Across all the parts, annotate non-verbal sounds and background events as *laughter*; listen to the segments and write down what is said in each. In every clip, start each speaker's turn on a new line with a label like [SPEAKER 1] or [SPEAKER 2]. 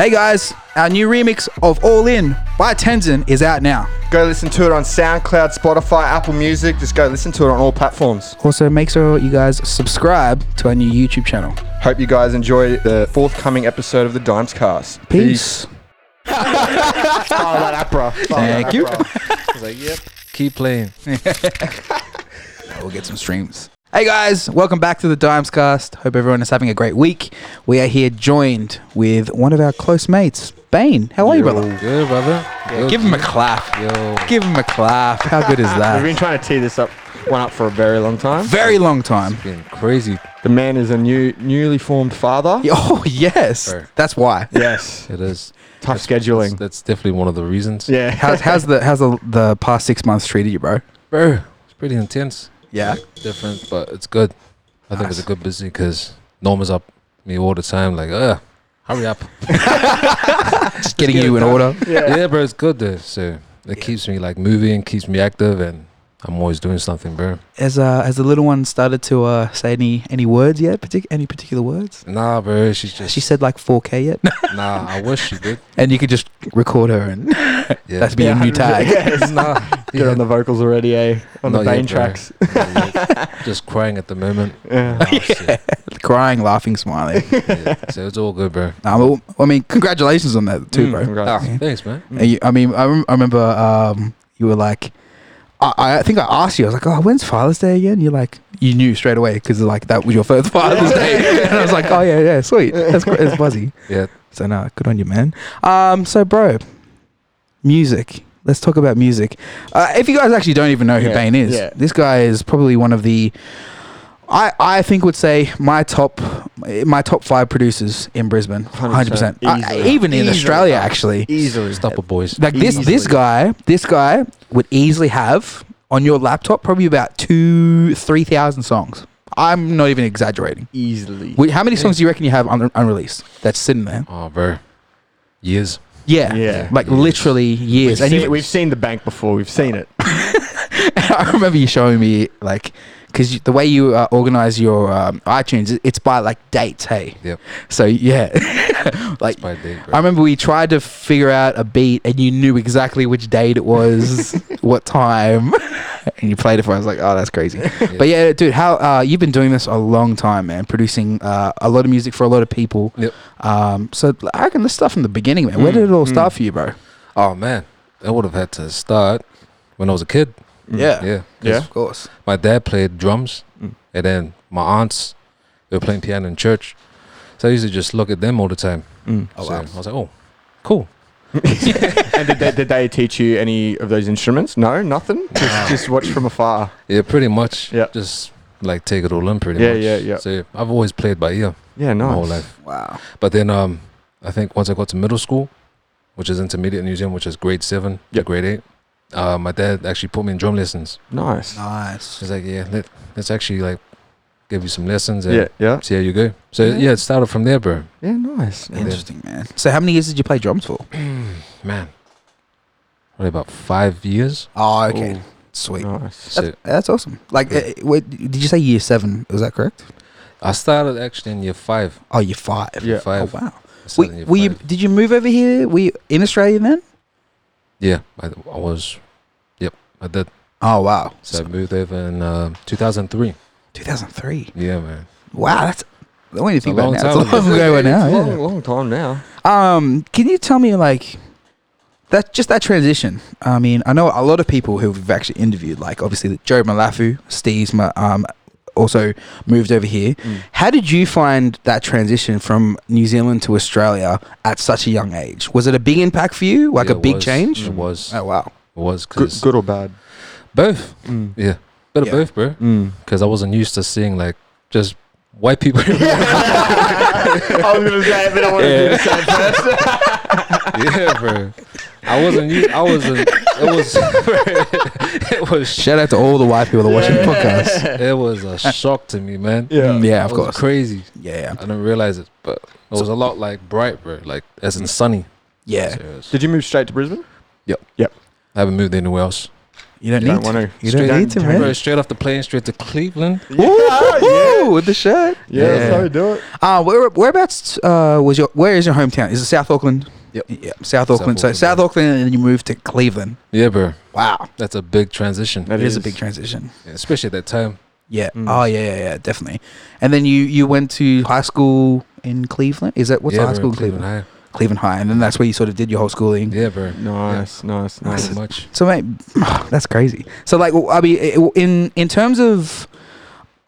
[SPEAKER 1] Hey guys, our new remix of All In by Tenzin is out now.
[SPEAKER 2] Go listen to it on SoundCloud, Spotify, Apple Music. Just go listen to it on all platforms.
[SPEAKER 1] Also, make sure you guys subscribe to our new YouTube channel.
[SPEAKER 2] Hope you guys enjoy the forthcoming episode of the Dimes Cast.
[SPEAKER 1] Peace.
[SPEAKER 2] *laughs* Follow that app, bro. Follow that
[SPEAKER 1] Thank
[SPEAKER 2] app,
[SPEAKER 1] you.
[SPEAKER 2] bro. I was like, yep.
[SPEAKER 1] *laughs*
[SPEAKER 3] Keep playing.
[SPEAKER 1] We'll get some streams. Hey guys, welcome back to the Dimes Cast. Hope everyone is having a great week. We are here joined with one of our close mates, Bane. How are Oh, you, brother?
[SPEAKER 3] Good, brother. Yo,
[SPEAKER 1] Give him a clap.
[SPEAKER 3] Yo.
[SPEAKER 1] Give him a clap. How good is
[SPEAKER 2] We've
[SPEAKER 3] *laughs*
[SPEAKER 1] that?
[SPEAKER 2] been trying to tee this up, one up for a very long time.
[SPEAKER 1] Very long time.
[SPEAKER 3] Been crazy.
[SPEAKER 2] The man is a new, newly formed father.
[SPEAKER 1] Oh, *laughs* yes.
[SPEAKER 3] Sure.
[SPEAKER 1] That's why.
[SPEAKER 2] Yes.
[SPEAKER 3] It is.
[SPEAKER 2] Tough
[SPEAKER 3] That's,
[SPEAKER 2] scheduling.
[SPEAKER 3] that's definitely one of the reasons.
[SPEAKER 2] yeah.
[SPEAKER 1] How's, how's the how's the, the past six months treated you, bro?
[SPEAKER 3] Bro, it's pretty intense.
[SPEAKER 1] Yeah.
[SPEAKER 3] Different, but it's good. I think it's a
[SPEAKER 1] Nice.
[SPEAKER 3] good busy because Norm is up me all the time. Like, uh,
[SPEAKER 1] *laughs*
[SPEAKER 3] hurry up.
[SPEAKER 1] Just getting you in order.
[SPEAKER 3] yeah. bro, it's good though. So it keeps me like moving, keeps me active, and I'm always doing something, bro.
[SPEAKER 1] Has uh has the little one started to uh say any any words yet? Partic- any particular words?
[SPEAKER 3] Nah, bro, she's just
[SPEAKER 1] She said like 4K yet,
[SPEAKER 3] nah. I wish she did.
[SPEAKER 1] *laughs* and you could just record her, and *laughs*
[SPEAKER 3] Yeah,
[SPEAKER 1] that's be
[SPEAKER 2] Yeah,
[SPEAKER 1] a new
[SPEAKER 2] 100%.
[SPEAKER 1] tag.
[SPEAKER 2] Yes.
[SPEAKER 1] *laughs*
[SPEAKER 3] nah.
[SPEAKER 2] Good on the vocals already, eh? On the
[SPEAKER 3] Not yet,
[SPEAKER 2] Bane
[SPEAKER 3] bro.
[SPEAKER 2] tracks. *laughs*
[SPEAKER 3] Not yet. just crying at
[SPEAKER 1] *laughs*
[SPEAKER 3] the moment.
[SPEAKER 2] Yeah.
[SPEAKER 3] Oh, shit.
[SPEAKER 1] Crying, laughing, *laughs* smiling.
[SPEAKER 3] Yeah. So it's all good, bro.
[SPEAKER 1] Nah, well, I mean, congratulations on that too,
[SPEAKER 3] Mm,
[SPEAKER 1] bro. Ah.
[SPEAKER 2] Congrats.
[SPEAKER 1] Yeah.
[SPEAKER 3] Thanks, man.
[SPEAKER 1] And you- I mean, I, rem- I remember um, you were like, I, I think I asked you, I was like, oh, when's Father's Day again? You're like, you knew straight away because like that was your first Father's
[SPEAKER 2] *laughs*
[SPEAKER 1] Day, and I was like, oh yeah, yeah, sweet, that's gr- that's buzzy.
[SPEAKER 3] Yeah.
[SPEAKER 1] So no, good on you, man. Um, so bro, music. Let's talk about music. Uh, if you guys actually don't even know who
[SPEAKER 2] Yeah,
[SPEAKER 1] Bane is,
[SPEAKER 2] yeah.
[SPEAKER 1] this guy is probably one of the. I, I think would say my top my top five producers in Brisbane, hundred
[SPEAKER 2] 100%.
[SPEAKER 1] percent, uh,
[SPEAKER 2] Easily.
[SPEAKER 1] even in
[SPEAKER 2] Easily,
[SPEAKER 1] Australia
[SPEAKER 2] bro.
[SPEAKER 1] actually.
[SPEAKER 2] Easily.
[SPEAKER 3] Stop it, boys.
[SPEAKER 1] Like this this
[SPEAKER 2] Easily.
[SPEAKER 1] guy this guy would easily have on your laptop probably about two three thousand songs. I'm not even exaggerating.
[SPEAKER 2] Easily.
[SPEAKER 1] Wait, How many songs do you reckon you have un- unreleased that's sitting there?
[SPEAKER 3] Oh, bro. Years.
[SPEAKER 1] Yeah.
[SPEAKER 2] Yeah.
[SPEAKER 1] Like
[SPEAKER 3] Years.
[SPEAKER 1] literally years.
[SPEAKER 2] We've
[SPEAKER 1] And
[SPEAKER 2] seen,
[SPEAKER 1] you, *laughs*
[SPEAKER 2] we've seen the bank before. We've seen it.
[SPEAKER 1] I remember you showing me like because the way you uh, organize your um, iTunes, it- it's by like dates. Hey,
[SPEAKER 3] Yep.
[SPEAKER 1] so yeah, like
[SPEAKER 3] By date, bro.
[SPEAKER 1] I remember we tried to figure out a beat, and you knew exactly which date it *laughs* was, what time, *laughs* and you played it for. us. I was like, oh, that's crazy. But *laughs* yeah, dude, how uh, you've been doing this a long time, man, producing uh, a lot of music for a lot of people.
[SPEAKER 3] Yep.
[SPEAKER 1] Um, so I reckon this stuff from the beginning, man. Where did it all start for you, bro?
[SPEAKER 3] Oh man, I would have had to start when I was a kid.
[SPEAKER 1] Uh, Yeah.
[SPEAKER 3] Yeah. 'Cause
[SPEAKER 2] Yeah.
[SPEAKER 1] Of course.
[SPEAKER 3] My dad played drums,
[SPEAKER 2] Mm.
[SPEAKER 3] and then my aunts they were playing piano in church. So I used to just look at them all the time.
[SPEAKER 2] Mm.
[SPEAKER 1] Oh,
[SPEAKER 3] so
[SPEAKER 1] wow.
[SPEAKER 3] I was like, oh, cool.
[SPEAKER 2] and did they, did they teach you any of those instruments? No, nothing. Just, just watch from afar.
[SPEAKER 3] Yeah, pretty much.
[SPEAKER 2] Yeah.
[SPEAKER 3] Just like take it all in, pretty
[SPEAKER 2] Yeah,
[SPEAKER 3] much.
[SPEAKER 2] yeah, yeah.
[SPEAKER 3] So I've always played by ear
[SPEAKER 2] Yeah,
[SPEAKER 3] my
[SPEAKER 2] nice.
[SPEAKER 3] whole life.
[SPEAKER 1] Wow.
[SPEAKER 3] But then um, I think once I got to middle school, which is intermediate New Zealand, which is grade seven to
[SPEAKER 2] Yep.
[SPEAKER 3] grade eight, uh, my dad actually put me in drum lessons.
[SPEAKER 2] Nice.
[SPEAKER 1] Nice.
[SPEAKER 3] He's like, yeah, let, let's actually like give you some lessons and
[SPEAKER 2] Yeah, yeah,
[SPEAKER 3] see how you go. So
[SPEAKER 2] Yeah.
[SPEAKER 3] yeah, it started from there, bro.
[SPEAKER 2] yeah, nice.
[SPEAKER 3] Yeah.
[SPEAKER 1] Interesting, man. So how many years did you play drums for?
[SPEAKER 3] Man, probably about five years.
[SPEAKER 1] Oh,
[SPEAKER 2] okay.
[SPEAKER 1] Sweet.
[SPEAKER 2] Nice.
[SPEAKER 3] So
[SPEAKER 1] That's, that's awesome. Like, uh, wait, did you say year seven? Was that correct?
[SPEAKER 3] I started actually in year five.
[SPEAKER 1] Oh, year five.
[SPEAKER 2] Yeah.
[SPEAKER 3] Five.
[SPEAKER 1] Oh, wow.
[SPEAKER 3] I
[SPEAKER 1] We,
[SPEAKER 3] started in year
[SPEAKER 1] were you,
[SPEAKER 3] five.
[SPEAKER 1] did you move over here? Were you in Australia then?
[SPEAKER 3] Yeah, I, I was. Yep, I did.
[SPEAKER 1] Oh, wow.
[SPEAKER 3] So,
[SPEAKER 1] So
[SPEAKER 3] I moved over in uh, 2003.
[SPEAKER 1] 2003.
[SPEAKER 3] Yeah, man.
[SPEAKER 1] Wow, that's the only thing
[SPEAKER 3] a
[SPEAKER 1] about
[SPEAKER 3] long
[SPEAKER 1] now. It's a
[SPEAKER 3] time ago.
[SPEAKER 1] long ago now.
[SPEAKER 2] It's a
[SPEAKER 1] Oh, yeah.
[SPEAKER 2] long, long time now.
[SPEAKER 1] Um, can you tell me like that just that transition? I mean, I know a lot of people who we've actually interviewed, like obviously Joe Malafu, Steve's ma- um also moved over here. How did you find that transition from New Zealand to Australia at such a young age? Was it a big impact for you? Like
[SPEAKER 3] Yeah,
[SPEAKER 1] a
[SPEAKER 3] it
[SPEAKER 1] big
[SPEAKER 3] was-
[SPEAKER 1] change?
[SPEAKER 3] It was. It
[SPEAKER 1] Oh wow.
[SPEAKER 3] was
[SPEAKER 2] Good,
[SPEAKER 3] because
[SPEAKER 2] good or bad?
[SPEAKER 3] both.
[SPEAKER 2] Mm.
[SPEAKER 3] Yeah, bit
[SPEAKER 1] Yeah.
[SPEAKER 3] of both, bro.
[SPEAKER 2] Mm.
[SPEAKER 3] Because I wasn't used to seeing like just white people.
[SPEAKER 2] *laughs*
[SPEAKER 3] *laughs*
[SPEAKER 2] I was gonna say, but I want
[SPEAKER 3] Yeah.
[SPEAKER 2] the same first.
[SPEAKER 3] yeah, bro. I wasn't. Used, I wasn't. It was. *laughs* it was. sh-
[SPEAKER 1] Shout out to all the white people that are watching the podcast.
[SPEAKER 3] It was a shock to me, man.
[SPEAKER 2] Yeah.
[SPEAKER 1] Mm, Yeah, of
[SPEAKER 3] It was
[SPEAKER 1] course.
[SPEAKER 3] Crazy.
[SPEAKER 1] Yeah.
[SPEAKER 3] I didn't realize it, but it was a lot like bright, bro. Like as in sunny.
[SPEAKER 1] Yeah.
[SPEAKER 3] So it was-
[SPEAKER 2] Did you move straight to Brisbane?
[SPEAKER 3] I haven't moved anywhere else.
[SPEAKER 1] You don't
[SPEAKER 2] You
[SPEAKER 1] need
[SPEAKER 2] don't want
[SPEAKER 1] to. You
[SPEAKER 2] Straight
[SPEAKER 1] don't need to,
[SPEAKER 2] down,
[SPEAKER 1] man.
[SPEAKER 3] Bro, straight off the plane, straight to Cleveland.
[SPEAKER 1] Ooh, *laughs* ooh, with the shirt.
[SPEAKER 2] Yeah, that's how we do it.
[SPEAKER 1] Uh, where whereabouts uh, was your where is your hometown? Is it South Auckland?
[SPEAKER 3] Yep.
[SPEAKER 1] Yeah, South Auckland. so
[SPEAKER 3] Auckland,
[SPEAKER 1] South
[SPEAKER 3] yeah.
[SPEAKER 1] Auckland, and then you moved to Cleveland.
[SPEAKER 3] Yeah, bro.
[SPEAKER 1] Wow,
[SPEAKER 3] That's a big transition,
[SPEAKER 2] That
[SPEAKER 1] it is. a big transition.
[SPEAKER 3] especially at that time.
[SPEAKER 1] Yeah.
[SPEAKER 2] Mm.
[SPEAKER 1] Oh yeah, yeah, yeah, definitely. And then you you went to high school in Cleveland. Is that what's
[SPEAKER 3] yeah,
[SPEAKER 1] the high
[SPEAKER 3] bro,
[SPEAKER 1] school in Cleveland?
[SPEAKER 3] Cleveland
[SPEAKER 1] Cleveland High, and then that's where you sort of did your whole schooling.
[SPEAKER 3] High. Yeah, bro.
[SPEAKER 2] Nice, nice,
[SPEAKER 3] Not
[SPEAKER 2] nice.
[SPEAKER 1] Nice.
[SPEAKER 3] much.
[SPEAKER 1] So mate, *sighs* that's crazy. So like, I mean, it- in in terms of,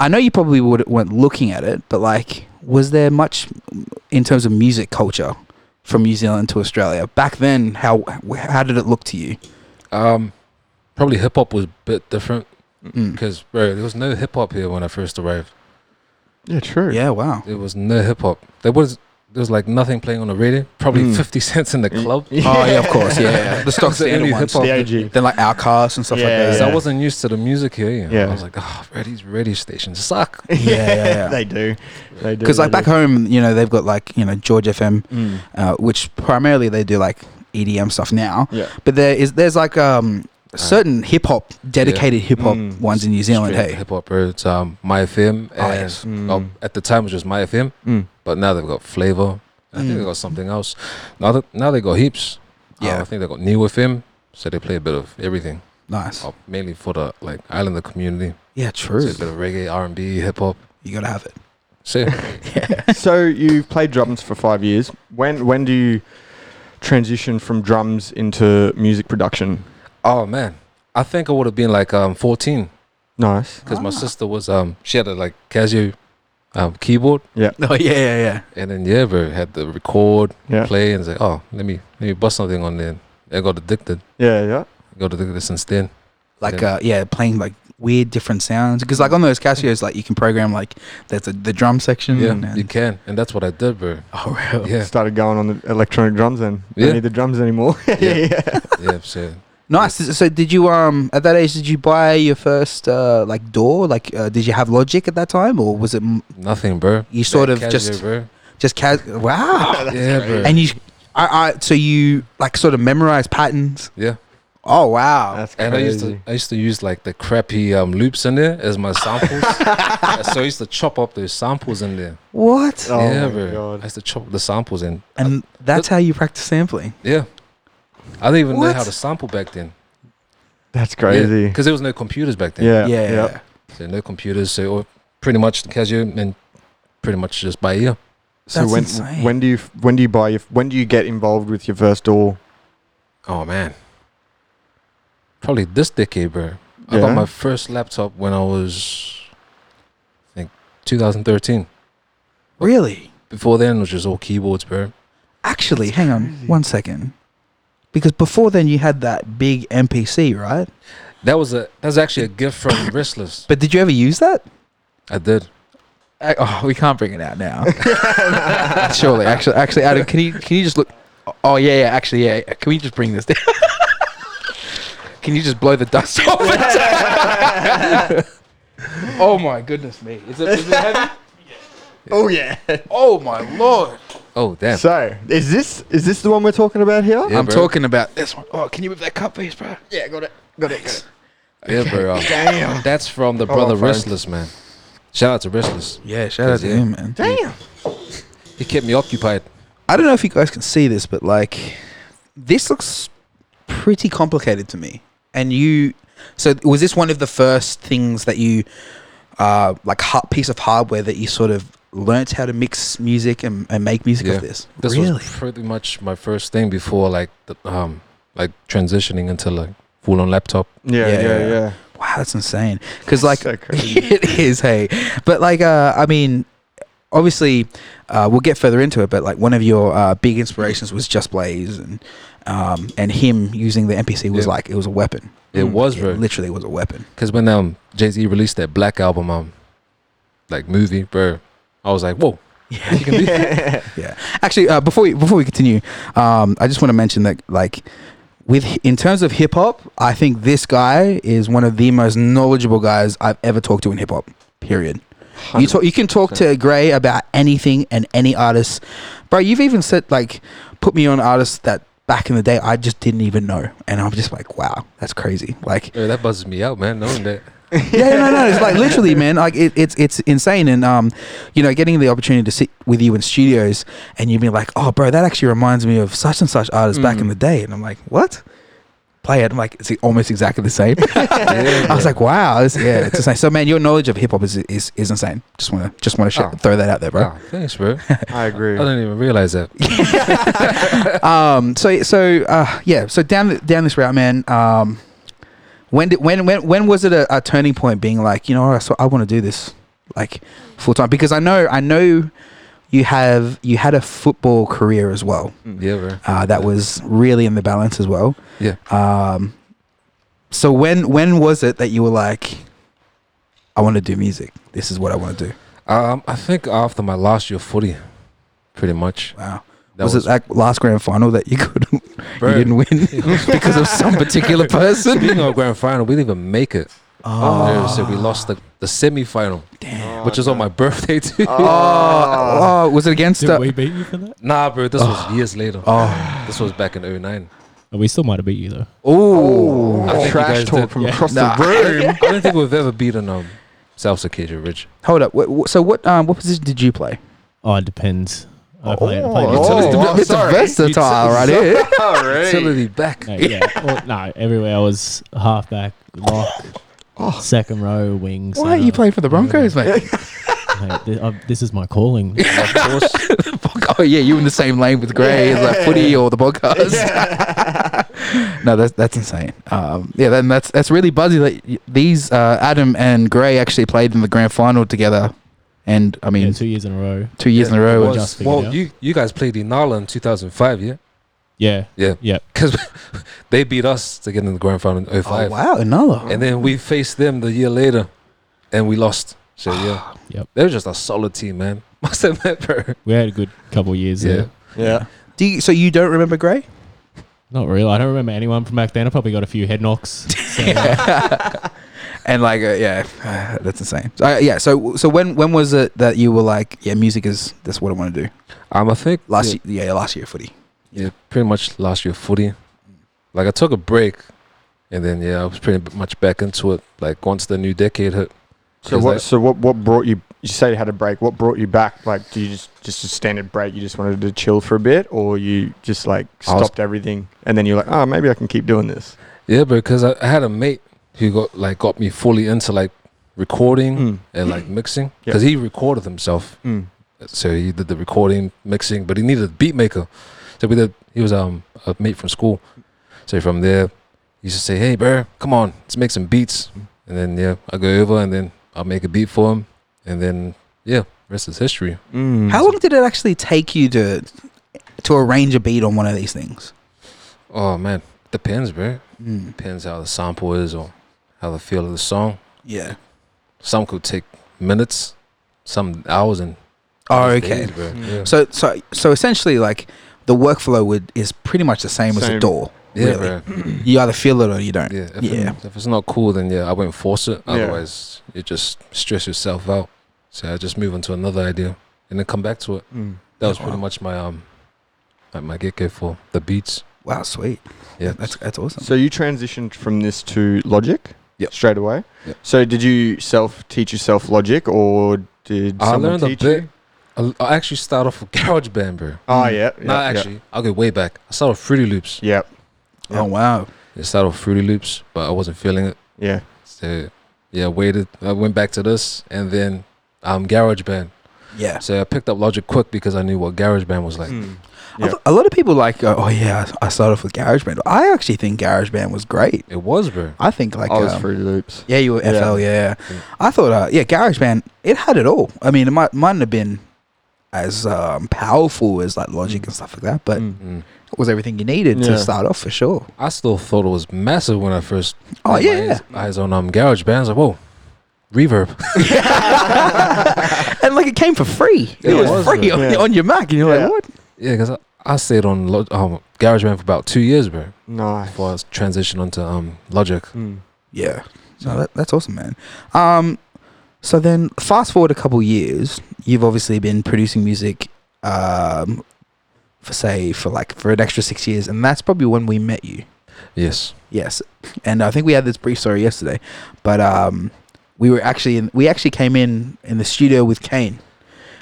[SPEAKER 1] I know you probably would, weren't looking at it, but like, was there much mm, in terms of music culture from New Zealand to Australia back then? How how did it look to you?
[SPEAKER 3] Um, probably hip hop was a bit different
[SPEAKER 1] Mm.
[SPEAKER 3] because bro, there was no hip hop here when I first arrived.
[SPEAKER 2] Yeah, true.
[SPEAKER 1] Yeah, wow.
[SPEAKER 3] There was no hip hop. There was there was like nothing playing on the radio. Probably
[SPEAKER 2] Mm.
[SPEAKER 3] fifty *laughs* cents in the club.
[SPEAKER 1] Oh yeah, of course, yeah. yeah. The
[SPEAKER 3] *laughs*
[SPEAKER 1] stock
[SPEAKER 3] That's the
[SPEAKER 1] standard
[SPEAKER 3] only
[SPEAKER 1] ones.
[SPEAKER 3] hip-hop.
[SPEAKER 2] The OG.
[SPEAKER 1] Then like Outcasts and stuff like
[SPEAKER 2] Yeah,
[SPEAKER 1] that.
[SPEAKER 3] So I
[SPEAKER 2] yeah.
[SPEAKER 3] wasn't used to the music here. You know?
[SPEAKER 2] Yeah.
[SPEAKER 3] I was like, oh, bro, these radio stations suck.
[SPEAKER 1] Yeah,
[SPEAKER 2] *laughs*
[SPEAKER 1] yeah, yeah.
[SPEAKER 2] they do. They do.
[SPEAKER 1] Because
[SPEAKER 2] they
[SPEAKER 1] like back
[SPEAKER 2] do.
[SPEAKER 1] home, you know, they've got like you know George FM,
[SPEAKER 2] Mm.
[SPEAKER 1] uh, which primarily they do like EDM stuff now.
[SPEAKER 2] Yeah.
[SPEAKER 1] But there is there's like um certain hip hop dedicated hip hop
[SPEAKER 2] Mm.
[SPEAKER 1] ones in New Zealand. Hey,
[SPEAKER 3] hip hop, bro. It's um, my FM. And,
[SPEAKER 1] Oh, yes.
[SPEAKER 2] Mm.
[SPEAKER 3] oh, at the time, it was just my FM.
[SPEAKER 2] Mm.
[SPEAKER 3] But now they've got Flavor. I think
[SPEAKER 1] Mm.
[SPEAKER 3] they got something else. Now that now they got heaps. Uh,
[SPEAKER 1] Yeah.
[SPEAKER 3] I think they got New FM. So they play a bit of everything,
[SPEAKER 1] nice.
[SPEAKER 3] uh, mainly for the like islander community.
[SPEAKER 1] Yeah,
[SPEAKER 3] So
[SPEAKER 1] true.
[SPEAKER 3] a bit of reggae, R and B, hip hop.
[SPEAKER 1] You gotta have it. *laughs*
[SPEAKER 3] So
[SPEAKER 2] so you've played drums for five years. When when do you transition from drums into music production?
[SPEAKER 3] oh man, I think I would have been like um 14
[SPEAKER 2] Nice.
[SPEAKER 3] because my
[SPEAKER 1] Ah.
[SPEAKER 3] sister was um she had a like Casio um keyboard
[SPEAKER 1] *laughs* Oh yeah, yeah, yeah.
[SPEAKER 3] and then yeah, bro, had the record
[SPEAKER 2] Yeah.
[SPEAKER 3] play and say oh let me let me bust something on there. I got addicted.
[SPEAKER 2] Yeah, yeah.
[SPEAKER 3] Got addicted since then.
[SPEAKER 1] Like
[SPEAKER 3] Yeah.
[SPEAKER 1] uh yeah, playing like weird different sounds because like on those Casios, like you can program like there's a, the drum section.
[SPEAKER 3] Yeah,
[SPEAKER 1] and,
[SPEAKER 3] you can, and that's what I
[SPEAKER 1] *laughs*
[SPEAKER 3] did, bro.
[SPEAKER 1] oh really?
[SPEAKER 3] Yeah,
[SPEAKER 2] Started going on the electronic drums then.
[SPEAKER 3] Yeah.
[SPEAKER 2] Don't need the drums anymore. *laughs* yeah.
[SPEAKER 3] yeah. So
[SPEAKER 1] Nice. So did you um at that age did you buy your first uh like door? Like uh, did you have Logic at that time or was it m-
[SPEAKER 3] nothing, bro.
[SPEAKER 1] you *laughs* sort
[SPEAKER 3] Yeah,
[SPEAKER 1] of
[SPEAKER 3] Casio,
[SPEAKER 1] just *laughs*
[SPEAKER 3] bro.
[SPEAKER 1] just cas-
[SPEAKER 3] *laughs*
[SPEAKER 1] wow?
[SPEAKER 3] yeah, bro.
[SPEAKER 1] and you I, I so you like sort of memorize patterns.
[SPEAKER 3] yeah,
[SPEAKER 1] Oh wow.
[SPEAKER 2] That's crazy.
[SPEAKER 3] and I used to I used to use like the crappy um, loops in there as my
[SPEAKER 1] *laughs*
[SPEAKER 3] samples. Yeah, so I used to chop up those samples in there.
[SPEAKER 1] What?
[SPEAKER 2] Oh
[SPEAKER 3] yeah,
[SPEAKER 2] my
[SPEAKER 3] bro.
[SPEAKER 2] God.
[SPEAKER 3] I used to chop the samples in.
[SPEAKER 1] And that's how you practice sampling.
[SPEAKER 3] Yeah, I didn't even know how
[SPEAKER 1] What?
[SPEAKER 3] to sample back then.
[SPEAKER 2] That's crazy.
[SPEAKER 3] because there was no computers back then.
[SPEAKER 2] Yeah.
[SPEAKER 1] yeah.
[SPEAKER 2] yeah.
[SPEAKER 3] so no computers. So all- pretty much casual and pretty much just by ear.
[SPEAKER 2] So
[SPEAKER 1] That's
[SPEAKER 2] when
[SPEAKER 1] insane.
[SPEAKER 2] when do you when do you buy your when do you get involved with your first door?
[SPEAKER 3] Oh man, probably this decade, bro. I
[SPEAKER 2] Yeah.
[SPEAKER 3] got my first laptop when I was, I think, 2013.
[SPEAKER 1] Really?
[SPEAKER 3] Before then, it was just all keyboards, bro.
[SPEAKER 1] Actually, hang on one second. Because before then you had that big MPC, right?
[SPEAKER 3] That was a that was actually a gift
[SPEAKER 2] *coughs*
[SPEAKER 3] from Restless.
[SPEAKER 1] But did you ever use that?
[SPEAKER 3] I did.
[SPEAKER 1] Uh, oh, we can't bring it out now. *laughs* Surely, actually, actually, Adam, can you can you just look? Oh yeah, yeah. Actually, yeah. Can we just bring this down? *laughs* can you just blow the dust *laughs* off it? oh my goodness me! Is it, is it heavy?
[SPEAKER 2] Oh yeah.
[SPEAKER 1] Oh my lord!
[SPEAKER 3] Oh damn.
[SPEAKER 2] So is this is this the one we're talking about here?
[SPEAKER 3] Yeah,
[SPEAKER 1] I'm
[SPEAKER 3] bro.
[SPEAKER 1] talking about this one. Oh, can you move that cup, please, bro?
[SPEAKER 2] Yeah, got it. Got it. Got it. *coughs*
[SPEAKER 3] Yeah, bro.
[SPEAKER 2] Damn.
[SPEAKER 3] That's from the
[SPEAKER 2] Hold on,
[SPEAKER 3] brother
[SPEAKER 2] Frank.
[SPEAKER 3] Restless, man. Shout out to Restless.
[SPEAKER 1] Yeah, shout out to
[SPEAKER 3] Yeah.
[SPEAKER 1] him, man.
[SPEAKER 2] Damn.
[SPEAKER 3] He kept me occupied.
[SPEAKER 1] I don't know if you guys can see this, but like, this looks pretty complicated to me. And you, so was this one of the first things that you, uh, like, ha- piece of hardware that you sort of learnt how to mix music and, and make music
[SPEAKER 3] Yeah.
[SPEAKER 1] of this?
[SPEAKER 3] This
[SPEAKER 1] really?
[SPEAKER 3] was pretty much my first thing before like the, um like transitioning into like full on laptop.
[SPEAKER 2] Yeah,
[SPEAKER 1] Yeah,
[SPEAKER 2] yeah, yeah.
[SPEAKER 1] yeah. wow, that's insane. Because like, *laughs*
[SPEAKER 2] so crazy.
[SPEAKER 1] it is hey but like uh i mean obviously uh we'll get further into it but like one of your uh big inspirations was just blaze and um and him using the npc was
[SPEAKER 3] Yeah.
[SPEAKER 1] like it was a weapon
[SPEAKER 3] It
[SPEAKER 2] Mm,
[SPEAKER 3] was,
[SPEAKER 1] it
[SPEAKER 3] bro.
[SPEAKER 1] literally was a
[SPEAKER 3] *laughs*
[SPEAKER 1] weapon
[SPEAKER 3] Because when um Jay Z released that Black album, um, like movie, bro, I was like, whoa,
[SPEAKER 1] yeah
[SPEAKER 3] you can do that.
[SPEAKER 1] yeah *laughs* actually uh before we before we continue um i just want to mention that like with hi- in terms of hip hop i think this guy is one of the most knowledgeable guys i've ever talked to in hip hop period You talk, you can talk to Gray about anything and any artist, bro. You've even said like, put me on artists that back in the day I just didn't even know, and I'm just like, wow, that's crazy. Like,
[SPEAKER 3] Yeah, that buzzes me out, man. Knowing that.
[SPEAKER 1] yeah, no, no, it's like literally, man. Like, it, it's it's insane, and um, you know, getting the opportunity to sit with you in studios, and you'd be like, oh, bro, that actually reminds me of such and such artist back in
[SPEAKER 3] Mm.
[SPEAKER 1] the day, and I'm like, what? Play it. I'm like, it's almost exactly the same.
[SPEAKER 3] *laughs* Yeah,
[SPEAKER 1] I was
[SPEAKER 3] bro.
[SPEAKER 1] like, wow, this, yeah, it's insane. So, man, your knowledge of hip hop is, is is insane. Just wanna just wanna sh-
[SPEAKER 2] Oh.
[SPEAKER 1] throw that out there, bro.
[SPEAKER 3] Ah, thanks, bro.
[SPEAKER 2] I agree.
[SPEAKER 3] I didn't even realize that.
[SPEAKER 1] *laughs* um, so so uh, yeah, so down down this route, man. Um, when did when when when was it a, a turning point? Being like, you know, I, so I want to do this like full time because I know I know you have you had a football career as well.
[SPEAKER 2] Mm.
[SPEAKER 3] Yeah, bro.
[SPEAKER 1] Uh, that was really in the balance as well.
[SPEAKER 3] Yeah.
[SPEAKER 1] Um, so when when was it that you were like, I want to do music. This is what I want to do.
[SPEAKER 3] Um, I think after my last year of footy, pretty much.
[SPEAKER 1] Wow.
[SPEAKER 3] That
[SPEAKER 1] was, it like last grand final that you could *laughs* you
[SPEAKER 3] Bro.
[SPEAKER 1] didn't
[SPEAKER 3] *laughs*
[SPEAKER 1] win because of some particular person?
[SPEAKER 3] Speaking of grand final, we didn't even make it.
[SPEAKER 1] Ah.
[SPEAKER 3] Yeah, so we lost the, the semi final,
[SPEAKER 2] Oh,
[SPEAKER 3] which is on
[SPEAKER 2] no.
[SPEAKER 3] my birthday too.
[SPEAKER 1] Ah.
[SPEAKER 2] Oh.
[SPEAKER 1] Oh, was it against?
[SPEAKER 4] Did
[SPEAKER 1] Uh,
[SPEAKER 4] we beat you for
[SPEAKER 3] *laughs*
[SPEAKER 4] that?
[SPEAKER 3] Nah, bro, this
[SPEAKER 1] Ah.
[SPEAKER 3] was years later.
[SPEAKER 1] oh,
[SPEAKER 3] This was back in 09.
[SPEAKER 4] Oh, we still might have beat you though.
[SPEAKER 1] oh,
[SPEAKER 3] I think you
[SPEAKER 2] trash
[SPEAKER 3] guys
[SPEAKER 2] talk
[SPEAKER 3] did-
[SPEAKER 2] from
[SPEAKER 4] yeah.
[SPEAKER 2] across
[SPEAKER 1] Nah.
[SPEAKER 2] the
[SPEAKER 3] *laughs*
[SPEAKER 2] room.
[SPEAKER 3] I don't think we've ever beaten um, South Circadia Ridge.
[SPEAKER 1] Hold up. What, what, so what? Um, what position did you play?
[SPEAKER 4] Oh, it depends. I
[SPEAKER 3] Oh,
[SPEAKER 4] played, I played
[SPEAKER 2] oh,
[SPEAKER 1] it's
[SPEAKER 4] utility.
[SPEAKER 2] oh.
[SPEAKER 1] a, it's a
[SPEAKER 2] sorry.
[SPEAKER 1] versatile
[SPEAKER 3] You-
[SPEAKER 1] right *laughs* here.
[SPEAKER 2] All
[SPEAKER 3] *laughs*
[SPEAKER 2] right.
[SPEAKER 3] Utility back.
[SPEAKER 4] No, yeah. Well, no, everywhere I was halfback, lock,
[SPEAKER 2] Oh.
[SPEAKER 4] second row, wings.
[SPEAKER 1] Why are you playing for the Broncos, *laughs* mate?
[SPEAKER 4] this, uh, this is
[SPEAKER 2] *laughs*
[SPEAKER 4] my calling.
[SPEAKER 3] Of *laughs* course.
[SPEAKER 1] oh yeah, you in the same lane with Gray as like footy or the podcast. no, that's that's insane. Um, yeah, then that's that's really buzzy that y- these uh, Adam and Gray actually played in the grand final together, and I
[SPEAKER 4] yeah,
[SPEAKER 1] mean
[SPEAKER 4] two years in a row.
[SPEAKER 1] two years in a row.
[SPEAKER 3] It
[SPEAKER 1] and-
[SPEAKER 3] was,
[SPEAKER 4] just figured
[SPEAKER 3] well,
[SPEAKER 4] out.
[SPEAKER 3] you, you guys played Inala in 2005, yeah?
[SPEAKER 4] Yeah.
[SPEAKER 3] Yeah.
[SPEAKER 4] Yeah.
[SPEAKER 3] Because *laughs* they beat us to get in the grand final in 05.
[SPEAKER 1] Oh wow, another.
[SPEAKER 3] And then we faced them the year later and we lost. So, yeah.
[SPEAKER 4] Yep.
[SPEAKER 3] They're just a solid team, man. *laughs* Must admit, bro.
[SPEAKER 4] We had a good couple of years
[SPEAKER 3] Yeah.
[SPEAKER 4] there.
[SPEAKER 2] Yeah.
[SPEAKER 1] Do you, so you don't remember Gray?
[SPEAKER 4] Not real. I don't remember anyone from back then. I probably got a few head
[SPEAKER 2] *laughs*
[SPEAKER 4] knocks. So,
[SPEAKER 1] and *laughs* like, uh, yeah, *sighs* that's insane. So, uh, yeah. So, so when when was it that you were like, yeah, music is that's what I want to do?
[SPEAKER 3] Um, I think
[SPEAKER 1] Last
[SPEAKER 3] yeah,
[SPEAKER 1] year, yeah, last year footy.
[SPEAKER 3] yeah, pretty much last year footy. Like I took a break, and then yeah, I was pretty much back into it. Like once the new decade hit.
[SPEAKER 2] So
[SPEAKER 3] 'Cause
[SPEAKER 2] what?
[SPEAKER 3] like-
[SPEAKER 2] so what? What brought you? You say you had a break. What brought you back? Like, do you just just a standard break? You just wanted to chill for a bit, or you just like
[SPEAKER 3] I was-
[SPEAKER 2] stopped everything, and then you're like, oh, maybe I can keep doing this.
[SPEAKER 3] Yeah, because I, I had a mate who got like got me fully into like recording
[SPEAKER 2] Mm.
[SPEAKER 3] and like mixing
[SPEAKER 2] Yeah.
[SPEAKER 3] because he recorded himself.
[SPEAKER 2] Mm.
[SPEAKER 3] So he did the recording, mixing, but he needed a beat maker. So we did. He was um a mate from school. So from there, he used to say, "Hey, bro, come on, let's make some beats." And then yeah, I go over and then I'll make a beat for him, and then yeah, rest is history.
[SPEAKER 2] Mm.
[SPEAKER 1] How long did it actually take you to to arrange a beat on one of these things?
[SPEAKER 3] Oh man, depends, bro. Depends how the sample is or how the feel of the song.
[SPEAKER 1] Yeah.
[SPEAKER 3] Some could take minutes, some hours and
[SPEAKER 1] Oh,
[SPEAKER 3] days,
[SPEAKER 1] okay.
[SPEAKER 3] bro.
[SPEAKER 2] Mm.
[SPEAKER 3] Yeah.
[SPEAKER 1] So, so, so essentially, like the workflow would is pretty much the same, as a
[SPEAKER 2] Same.
[SPEAKER 1] door.
[SPEAKER 3] yeah,
[SPEAKER 1] really.
[SPEAKER 3] bro.
[SPEAKER 1] You either feel it or you don't.
[SPEAKER 3] Yeah. If,
[SPEAKER 1] Yeah.
[SPEAKER 3] It, if it's not cool, then yeah, I won't force it.
[SPEAKER 2] Yeah.
[SPEAKER 3] Otherwise, you just stress yourself out. So I just move on to another idea and then come back to it.
[SPEAKER 2] Mm.
[SPEAKER 3] That was
[SPEAKER 1] Wow.
[SPEAKER 3] pretty much my um, like my get go for the beats.
[SPEAKER 1] Wow, sweet.
[SPEAKER 3] Yeah.
[SPEAKER 1] That's that's awesome.
[SPEAKER 2] So you transitioned from this to Logic.
[SPEAKER 3] Yep.
[SPEAKER 2] Straight away.
[SPEAKER 3] Yep.
[SPEAKER 2] So did you self teach yourself Logic, or did
[SPEAKER 3] I
[SPEAKER 2] someone
[SPEAKER 3] learned a
[SPEAKER 2] teach
[SPEAKER 3] bit.
[SPEAKER 2] you?
[SPEAKER 3] I, I actually start off with GarageBand, bro.
[SPEAKER 2] Oh yeah. yeah
[SPEAKER 3] no, actually, I'll go way back. I started with Fruity Loops.
[SPEAKER 2] Yeah.
[SPEAKER 1] Oh wow.
[SPEAKER 3] It started with Fruity Loops, but I wasn't feeling it.
[SPEAKER 2] Yeah.
[SPEAKER 3] So yeah, waited. I went back to this, and then um, GarageBand.
[SPEAKER 1] Yeah.
[SPEAKER 3] So I picked up Logic quick because I knew what GarageBand was
[SPEAKER 2] yeah.
[SPEAKER 3] like.
[SPEAKER 2] Mm.
[SPEAKER 1] I
[SPEAKER 2] Yeah.
[SPEAKER 1] th- A lot of people like, go, oh yeah, I started off with GarageBand. I actually think GarageBand was great.
[SPEAKER 3] It was, bro.
[SPEAKER 1] I think like
[SPEAKER 2] I was
[SPEAKER 1] um,
[SPEAKER 2] Fruity Loops.
[SPEAKER 1] yeah, you were
[SPEAKER 2] Oh, Yeah.
[SPEAKER 1] FL, yeah.
[SPEAKER 3] Yeah.
[SPEAKER 1] I thought, uh, yeah, GarageBand, it had it all. I mean, it might mightn't have been as um, powerful as like Logic and stuff like that, but
[SPEAKER 2] Mm.
[SPEAKER 3] Mm.
[SPEAKER 1] it was everything you needed
[SPEAKER 2] Yeah.
[SPEAKER 1] to start off for sure.
[SPEAKER 3] I still thought it was massive when I first.
[SPEAKER 1] Oh
[SPEAKER 3] had my
[SPEAKER 1] yeah,
[SPEAKER 3] eyes, eyes on um GarageBand. I was like, whoa, reverb. *laughs*
[SPEAKER 1] yeah. and like it came for free. It
[SPEAKER 3] Yeah,
[SPEAKER 1] was,
[SPEAKER 3] it was,
[SPEAKER 1] free
[SPEAKER 3] yeah.
[SPEAKER 1] on,
[SPEAKER 2] Yeah.
[SPEAKER 1] on your Mac, and you're
[SPEAKER 2] Yeah.
[SPEAKER 1] like, what?
[SPEAKER 3] yeah, because I, I stayed on Lo- um, GarageBand for about two years, bro,
[SPEAKER 2] Nice.
[SPEAKER 3] before I was transitioned onto um Logic.
[SPEAKER 2] Mm.
[SPEAKER 1] Yeah. So that, that's awesome, man. Um, so then fast forward a couple years, you've obviously been producing music um, for say for like for an extra six years, and that's probably when we met you. *laughs*
[SPEAKER 3] Yes.
[SPEAKER 1] Yes, and I think we had this brief story yesterday, but um, we were actually in, we actually came in in the studio with Kane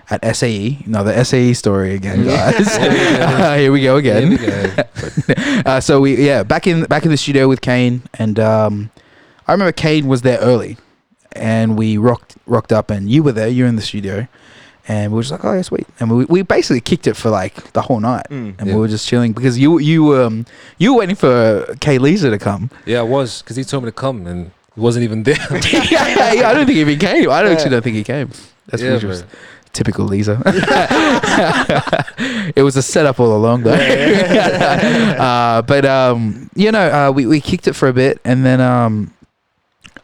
[SPEAKER 1] at E. SAE. No, the SAE story again,
[SPEAKER 3] *laughs*
[SPEAKER 1] guys. *laughs* Uh, here we go again.
[SPEAKER 3] Yeah,
[SPEAKER 1] Uh, so we yeah back in back in the studio with Kane, and um, I remember Kane was there early, and we rocked rocked up, and you were there. You were in the studio, and we were just like, oh yeah, sweet, and we we basically kicked it for like the whole night.
[SPEAKER 2] Hmm.
[SPEAKER 1] And
[SPEAKER 3] Yeah.
[SPEAKER 1] we were just chilling because you you um you were waiting for Kay Leeser to come.
[SPEAKER 3] yeah, I was because he told me to come and he wasn't even there.
[SPEAKER 1] *laughs* yeah, yeah, yeah, I don't think he even came. I don't actually don't think he came. That's
[SPEAKER 3] *laughs* yeah,
[SPEAKER 1] which was
[SPEAKER 3] bro.
[SPEAKER 1] typical
[SPEAKER 3] *laughs*
[SPEAKER 1] Lisa. it was a setup all along, though. *laughs* uh, but um, you know, uh, we we kicked it for a bit, and then um,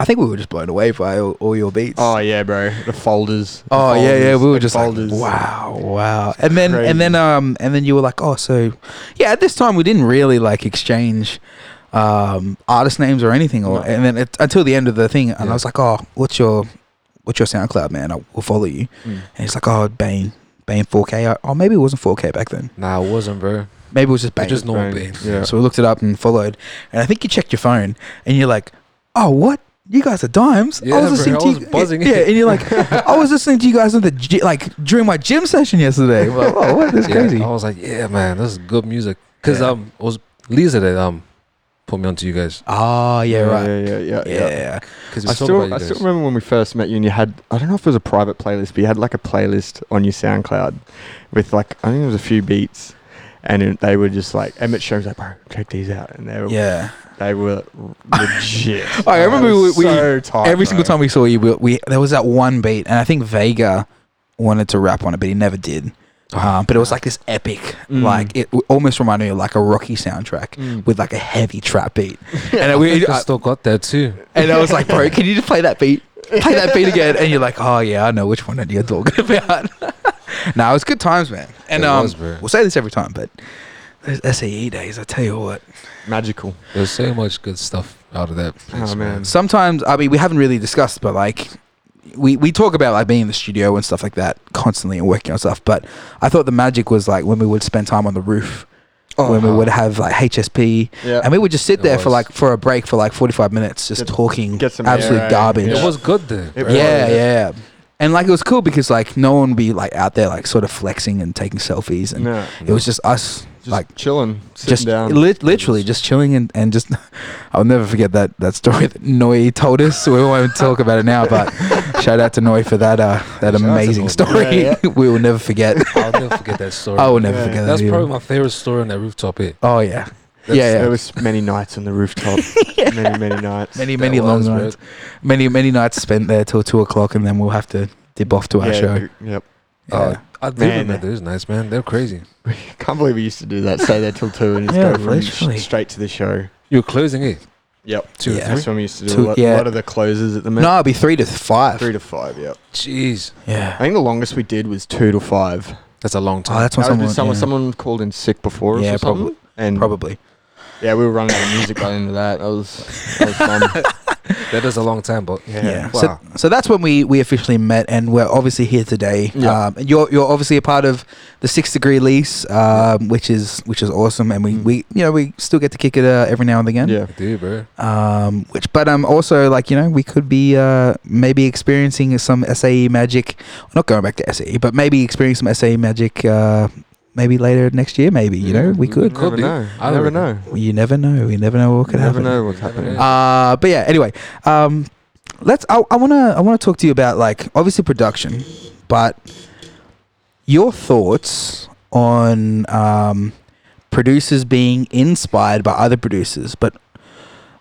[SPEAKER 1] I think we were just blown away by all, all your beats.
[SPEAKER 2] Oh yeah, bro. The folders. the
[SPEAKER 1] Oh, yeah, yeah.
[SPEAKER 2] folders,
[SPEAKER 1] We were
[SPEAKER 2] the
[SPEAKER 1] just
[SPEAKER 2] folders.
[SPEAKER 1] like, wow, wow. And then
[SPEAKER 2] crazy.
[SPEAKER 1] and then um and then you were like, oh, so yeah. At this time, we didn't really like exchange um artist names or anything, or
[SPEAKER 2] No.
[SPEAKER 1] and then it, until the end of the thing, and I
[SPEAKER 3] Yeah.
[SPEAKER 1] was like, oh, what's your what's your SoundCloud, man? I will follow you.
[SPEAKER 2] Mm.
[SPEAKER 1] And he's like, oh, Bane, Bane 4K. I, oh, maybe it wasn't 4K back then.
[SPEAKER 3] Nah, it wasn't, bro.
[SPEAKER 1] Maybe it was just
[SPEAKER 3] Bang,
[SPEAKER 1] Bane.
[SPEAKER 3] just normal
[SPEAKER 2] Bang.
[SPEAKER 3] bang.
[SPEAKER 2] Yeah.
[SPEAKER 1] So we looked it up and followed, and I think you checked your phone, and you're like, "Oh, what? You guys are dimes."
[SPEAKER 3] *laughs* Yeah, bro, I was
[SPEAKER 1] to you,
[SPEAKER 3] buzzing.
[SPEAKER 1] Yeah, and you're
[SPEAKER 3] *laughs*
[SPEAKER 1] like, "I was listening to you guys in the gy- like during my gym session yesterday." Well, oh, what? That's
[SPEAKER 3] Yeah,
[SPEAKER 1] crazy.
[SPEAKER 3] I was like, yeah, man, this is good music. Cause
[SPEAKER 1] Yeah.
[SPEAKER 3] um, it was Lisa that um put me onto you guys.
[SPEAKER 1] Oh, yeah, right.
[SPEAKER 2] Yeah, yeah, yeah.
[SPEAKER 1] Yeah,
[SPEAKER 2] yeah.
[SPEAKER 3] Cause we
[SPEAKER 2] I
[SPEAKER 3] was talking about
[SPEAKER 2] still,
[SPEAKER 3] you
[SPEAKER 2] I
[SPEAKER 3] guys.
[SPEAKER 2] still remember when we first met you, and you had I don't know if it was a private playlist, but you had like a playlist on your SoundCloud with like I think there was a few beats, and it, they were just like Emmett Show was like, bro, check these out, and they were
[SPEAKER 1] yeah.
[SPEAKER 2] they were legit.
[SPEAKER 1] *laughs* I remember
[SPEAKER 2] It was
[SPEAKER 1] we- we-
[SPEAKER 2] so tight,
[SPEAKER 1] Every single
[SPEAKER 2] bro.
[SPEAKER 1] time we saw you, we, we there was that one beat, and I think Vega wanted to rap on it, but he never did. Um, but it was like this epic,
[SPEAKER 2] Mm.
[SPEAKER 1] like it w- almost reminded me of like a Rocky soundtrack
[SPEAKER 2] Mm.
[SPEAKER 1] with like a heavy trap beat. And
[SPEAKER 3] I,
[SPEAKER 1] we,
[SPEAKER 3] think I
[SPEAKER 1] I-
[SPEAKER 3] still got that too.
[SPEAKER 1] And I was like, bro, can you just play that beat? Play that beat again. And you're like, oh yeah, I know which one you're talking *laughs* about. nah, it was good times, man. And
[SPEAKER 3] It
[SPEAKER 1] um,
[SPEAKER 3] was, bro.
[SPEAKER 1] we'll say this every time, but those SAE days, I tell you what.
[SPEAKER 2] magical.
[SPEAKER 3] There's so much good stuff out of that. Place,
[SPEAKER 1] Oh,
[SPEAKER 2] man.
[SPEAKER 1] Sometimes, I mean, we haven't really discussed, but like, we, we talk about like being in the studio and stuff like that constantly and working on stuff. But I thought the magic was like when we would spend time on the roof, when
[SPEAKER 2] Uh-huh.
[SPEAKER 1] we would have like HSP,
[SPEAKER 2] Yeah.
[SPEAKER 1] and we would just sit
[SPEAKER 3] It
[SPEAKER 1] there for
[SPEAKER 3] was.
[SPEAKER 1] like for a break for like 45 minutes, just
[SPEAKER 2] Get-
[SPEAKER 1] talking
[SPEAKER 2] get some
[SPEAKER 1] absolute
[SPEAKER 2] air, eh?
[SPEAKER 1] garbage.
[SPEAKER 2] Yeah.
[SPEAKER 3] It was good there.
[SPEAKER 2] It
[SPEAKER 3] bro.
[SPEAKER 2] was.
[SPEAKER 1] Yeah, yeah, yeah. And like it was cool because like no one would be like out there like sort of flexing and taking selfies, and
[SPEAKER 2] no,
[SPEAKER 1] it was just us
[SPEAKER 2] just
[SPEAKER 1] like
[SPEAKER 2] like chilling, sitting
[SPEAKER 1] just
[SPEAKER 2] down.
[SPEAKER 1] lit literally just chilling and, and just *laughs* I'll never forget that that story that Noi told us. we won't talk about it now,
[SPEAKER 2] *laughs*
[SPEAKER 1] but shout out to Noi for that uh that
[SPEAKER 3] Shout out to
[SPEAKER 1] amazing
[SPEAKER 3] Noi.
[SPEAKER 1] story.
[SPEAKER 2] Yeah,
[SPEAKER 1] *laughs* we will never forget.
[SPEAKER 3] I'll never forget that story.
[SPEAKER 1] I will never
[SPEAKER 2] Yeah.
[SPEAKER 1] forget
[SPEAKER 3] That's
[SPEAKER 1] that.
[SPEAKER 3] probably
[SPEAKER 1] either.
[SPEAKER 3] my favorite story on that rooftop. eh? It.
[SPEAKER 1] oh yeah,
[SPEAKER 3] That's-
[SPEAKER 1] yeah, yeah.
[SPEAKER 2] There was many nights on the
[SPEAKER 1] *laughs*
[SPEAKER 2] rooftop. Many, many nights.
[SPEAKER 1] Many
[SPEAKER 3] that
[SPEAKER 1] many long
[SPEAKER 3] was, bro.
[SPEAKER 1] nights, many many nights spent there till two o'clock, and then we'll have to dip off to our
[SPEAKER 2] yeah,
[SPEAKER 1] show.
[SPEAKER 2] it- Yep. *laughs*
[SPEAKER 3] Oh,
[SPEAKER 1] Yeah.
[SPEAKER 3] I do
[SPEAKER 2] Man.
[SPEAKER 3] remember those nights, man. They're crazy.
[SPEAKER 2] Can't believe we used to do that. Stay there till two and just
[SPEAKER 1] Yeah,
[SPEAKER 2] go from sh-
[SPEAKER 1] literally.
[SPEAKER 2] straight to the show.
[SPEAKER 3] You were closing eh? it.
[SPEAKER 2] Yep.
[SPEAKER 3] Two
[SPEAKER 1] Yeah.
[SPEAKER 3] or
[SPEAKER 2] That's
[SPEAKER 3] three.
[SPEAKER 2] when we used to do
[SPEAKER 1] Two-
[SPEAKER 2] a, lot,
[SPEAKER 1] yeah.
[SPEAKER 2] lot of the closes at the
[SPEAKER 1] no,
[SPEAKER 2] minute.
[SPEAKER 1] it'll be three to five.
[SPEAKER 2] Three to five, yep.
[SPEAKER 3] Jeez,
[SPEAKER 1] Yeah.
[SPEAKER 2] I think the longest we did was two to five.
[SPEAKER 3] that's a long
[SPEAKER 1] Oh,
[SPEAKER 3] time.
[SPEAKER 1] that's when
[SPEAKER 2] That was
[SPEAKER 1] someone,
[SPEAKER 2] with someone,
[SPEAKER 1] yeah,
[SPEAKER 2] someone called in sick before us
[SPEAKER 1] Yeah,
[SPEAKER 2] or something. And
[SPEAKER 1] probably.
[SPEAKER 2] yeah, we were running out of music by the end of that. That was, that
[SPEAKER 1] *laughs*
[SPEAKER 2] was fun.
[SPEAKER 3] that is a long time, but
[SPEAKER 2] Yeah.
[SPEAKER 1] Yeah.
[SPEAKER 3] Wow.
[SPEAKER 1] So, so that's when we, we officially met, and we're obviously here today.
[SPEAKER 2] Yeah.
[SPEAKER 1] Um, and you're you're obviously a part of the Six Degree Lease, um, which is which is awesome, and we,
[SPEAKER 2] Mm.
[SPEAKER 1] we you know we still get to kick it uh, every now and again.
[SPEAKER 2] yeah.
[SPEAKER 3] I do, bro.
[SPEAKER 1] Um, which, but um, also like you know we could be uh, maybe experiencing some SAE magic. Not going back to SAE, but maybe experiencing some SAE magic. Uh, maybe later next year. Maybe you know
[SPEAKER 2] Yeah,
[SPEAKER 1] we could.
[SPEAKER 2] You never
[SPEAKER 3] Could be.
[SPEAKER 2] know.
[SPEAKER 3] I
[SPEAKER 2] I never
[SPEAKER 3] reckon.
[SPEAKER 2] know.
[SPEAKER 1] You never know. You never know what
[SPEAKER 2] You
[SPEAKER 1] could
[SPEAKER 2] never
[SPEAKER 1] happen.
[SPEAKER 2] know what's
[SPEAKER 3] Never
[SPEAKER 2] happening.
[SPEAKER 3] know.
[SPEAKER 1] *laughs* Uh, but yeah. Anyway, um, let's. I, I wanna. I wanna talk to you about like obviously production, but your thoughts on um, producers being inspired by other producers. But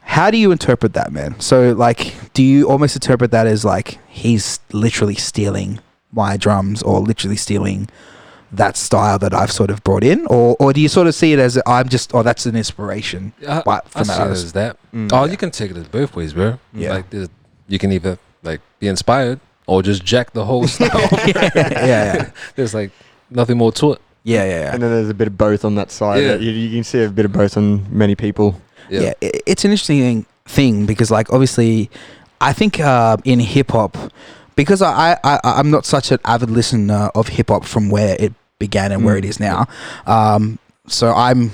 [SPEAKER 1] how do you interpret that, man? So like, do you almost interpret that as like he's literally stealing my drums or literally stealing? That style that I've sort of brought in, or or do you sort of see it as I'm just, oh, that's an inspiration?
[SPEAKER 3] I,
[SPEAKER 1] Wow,
[SPEAKER 3] I
[SPEAKER 1] from that
[SPEAKER 3] see it
[SPEAKER 1] artist.
[SPEAKER 3] as that.
[SPEAKER 2] Mm.
[SPEAKER 3] Oh, you can take it as both ways, bro.
[SPEAKER 1] Yeah.
[SPEAKER 3] Like there's- you can either like be inspired or just jack the whole *laughs* style.
[SPEAKER 1] *laughs* yeah, yeah,
[SPEAKER 3] There's like nothing more to it.
[SPEAKER 1] yeah, yeah. yeah.
[SPEAKER 2] And then there's a bit of both on that side.
[SPEAKER 3] Yeah.
[SPEAKER 2] You, you can see a bit of both on many people.
[SPEAKER 1] yeah, i- it's an interesting thing because like obviously i think uh, in hip-hop because I, I, I i'm not such an avid listener of hip-hop from where it began and where
[SPEAKER 2] Mm.
[SPEAKER 1] it is now. Um, so I'm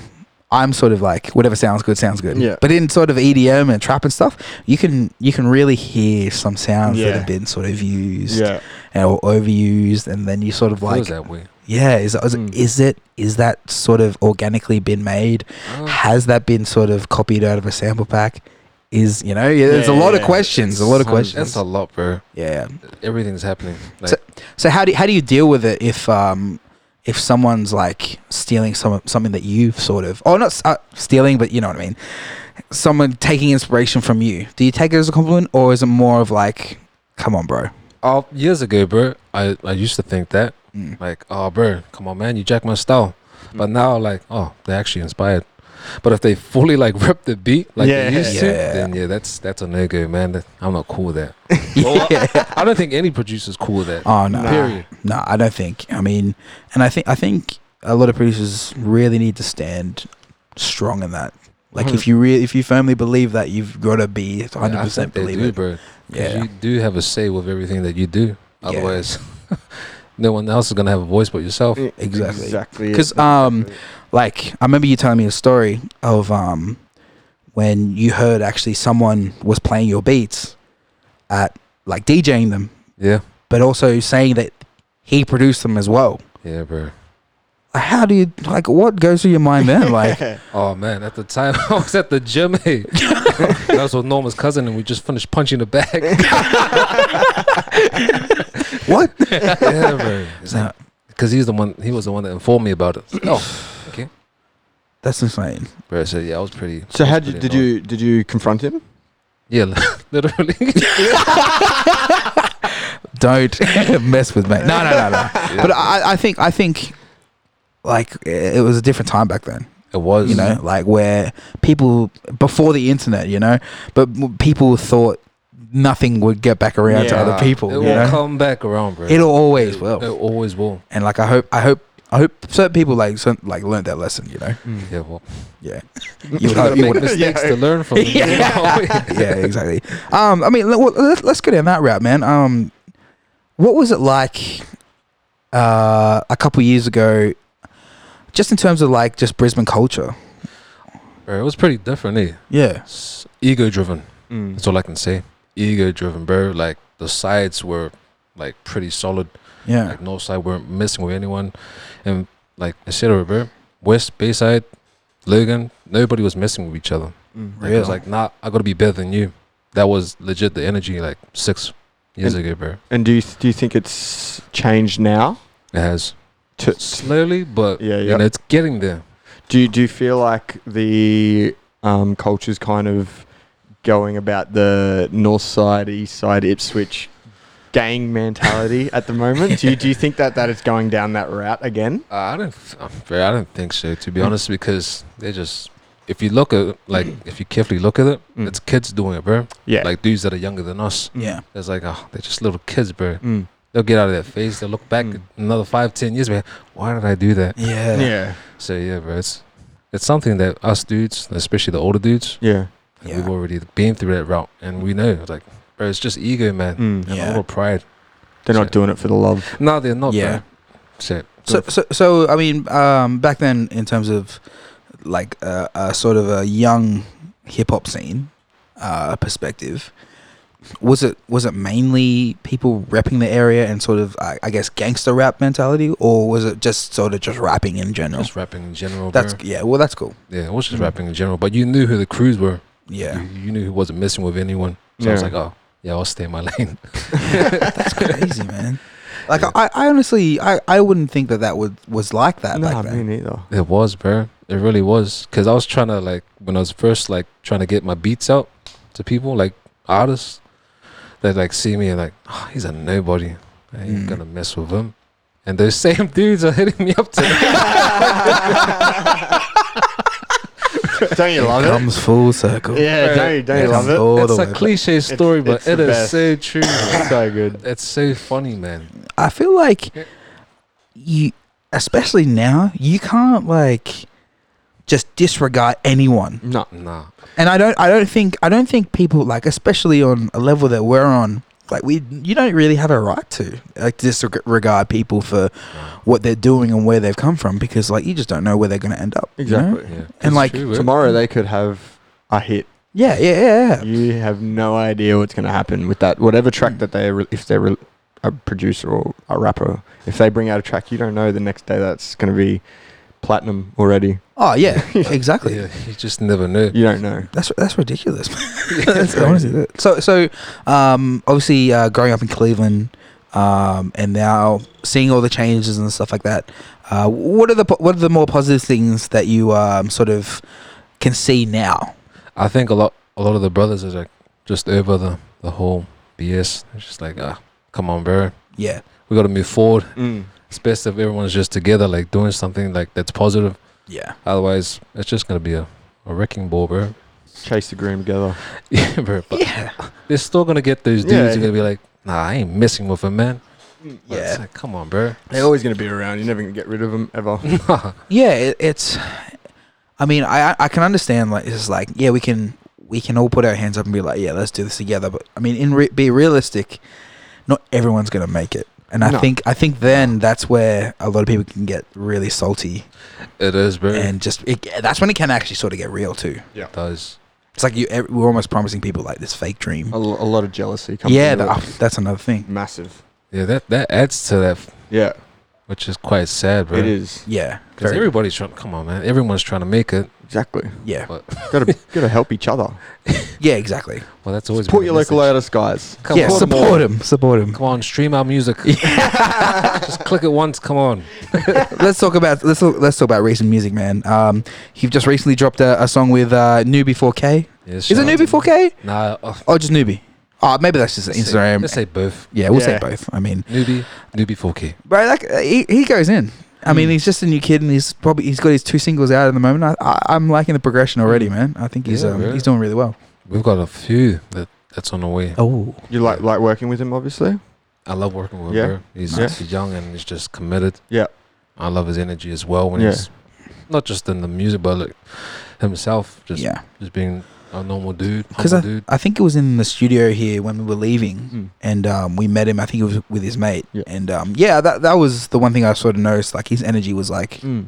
[SPEAKER 1] I'm sort of like whatever sounds good sounds good.
[SPEAKER 2] Yeah.
[SPEAKER 1] But in sort of EDM and trap and stuff, you can you can really hear some sounds that
[SPEAKER 2] Yeah.
[SPEAKER 1] have been sort of used
[SPEAKER 2] Yeah.
[SPEAKER 1] and- or overused, and then you sort of
[SPEAKER 3] Like,
[SPEAKER 1] like,
[SPEAKER 3] Feels that way.
[SPEAKER 1] yeah, is is,
[SPEAKER 2] Mm.
[SPEAKER 1] is it is that sort of organically been made?
[SPEAKER 3] Oh,
[SPEAKER 1] Has that been sort of copied out of a sample pack? Is you know, yeah, there's a
[SPEAKER 2] Yeah,
[SPEAKER 1] lot of
[SPEAKER 2] yeah.
[SPEAKER 1] questions, a lot of
[SPEAKER 3] son,
[SPEAKER 1] questions.
[SPEAKER 3] That's a lot, bro.
[SPEAKER 1] yeah.
[SPEAKER 3] Everything's happening. Like,
[SPEAKER 1] So how do how do you deal with it if um if someone's like stealing some something that you've sort of or not s- uh, stealing but you know what I mean someone taking inspiration from you do you take it as a compliment or is it more of like come on bro
[SPEAKER 3] oh, years ago, bro, I, I used to think that
[SPEAKER 1] Mm.
[SPEAKER 3] like, oh, bro, come on, man, you jack my style. But now, like, oh, they're actually inspired. But if they fully like *laughs* rip the beat like they
[SPEAKER 2] Yeah.
[SPEAKER 3] used to,
[SPEAKER 1] Yeah.
[SPEAKER 3] then yeah, that's that's a no go, man. That- I'm not cool with that.
[SPEAKER 1] *laughs* yeah.
[SPEAKER 3] I don't think any producer's cool with that.
[SPEAKER 1] oh no
[SPEAKER 2] Nah.
[SPEAKER 3] Period.
[SPEAKER 1] no I don't think I mean and I think I think a lot of producers really need to stand strong in that like if you really if you firmly believe that you've got to be 100
[SPEAKER 3] Hmm. I
[SPEAKER 1] percent
[SPEAKER 3] think they
[SPEAKER 1] believe
[SPEAKER 3] do,
[SPEAKER 1] it
[SPEAKER 3] bro. 'Cause
[SPEAKER 1] yeah
[SPEAKER 3] you do have a say with everything that you do.
[SPEAKER 1] Yeah.
[SPEAKER 3] Otherwise, *laughs* no one else is gonna have a voice but yourself.
[SPEAKER 1] Exactly.
[SPEAKER 2] Exactly. it.
[SPEAKER 1] 'Cause, um, like I remember you telling me a story of um when you heard actually someone was playing your beats at like DJing them,
[SPEAKER 3] Yeah,
[SPEAKER 1] but also saying that he produced them as well.
[SPEAKER 3] yeah, bro.
[SPEAKER 1] Like, How do you like what goes through your mind then? Like
[SPEAKER 3] *laughs* Oh man, at the time *laughs* I was at the gym. Hey. *laughs* that was with Norma's cousin, and we just finished punching
[SPEAKER 1] *laughs*
[SPEAKER 3] the bag.
[SPEAKER 1] what?
[SPEAKER 3] *laughs* yeah, bro. It's like- Cause he's the one. He was the one that informed me about it. Oh,
[SPEAKER 1] That's insane.
[SPEAKER 3] bro. So yeah, I was pretty.
[SPEAKER 2] so
[SPEAKER 3] I was
[SPEAKER 2] how did you,
[SPEAKER 3] pretty
[SPEAKER 2] did you did you confront him?
[SPEAKER 3] annoyed. Yeah, *laughs* literally.
[SPEAKER 1] Don't *laughs* mess with me. No, no, no,
[SPEAKER 3] *laughs*
[SPEAKER 1] no. *laughs* But I, I think I think like it was a different time back then.
[SPEAKER 3] it was.
[SPEAKER 1] you know, like where people before the internet, you know, but m- people thought nothing would get back around to
[SPEAKER 2] Yeah.
[SPEAKER 1] other people.
[SPEAKER 3] It
[SPEAKER 1] you
[SPEAKER 3] will
[SPEAKER 1] know?
[SPEAKER 3] come back around, bro.
[SPEAKER 1] It'll always will.
[SPEAKER 3] It always will.
[SPEAKER 1] And like I hope, I hope, I hope certain people like certain, like learned that lesson. You know,
[SPEAKER 3] Yeah, well,
[SPEAKER 1] yeah,
[SPEAKER 3] Mm. *laughs* you,
[SPEAKER 1] you would
[SPEAKER 3] gotta
[SPEAKER 1] hope. You
[SPEAKER 3] make
[SPEAKER 1] would,
[SPEAKER 3] mistakes to learn from.
[SPEAKER 1] *laughs* Yeah. *laughs* yeah, exactly. Um, I mean, let, well, let's, let's go down that route, man. Um, what was it like uh, a couple years ago? Just in terms of like just Brisbane culture.
[SPEAKER 3] *laughs* Bro, it was pretty different, eh?
[SPEAKER 1] Yeah.
[SPEAKER 3] It's ego-driven.
[SPEAKER 2] Mm.
[SPEAKER 3] That's all I can say. Ego-driven, bro. Like the sides were like pretty solid.
[SPEAKER 1] Yeah.
[SPEAKER 3] Like north side weren't messing with anyone, and like etc. Bro, west bayside, Logan, nobody was messing with each other.
[SPEAKER 2] Mm.
[SPEAKER 3] Like, I
[SPEAKER 1] Really?
[SPEAKER 3] was like, nah, I gotta be better than you. That was legit the energy like six years ago, bro.
[SPEAKER 2] And do you do you think it's changed now?
[SPEAKER 3] It has
[SPEAKER 2] To,
[SPEAKER 3] slowly, but
[SPEAKER 2] Yeah,
[SPEAKER 3] yeah,
[SPEAKER 2] yeah.
[SPEAKER 3] you know, it's getting there.
[SPEAKER 2] do you, do you feel like the um, culture's kind of going about the north side, east side, Ipswich gang mentality at the moment? Do you, do you think that that is going down that route again?
[SPEAKER 3] Uh, I don't, f- uh, bro, I don't think so, to be
[SPEAKER 2] Mm.
[SPEAKER 3] honest, because they just, if you look at like, if you carefully look at it,
[SPEAKER 2] Mm.
[SPEAKER 3] it's kids doing it, bro.
[SPEAKER 2] Yeah.
[SPEAKER 3] Like dudes that are younger than us.
[SPEAKER 1] Yeah.
[SPEAKER 3] It's like, oh, they're just little kids, bro.
[SPEAKER 2] Mm.
[SPEAKER 3] They'll get out of their phase. They'll look back
[SPEAKER 1] Hmm.
[SPEAKER 2] Mm.
[SPEAKER 3] another five, ten years, man. Why did I do that?
[SPEAKER 1] Yeah.
[SPEAKER 2] Yeah.
[SPEAKER 3] So yeah, bro, it's it's something that us dudes, especially the older dudes,
[SPEAKER 2] Yeah.
[SPEAKER 3] And
[SPEAKER 1] Yeah.
[SPEAKER 3] We've already been through that route, and we know, like, bro, it's just ego, man,
[SPEAKER 2] Mm.
[SPEAKER 3] and
[SPEAKER 1] Yeah.
[SPEAKER 3] a little pride.
[SPEAKER 2] They're not doing it for the love.
[SPEAKER 3] No, they're not.
[SPEAKER 1] Yeah.
[SPEAKER 3] Yeah. Bro. Shit.
[SPEAKER 1] So, so, so I mean, um, back then, in terms of like uh, a sort of a young hip hop scene uh, perspective, was it was it mainly people repping the area and sort of I, I guess gangster rap mentality, or was it just sort of just rapping in general?
[SPEAKER 3] just rapping in general.
[SPEAKER 1] That's
[SPEAKER 3] bro.
[SPEAKER 1] yeah. Well, that's cool.
[SPEAKER 3] yeah. It was just
[SPEAKER 2] Mm.
[SPEAKER 3] rapping in general, but you knew who the crews were.
[SPEAKER 1] Yeah,
[SPEAKER 3] You, you knew who wasn't messing with anyone. So I was
[SPEAKER 2] Yeah.
[SPEAKER 3] like, oh, yeah, I'll stay in my *laughs* lane.
[SPEAKER 1] that's *laughs* crazy, *laughs* man. Like
[SPEAKER 3] Yeah.
[SPEAKER 1] I, I honestly, I, I wouldn't think that that would was like that back then.
[SPEAKER 2] neither.
[SPEAKER 3] it was, bro. It really was, cause I was trying to like when I was first like trying to get my beats out to people, like artists, that like see me and like, oh, he's a nobody. I ain't
[SPEAKER 1] Mm.
[SPEAKER 3] gonna mess with him. And those *laughs* same dudes are hitting me up today.
[SPEAKER 2] don't you love it?
[SPEAKER 1] comes full circle.
[SPEAKER 2] Yeah, don't you, don't you
[SPEAKER 1] It
[SPEAKER 2] love
[SPEAKER 1] comes
[SPEAKER 2] *laughs* it?
[SPEAKER 1] all
[SPEAKER 3] it's
[SPEAKER 1] the
[SPEAKER 3] a
[SPEAKER 1] way back.
[SPEAKER 3] cliche story, but
[SPEAKER 2] it's
[SPEAKER 3] it
[SPEAKER 2] the
[SPEAKER 3] is
[SPEAKER 2] best.
[SPEAKER 3] so true. bro.
[SPEAKER 2] so good.
[SPEAKER 3] it's so funny, man.
[SPEAKER 1] I feel like
[SPEAKER 3] Yeah.
[SPEAKER 1] you, especially now, you can't like just disregard anyone.
[SPEAKER 2] No.
[SPEAKER 3] Nah,
[SPEAKER 1] And I don't, I don't think, I don't think people like, especially on a level that we're on, Like we, you don't really have a right to like disregard people for what they're doing and where they've come from because like you just don't know where they're going to end up. you know?
[SPEAKER 2] Exactly.
[SPEAKER 3] Yeah.
[SPEAKER 1] And, like,
[SPEAKER 3] true, bro.
[SPEAKER 2] Tomorrow they could have a hit.
[SPEAKER 1] Yeah, yeah, yeah, yeah.
[SPEAKER 2] You have no idea what's going to happen with that. Whatever track that they, re- if they're re- a producer or a rapper, if they bring out a track, you don't know the next day that's going to be platinum already.
[SPEAKER 1] Oh
[SPEAKER 2] *laughs*
[SPEAKER 1] yeah, exactly.
[SPEAKER 3] Yeah, you just never know.
[SPEAKER 2] You don't know.
[SPEAKER 1] That's that's ridiculous. *laughs* That's honestly that. So so um, obviously uh, growing up in Cleveland um, and now seeing all the changes and stuff like that. Uh, what are the po- what are the more positive things that you um, sort of can see now?
[SPEAKER 3] I think a lot a lot of the brothers are like just over the, the whole BS. It's just like, ah, come on, bro.
[SPEAKER 1] Yeah,
[SPEAKER 3] We gotta move forward.
[SPEAKER 2] Mm.
[SPEAKER 3] It's best if everyone's just together, like doing something like that's positive.
[SPEAKER 1] yeah.
[SPEAKER 3] Otherwise it's just gonna be a, a wrecking ball, bro. *laughs*
[SPEAKER 2] Chase the dream together.
[SPEAKER 3] yeah, bro. But
[SPEAKER 1] yeah,
[SPEAKER 3] they're still gonna get those dudes
[SPEAKER 2] Yeah.
[SPEAKER 3] who are gonna be like, nah, I ain't messing with him, man. But
[SPEAKER 1] yeah.
[SPEAKER 3] It's like, come on, bro.
[SPEAKER 2] They're always going to be around. You're never going to get rid of them ever.
[SPEAKER 3] *laughs* Nah.
[SPEAKER 1] yeah it, it's i mean i i can understand like it's like yeah we can we can all put our hands up and be like yeah let's do this together but i mean in re- be realistic not everyone's gonna make it and i
[SPEAKER 2] No.
[SPEAKER 1] think i think then that's where a lot of people can get really salty
[SPEAKER 3] It is, bro.
[SPEAKER 1] and just it, that's when it can actually sort of get real too
[SPEAKER 3] it does.
[SPEAKER 1] it's like you ev- we're almost promising people like this fake dream
[SPEAKER 3] Oh,
[SPEAKER 2] A, l- a lot of jealousy comes.
[SPEAKER 1] yeah
[SPEAKER 2] with
[SPEAKER 1] that,
[SPEAKER 2] it.
[SPEAKER 1] oh, that's another thing
[SPEAKER 2] massive.
[SPEAKER 3] Yeah, that, that adds to that
[SPEAKER 2] Yeah,
[SPEAKER 3] which is quite sad, bro.
[SPEAKER 2] it is
[SPEAKER 1] yeah
[SPEAKER 3] Because
[SPEAKER 1] very-
[SPEAKER 3] everybody's trying come on, man. Everyone's trying to make it.
[SPEAKER 2] exactly.
[SPEAKER 1] yeah
[SPEAKER 2] Got to got to help each other.
[SPEAKER 1] yeah exactly
[SPEAKER 3] *laughs* Well that's always
[SPEAKER 2] Support
[SPEAKER 3] been
[SPEAKER 2] your
[SPEAKER 3] a
[SPEAKER 2] local
[SPEAKER 3] message.
[SPEAKER 2] artists, guys.
[SPEAKER 3] Come
[SPEAKER 1] yeah
[SPEAKER 3] on.
[SPEAKER 1] support him support him
[SPEAKER 3] Come on, stream our music.
[SPEAKER 1] *laughs*
[SPEAKER 3] *laughs* Just click it once. Come on.
[SPEAKER 1] let's talk about let's talk, let's talk about recent music, man. Um, you've just recently dropped a, a song with uh, Newbie 4K.
[SPEAKER 3] Yeah,
[SPEAKER 1] Is it Newbie 4K
[SPEAKER 3] Nah. uh,
[SPEAKER 1] or just Newbie? Oh, maybe that's just
[SPEAKER 3] let's Say,
[SPEAKER 1] Instagram.
[SPEAKER 3] let's say both.
[SPEAKER 1] yeah, we'll
[SPEAKER 2] Yeah.
[SPEAKER 1] say both. I mean,
[SPEAKER 3] Newbie, newbie 4K.
[SPEAKER 1] bro, like uh, he, he goes in. I mean,
[SPEAKER 2] Mm.
[SPEAKER 1] he's just a new kid, and he's probably he's got his two singles out at the moment. I, I I'm liking the progression already, man. I think he's
[SPEAKER 3] Yeah,
[SPEAKER 1] um,
[SPEAKER 3] yeah.
[SPEAKER 1] he's doing Mm. really well.
[SPEAKER 3] We've got a few that that's on the way.
[SPEAKER 1] Oh,
[SPEAKER 2] You like like working with him, obviously.
[SPEAKER 3] I love working with
[SPEAKER 2] Yeah.
[SPEAKER 3] him. bro. He's,
[SPEAKER 2] Yeah.
[SPEAKER 3] he's young and he's just committed.
[SPEAKER 2] Yeah.
[SPEAKER 3] I love his energy as well when
[SPEAKER 2] Yeah.
[SPEAKER 3] he's not just in the music, but like himself, just
[SPEAKER 1] yeah.
[SPEAKER 3] just being a normal dude,
[SPEAKER 1] 'Cause
[SPEAKER 3] humble dude.
[SPEAKER 1] I think it was in the studio here when we were leaving.
[SPEAKER 2] Mm-hmm.
[SPEAKER 1] and um, we met him. I think it was with his mate,
[SPEAKER 2] Yeah.
[SPEAKER 1] and um, yeah, that that was the one thing I sort of noticed. Like his energy was like
[SPEAKER 2] Mm.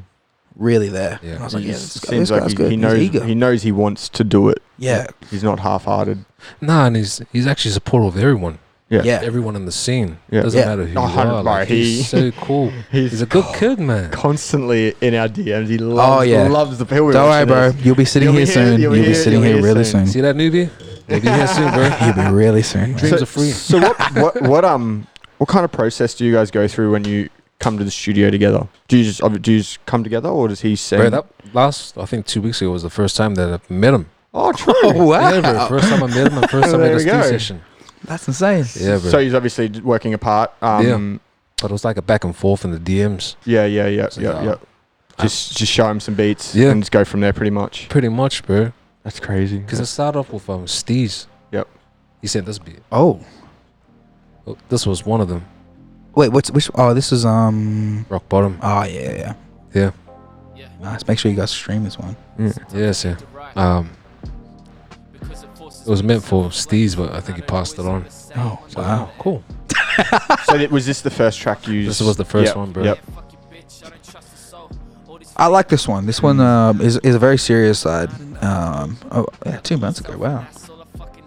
[SPEAKER 1] really there.
[SPEAKER 3] Yeah.
[SPEAKER 1] I was
[SPEAKER 2] He
[SPEAKER 1] like, yeah,
[SPEAKER 2] just
[SPEAKER 1] this guy,
[SPEAKER 2] seems
[SPEAKER 1] this
[SPEAKER 2] like
[SPEAKER 1] guy's
[SPEAKER 2] he,
[SPEAKER 1] good.
[SPEAKER 2] he
[SPEAKER 1] He's
[SPEAKER 2] knows
[SPEAKER 1] eager.
[SPEAKER 2] he knows he wants to do it.
[SPEAKER 1] yeah,
[SPEAKER 2] He's not half-hearted.
[SPEAKER 3] Nah, and he's he's actually supportive of everyone.
[SPEAKER 2] Yeah.
[SPEAKER 1] yeah,
[SPEAKER 3] Everyone in the scene.
[SPEAKER 2] Yeah.
[SPEAKER 3] Doesn't
[SPEAKER 1] Yeah.
[SPEAKER 3] matter who
[SPEAKER 2] Oh,
[SPEAKER 3] you
[SPEAKER 2] hundred-
[SPEAKER 3] are. Like,
[SPEAKER 2] bro, he-
[SPEAKER 3] he's so cool.
[SPEAKER 2] He's,
[SPEAKER 3] He's a good kid, man.
[SPEAKER 2] constantly in our DMs. He loves,
[SPEAKER 1] yeah.
[SPEAKER 2] loves the people.
[SPEAKER 1] Don't worry, bro. You'll be sitting
[SPEAKER 2] You'll
[SPEAKER 1] here
[SPEAKER 2] be here-
[SPEAKER 1] soon.
[SPEAKER 2] you'll
[SPEAKER 1] You'll
[SPEAKER 2] be
[SPEAKER 1] be
[SPEAKER 2] here-
[SPEAKER 1] sitting
[SPEAKER 2] you'll be
[SPEAKER 1] here
[SPEAKER 2] here
[SPEAKER 1] really
[SPEAKER 2] soon.
[SPEAKER 1] soon.
[SPEAKER 3] See that newbie? They'll be here soon, bro.
[SPEAKER 1] You'll be really soon.
[SPEAKER 3] Dreams are free.
[SPEAKER 2] So what what what um what kind of process do you guys go through when you come to the studio together? Do you just do you just come together, or does he
[SPEAKER 3] Bro,
[SPEAKER 2] send?
[SPEAKER 3] that last I think two weeks ago was the first time that I met him.
[SPEAKER 2] *laughs* Oh, true.
[SPEAKER 1] Oh
[SPEAKER 3] Yeah, bro.
[SPEAKER 1] wow,
[SPEAKER 3] First time I met him and first time at
[SPEAKER 2] There
[SPEAKER 3] a
[SPEAKER 2] we
[SPEAKER 3] studio
[SPEAKER 2] go.
[SPEAKER 3] session.
[SPEAKER 1] that's insane.
[SPEAKER 3] *laughs* Yeah, bro.
[SPEAKER 2] So he's obviously d- working apart. Um,
[SPEAKER 3] but it was like a back and forth in the DMs.
[SPEAKER 2] yeah, yeah, yeah,
[SPEAKER 3] So,
[SPEAKER 2] yeah,
[SPEAKER 3] uh,
[SPEAKER 2] yeah. Just just show him some beats
[SPEAKER 3] Yeah.
[SPEAKER 2] and just go from there, pretty much.
[SPEAKER 3] Pretty much, bro.
[SPEAKER 2] That's crazy.
[SPEAKER 3] Because I started off with um Steez.
[SPEAKER 2] Yep.
[SPEAKER 3] He sent this beat.
[SPEAKER 1] Oh
[SPEAKER 3] Oh, This was one of them.
[SPEAKER 1] wait, what's which? Oh, this is um.
[SPEAKER 3] Rock bottom.
[SPEAKER 1] Oh yeah, yeah,
[SPEAKER 3] Yeah.
[SPEAKER 5] Yeah.
[SPEAKER 1] Nice. Make sure you guys stream this one.
[SPEAKER 2] Mm.
[SPEAKER 3] Yes, yeah.
[SPEAKER 5] Uh,
[SPEAKER 3] Um
[SPEAKER 5] it was meant for Steez, but I think he passed it on.
[SPEAKER 1] Oh, wow.
[SPEAKER 3] cool.
[SPEAKER 2] so th- was this the first track you?
[SPEAKER 3] This
[SPEAKER 2] s-
[SPEAKER 3] was the first
[SPEAKER 2] yep,
[SPEAKER 3] one, bro.
[SPEAKER 2] Yep.
[SPEAKER 1] I like this one. This one um, is is a very serious side. Um, oh, yeah, two months ago. Wow.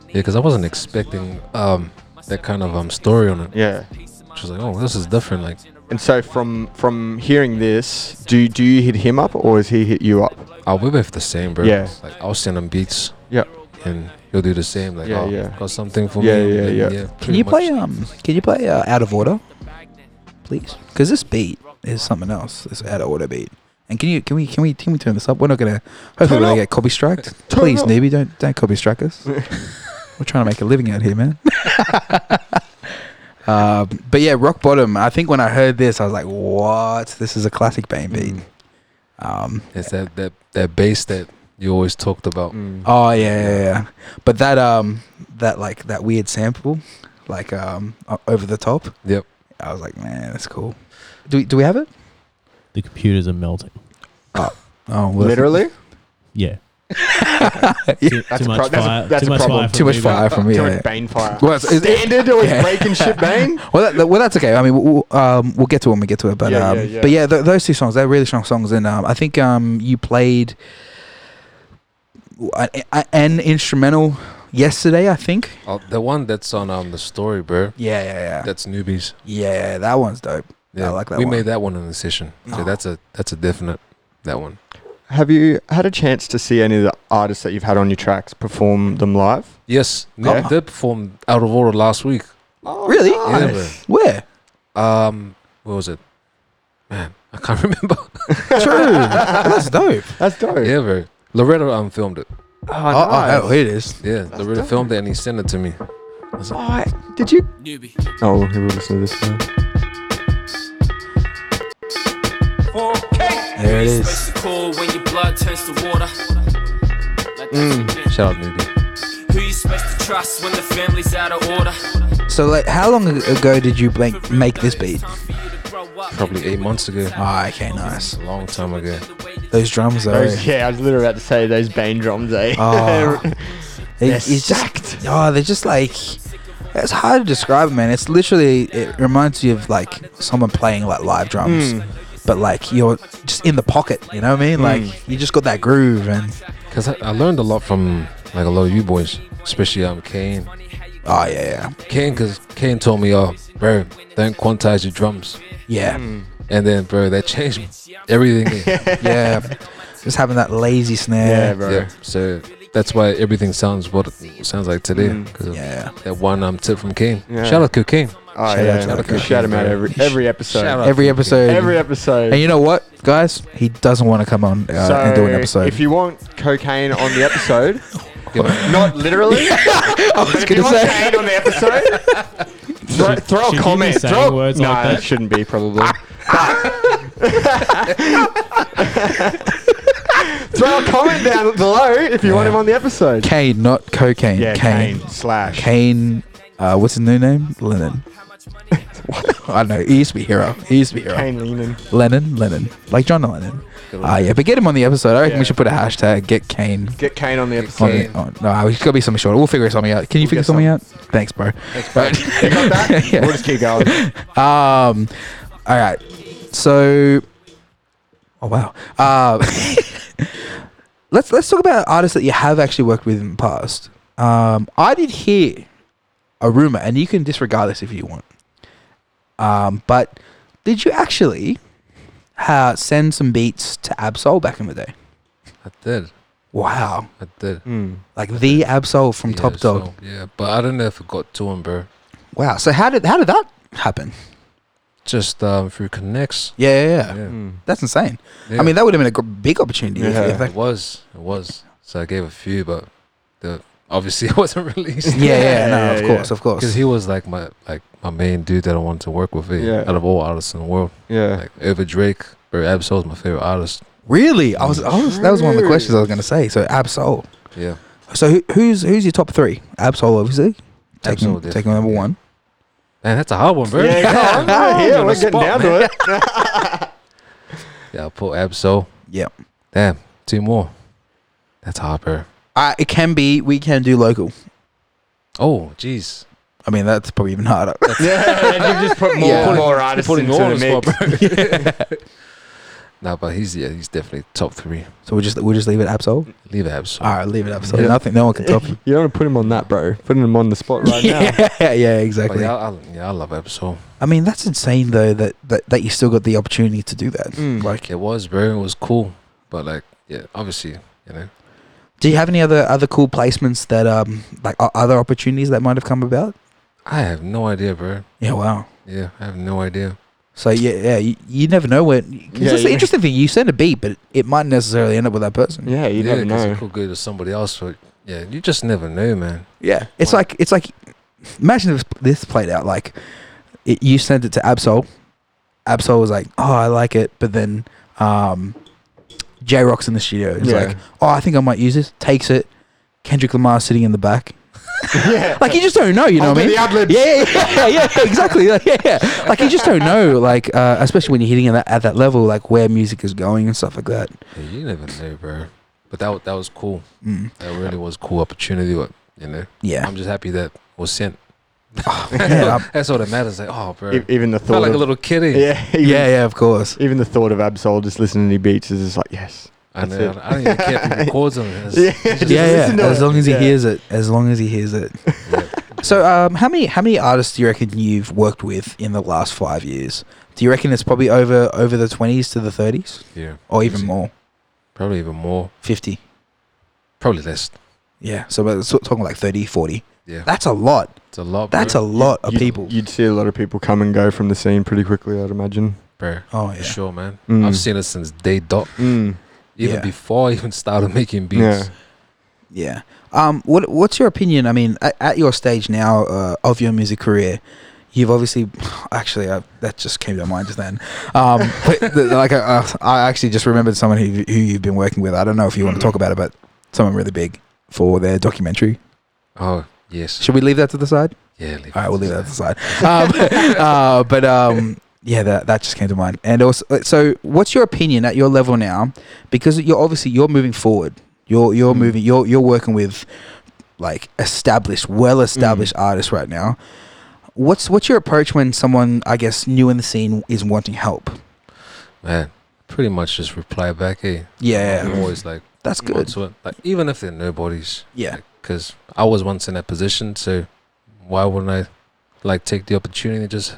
[SPEAKER 3] Yeah, because I wasn't expecting um that kind of um story on it.
[SPEAKER 2] Yeah.
[SPEAKER 3] She was like, Oh, this is different. Like
[SPEAKER 2] And so from from hearing this, do do you hit him up or is he hit you up?
[SPEAKER 3] oh, we both the same, bro.
[SPEAKER 2] Yeah.
[SPEAKER 3] Like I'll send him beats.
[SPEAKER 2] Yep.
[SPEAKER 3] And he'll do the same. Like,
[SPEAKER 2] Yeah,
[SPEAKER 3] oh,
[SPEAKER 2] yeah.
[SPEAKER 3] got something for
[SPEAKER 2] Yeah,
[SPEAKER 3] me.
[SPEAKER 2] yeah,
[SPEAKER 3] and
[SPEAKER 2] yeah.
[SPEAKER 1] Can
[SPEAKER 3] pretty
[SPEAKER 1] you
[SPEAKER 3] much.
[SPEAKER 1] play um? Can you play uh, Out of Order, please? Because this beat is something else. This Out of Order beat. And can you can we can we can we turn this up? We're not gonna hopefully
[SPEAKER 2] Turn
[SPEAKER 1] we're
[SPEAKER 2] up.
[SPEAKER 1] gonna get copy striked.
[SPEAKER 2] *laughs* Turn
[SPEAKER 1] Please,
[SPEAKER 2] up.
[SPEAKER 1] newbie, don't don't copy strike
[SPEAKER 2] *laughs*
[SPEAKER 1] us. we're trying to make a living out here, man. *laughs* um, but yeah, Rock Bottom. I think when I heard this, I was like, "What? This is a classic Bane beat."
[SPEAKER 2] Mm.
[SPEAKER 1] Um,
[SPEAKER 3] It's that that that bass that you always talked about.
[SPEAKER 2] Mm.
[SPEAKER 1] oh yeah, yeah, yeah. But that um that like that weird sample, like um o- over the top.
[SPEAKER 3] Yep.
[SPEAKER 1] I was like, man, that's cool. Do we, do we have it?
[SPEAKER 4] The computers are melting.
[SPEAKER 1] Oh, well, *laughs*
[SPEAKER 2] *laughs* Literally.
[SPEAKER 4] Yeah. Too,
[SPEAKER 2] That's
[SPEAKER 4] too
[SPEAKER 2] a
[SPEAKER 4] much
[SPEAKER 2] pro- that's a-
[SPEAKER 4] fire.
[SPEAKER 2] that's
[SPEAKER 4] too
[SPEAKER 2] a
[SPEAKER 4] much
[SPEAKER 2] problem.
[SPEAKER 4] fire. for
[SPEAKER 1] Too much
[SPEAKER 4] me, bro.
[SPEAKER 1] fire from me.
[SPEAKER 2] Too
[SPEAKER 1] Yeah.
[SPEAKER 2] much Bane fire.
[SPEAKER 1] Well, it's- it's-
[SPEAKER 2] Standard always
[SPEAKER 1] Yeah.
[SPEAKER 2] breaking shit,
[SPEAKER 1] *laughs*
[SPEAKER 2] Bane.
[SPEAKER 1] Well, that, well, that's okay. I mean, we'll, we'll, um, we'll get to it when we get to it. But
[SPEAKER 2] Yeah,
[SPEAKER 1] um,
[SPEAKER 2] yeah, yeah.
[SPEAKER 1] but yeah, th- those two songs, they're really strong songs. And um, I think um, you played a- a- an instrumental yesterday, I think.
[SPEAKER 3] Oh, the one that's on um the story, bro.
[SPEAKER 1] Yeah, yeah, yeah.
[SPEAKER 3] That's newbies.
[SPEAKER 1] yeah, that one's dope.
[SPEAKER 3] Yeah,
[SPEAKER 1] I like that
[SPEAKER 3] We
[SPEAKER 1] one.
[SPEAKER 3] made that one in the session. So
[SPEAKER 1] Oh.
[SPEAKER 3] that's a that's a definite that one.
[SPEAKER 2] Have you had a chance to see any of the artists that you've had on your tracks perform them live?
[SPEAKER 3] Yes,
[SPEAKER 1] Yeah.
[SPEAKER 3] Nip did perform out of order last week.
[SPEAKER 2] Oh,
[SPEAKER 1] Really?
[SPEAKER 3] Yeah,
[SPEAKER 1] Where?
[SPEAKER 3] bro. Um, what was it? Man, I can't *laughs* remember.
[SPEAKER 1] *laughs* True. that's dope.
[SPEAKER 2] That's dope.
[SPEAKER 3] yeah, bro. Loretta um filmed it.
[SPEAKER 2] Oh,
[SPEAKER 1] Oh,
[SPEAKER 2] nice.
[SPEAKER 1] oh, oh, here it is.
[SPEAKER 3] Yeah,
[SPEAKER 2] That's
[SPEAKER 3] Loretta
[SPEAKER 2] dope.
[SPEAKER 3] filmed it and he sent it to me.
[SPEAKER 2] Oh, did you?
[SPEAKER 5] Newbie.
[SPEAKER 2] Oh, here we listen to this. Now.
[SPEAKER 1] There it is.
[SPEAKER 5] when your blood turns to water. Like that's
[SPEAKER 1] Mm,
[SPEAKER 5] what
[SPEAKER 3] Shout out newbie.
[SPEAKER 5] you- Who you supposed to trust when the family's out of order?
[SPEAKER 1] So, like, how long ago did you blank make this beat?
[SPEAKER 3] Probably eight months ago.
[SPEAKER 1] Ah, okay, nice.
[SPEAKER 2] *laughs*
[SPEAKER 3] A long time ago.
[SPEAKER 1] Oh Those drums, though.
[SPEAKER 2] Those, yeah, I was literally about to say those Bane drums, eh? *laughs*
[SPEAKER 1] Oh. It-
[SPEAKER 2] They're
[SPEAKER 1] it's just-
[SPEAKER 2] stacked.
[SPEAKER 1] Oh, they're just like it's hard to describe, man. It's literally it reminds you of like someone playing like live drums,
[SPEAKER 2] Mm.
[SPEAKER 1] but like you're just in the pocket. You know what I mean?
[SPEAKER 2] Hmm.
[SPEAKER 1] Like you just got that groove, and
[SPEAKER 3] Cause I, I learned a lot from like a lot of you boys, especially um Kane.
[SPEAKER 1] oh yeah,
[SPEAKER 3] Kane, cause Kane told me, oh, bro, don't quantize your drums.
[SPEAKER 1] yeah,
[SPEAKER 2] Mm.
[SPEAKER 3] And then, bro, that *laughs* changed
[SPEAKER 1] *laughs*
[SPEAKER 3] everything.
[SPEAKER 1] yeah,
[SPEAKER 2] Hmm. *laughs*
[SPEAKER 1] yeah. Just having that lazy
[SPEAKER 2] Yeah,
[SPEAKER 1] snare.
[SPEAKER 2] bro.
[SPEAKER 3] yeah. So that's why everything sounds what it sounds like today.
[SPEAKER 2] Mm.
[SPEAKER 3] 'cause of
[SPEAKER 1] Yeah,
[SPEAKER 3] That one um tip from Kane.
[SPEAKER 2] Yeah.
[SPEAKER 3] Shout out to Kane.
[SPEAKER 2] Oh,
[SPEAKER 1] Shout
[SPEAKER 2] yeah.
[SPEAKER 1] out to
[SPEAKER 2] Shout,
[SPEAKER 1] that guy.
[SPEAKER 2] him out every every episode.
[SPEAKER 3] Shout out.
[SPEAKER 1] every episode.
[SPEAKER 2] Every episode.
[SPEAKER 1] and you know what, guys? He doesn't want to come on uh, and do an
[SPEAKER 2] so,
[SPEAKER 1] episode.
[SPEAKER 2] if you want cocaine on the
[SPEAKER 1] *laughs*
[SPEAKER 2] episode,
[SPEAKER 3] Give it-
[SPEAKER 2] not literally,
[SPEAKER 1] I was
[SPEAKER 2] if you
[SPEAKER 1] gonna
[SPEAKER 2] want
[SPEAKER 1] say,
[SPEAKER 2] cocaine on the episode,
[SPEAKER 1] *laughs*
[SPEAKER 2] throw, throw
[SPEAKER 4] should
[SPEAKER 2] a
[SPEAKER 4] you be
[SPEAKER 2] comment.
[SPEAKER 4] saying
[SPEAKER 2] Throw,
[SPEAKER 4] words
[SPEAKER 2] no,
[SPEAKER 4] like that?
[SPEAKER 2] it shouldn't be
[SPEAKER 1] *laughs*
[SPEAKER 2] probably. *laughs* throw a comment down below if you want him on the episode.
[SPEAKER 1] Kane, not cocaine.
[SPEAKER 2] yeah,
[SPEAKER 1] Kane.
[SPEAKER 2] Kane, slash.
[SPEAKER 1] Kane. Uh, what's his new name? Lennon. *laughs* I don't know. He used to be hero. He used to be hero.
[SPEAKER 2] Kane Lennon.
[SPEAKER 1] Lennon, Lennon, like John Lennon. Ah, yeah, but get him on the episode. I reckon
[SPEAKER 2] Yeah.
[SPEAKER 1] we should put a hashtag get Kane.
[SPEAKER 2] Get Kane on the
[SPEAKER 1] On
[SPEAKER 2] episode.
[SPEAKER 1] the, on, no, it's got to be something short. We'll figure something out. Can you
[SPEAKER 2] We'll
[SPEAKER 1] figure
[SPEAKER 2] get
[SPEAKER 1] something out? Thanks, bro. *laughs*
[SPEAKER 2] You got that?
[SPEAKER 1] Yeah.
[SPEAKER 2] We'll just keep going.
[SPEAKER 1] *laughs* Um, all right. So, oh wow. Uh, *laughs* let's let's talk about artists that you have actually worked with in the past. Um, I did hear a rumor, and you can disregard this if you want. Um, but did you actually uh, send some beats to Absol back in the day?
[SPEAKER 3] I did.
[SPEAKER 1] Wow,
[SPEAKER 3] I did.
[SPEAKER 2] Hmm.
[SPEAKER 1] like the Absol from
[SPEAKER 3] Yeah,
[SPEAKER 1] Top Dog.
[SPEAKER 3] so- yeah, but I don't know if it got to him, bro.
[SPEAKER 1] Wow. So how did how did that happen?
[SPEAKER 3] Just um, through connects.
[SPEAKER 1] Yeah, yeah, yeah.
[SPEAKER 3] Yeah.
[SPEAKER 2] Hmm.
[SPEAKER 1] That's insane.
[SPEAKER 3] Yeah.
[SPEAKER 1] I mean, that would have been a gr- big opportunity if-
[SPEAKER 2] Yeah.
[SPEAKER 1] if that
[SPEAKER 3] it was. It was. So I gave a few, but the, obviously *laughs* it wasn't released.
[SPEAKER 1] yeah, yeah,
[SPEAKER 2] Yeah,
[SPEAKER 1] no,
[SPEAKER 2] yeah,
[SPEAKER 1] of
[SPEAKER 2] yeah.
[SPEAKER 1] course, of course.
[SPEAKER 3] Because he was like my like my main dude that I wanted to work with. eh,
[SPEAKER 2] Yeah.
[SPEAKER 3] Out of all artists in the world,
[SPEAKER 2] Yeah.
[SPEAKER 3] like over Drake, bro, Absol's my favorite artist.
[SPEAKER 1] really, I was, I was, that was one of the
[SPEAKER 2] True.
[SPEAKER 1] questions I was going to say. So Absol.
[SPEAKER 3] Yeah.
[SPEAKER 1] So who, who's who's your top three? Absol, obviously. Taking
[SPEAKER 3] Absol,
[SPEAKER 1] taking number
[SPEAKER 3] definitely, yeah.
[SPEAKER 1] one.
[SPEAKER 3] Man, that's a hard one, bro.
[SPEAKER 2] Yeah, come on. Yeah, we're getting down to it.
[SPEAKER 3] *laughs* Yeah, I put Absol.
[SPEAKER 1] Yep.
[SPEAKER 3] Damn, two more. That's hard, bro.
[SPEAKER 1] Uh, it can be. We can do local.
[SPEAKER 3] Oh, jeez.
[SPEAKER 1] I mean, that's probably even harder.
[SPEAKER 2] *laughs*
[SPEAKER 1] *laughs*
[SPEAKER 2] Yeah, and you just put more,
[SPEAKER 1] Yeah. Putting-
[SPEAKER 2] more artists
[SPEAKER 3] putting
[SPEAKER 2] into
[SPEAKER 3] all
[SPEAKER 2] the
[SPEAKER 3] on
[SPEAKER 2] mix. *laughs*
[SPEAKER 3] the *laughs* Nah, but he's yeah, he's definitely top three.
[SPEAKER 1] so we'll just we'll just leave it Absol.
[SPEAKER 3] Leave Absol.
[SPEAKER 1] All right, leave it Absol.
[SPEAKER 2] Yeah.
[SPEAKER 1] Nothing. No one can top you.
[SPEAKER 2] You don't want to put him on that, bro. Putting him on the spot *laughs* right
[SPEAKER 1] *laughs*
[SPEAKER 2] now.
[SPEAKER 1] yeah, yeah,
[SPEAKER 3] But
[SPEAKER 1] exactly.
[SPEAKER 3] yeah, I, I, yeah, I love Absol.
[SPEAKER 1] I mean, that's insane though that, that that you still got the opportunity to do that.
[SPEAKER 2] Mm.
[SPEAKER 1] Like,
[SPEAKER 3] It was, bro. It was cool. But like, yeah, obviously, you know.
[SPEAKER 1] do you have any other other cool placements that um like o- other opportunities that might have come about?
[SPEAKER 3] I have no idea, bro.
[SPEAKER 1] Yeah, wow.
[SPEAKER 3] Yeah, I have no idea.
[SPEAKER 1] So yeah, yeah, you, you never know when. Cause
[SPEAKER 2] Yeah,
[SPEAKER 1] it's the
[SPEAKER 2] yeah.
[SPEAKER 1] interesting thing. You send a beat, but it might not necessarily end up with that person.
[SPEAKER 2] Yeah, you
[SPEAKER 3] yeah,
[SPEAKER 2] never
[SPEAKER 3] 'cause
[SPEAKER 2] know.
[SPEAKER 3] It could go to somebody else. But yeah, you just never know, man.
[SPEAKER 1] Yeah, it's
[SPEAKER 2] Wow.
[SPEAKER 1] like it's like. Imagine if this played out like, it, you sent it to Absol. Absol was like, "Oh, I like it," but then, um, J Rock's in the studio. It's
[SPEAKER 2] Yeah. *laughs*
[SPEAKER 1] like, "Oh, I think I might use this." Takes it. Kendrick Lamar sitting in the back.
[SPEAKER 2] *laughs* yeah.
[SPEAKER 1] Like you just don't know. You know
[SPEAKER 2] I'll
[SPEAKER 1] what I
[SPEAKER 2] do
[SPEAKER 1] mean?
[SPEAKER 2] the ad-libs.
[SPEAKER 1] Yeah, yeah, yeah, yeah, *laughs* exactly. Like, yeah, yeah. Like you just don't know. Like uh, especially when you're hitting at that, at that level, like where music is going and stuff like that.
[SPEAKER 3] Yeah, you never know, bro. But that wa- that was cool.
[SPEAKER 1] Mm.
[SPEAKER 3] That really was cool opportunity. But you know,
[SPEAKER 1] Yeah.
[SPEAKER 3] I'm just happy that it was sent.
[SPEAKER 1] *laughs*
[SPEAKER 3] *laughs*
[SPEAKER 1] yeah, I'm-
[SPEAKER 3] That's all that matters. Like, oh, bro,
[SPEAKER 2] E- even the
[SPEAKER 3] felt
[SPEAKER 2] thought
[SPEAKER 3] like a
[SPEAKER 2] of,
[SPEAKER 3] little kitty.
[SPEAKER 2] yeah, *laughs* *laughs* even,
[SPEAKER 1] yeah, yeah, of course.
[SPEAKER 2] even the thought of Absol just listening to any beats is just like yes.
[SPEAKER 3] I
[SPEAKER 2] That's
[SPEAKER 3] know.
[SPEAKER 2] it.
[SPEAKER 3] I don't even care
[SPEAKER 1] *laughs*
[SPEAKER 3] if he records them.
[SPEAKER 2] *laughs*
[SPEAKER 3] It's-
[SPEAKER 2] Just
[SPEAKER 1] yeah, yeah.
[SPEAKER 2] listen to
[SPEAKER 1] As
[SPEAKER 2] it.
[SPEAKER 1] long as he
[SPEAKER 2] Yeah. *laughs*
[SPEAKER 1] hears it. As long as he hears it. So, um, how many how many artists do you reckon you've worked with in the last five years? Do you reckon it's probably over over the twenties to the thirties,
[SPEAKER 3] yeah,
[SPEAKER 1] or even
[SPEAKER 3] Easy.
[SPEAKER 1] more,
[SPEAKER 3] probably even more.
[SPEAKER 1] fifty?
[SPEAKER 3] Probably less.
[SPEAKER 1] Yeah. So we're sort of talking like 30, 40.
[SPEAKER 3] Yeah,
[SPEAKER 1] That's a lot.
[SPEAKER 3] it's a lot.
[SPEAKER 1] That's a
[SPEAKER 3] bro.
[SPEAKER 1] lot of
[SPEAKER 2] You'd-
[SPEAKER 1] people.
[SPEAKER 2] You'd see a lot of people come and go from the scene pretty quickly, I'd imagine.
[SPEAKER 3] bro.
[SPEAKER 1] Oh
[SPEAKER 3] For
[SPEAKER 1] yeah.
[SPEAKER 3] sure, man.
[SPEAKER 2] Mm.
[SPEAKER 3] I've seen it since day dot.
[SPEAKER 2] Mm.
[SPEAKER 3] Even
[SPEAKER 1] Yeah.
[SPEAKER 3] before I even started *laughs* making beats.
[SPEAKER 1] Yeah.
[SPEAKER 2] Yeah.
[SPEAKER 1] Um. What What's your opinion? I mean, at, at your stage now uh, of your music career, you've obviously, *sighs* actually, I, that just came to my mind just then. Um. but the, like, uh, I actually just remembered someone who who you've been working with. I don't know if you want to talk about it, but someone really big for their documentary.
[SPEAKER 3] Oh yes.
[SPEAKER 1] Should we leave that to the side?
[SPEAKER 3] Yeah. leave
[SPEAKER 1] All right,
[SPEAKER 3] it
[SPEAKER 1] we'll
[SPEAKER 3] to
[SPEAKER 1] leave that to the side. Um, *laughs* uh, but um, yeah, that that just came to mind. And also, uh, so what's your opinion at your level now? Because you're obviously you're moving forward. You're you're
[SPEAKER 2] Mm.
[SPEAKER 1] moving. You're you're working with like established, well established artists right now. What's what's your approach when someone I guess new in the scene is wanting help?
[SPEAKER 3] Man, pretty much just reply back. Hey,
[SPEAKER 1] Yeah,
[SPEAKER 3] I'm always like
[SPEAKER 1] that's
[SPEAKER 3] on
[SPEAKER 1] Mm. good.
[SPEAKER 3] to it. Like even if they're nobodies,
[SPEAKER 1] Yeah,
[SPEAKER 3] because I was once in that position. So why wouldn't I like take the opportunity to just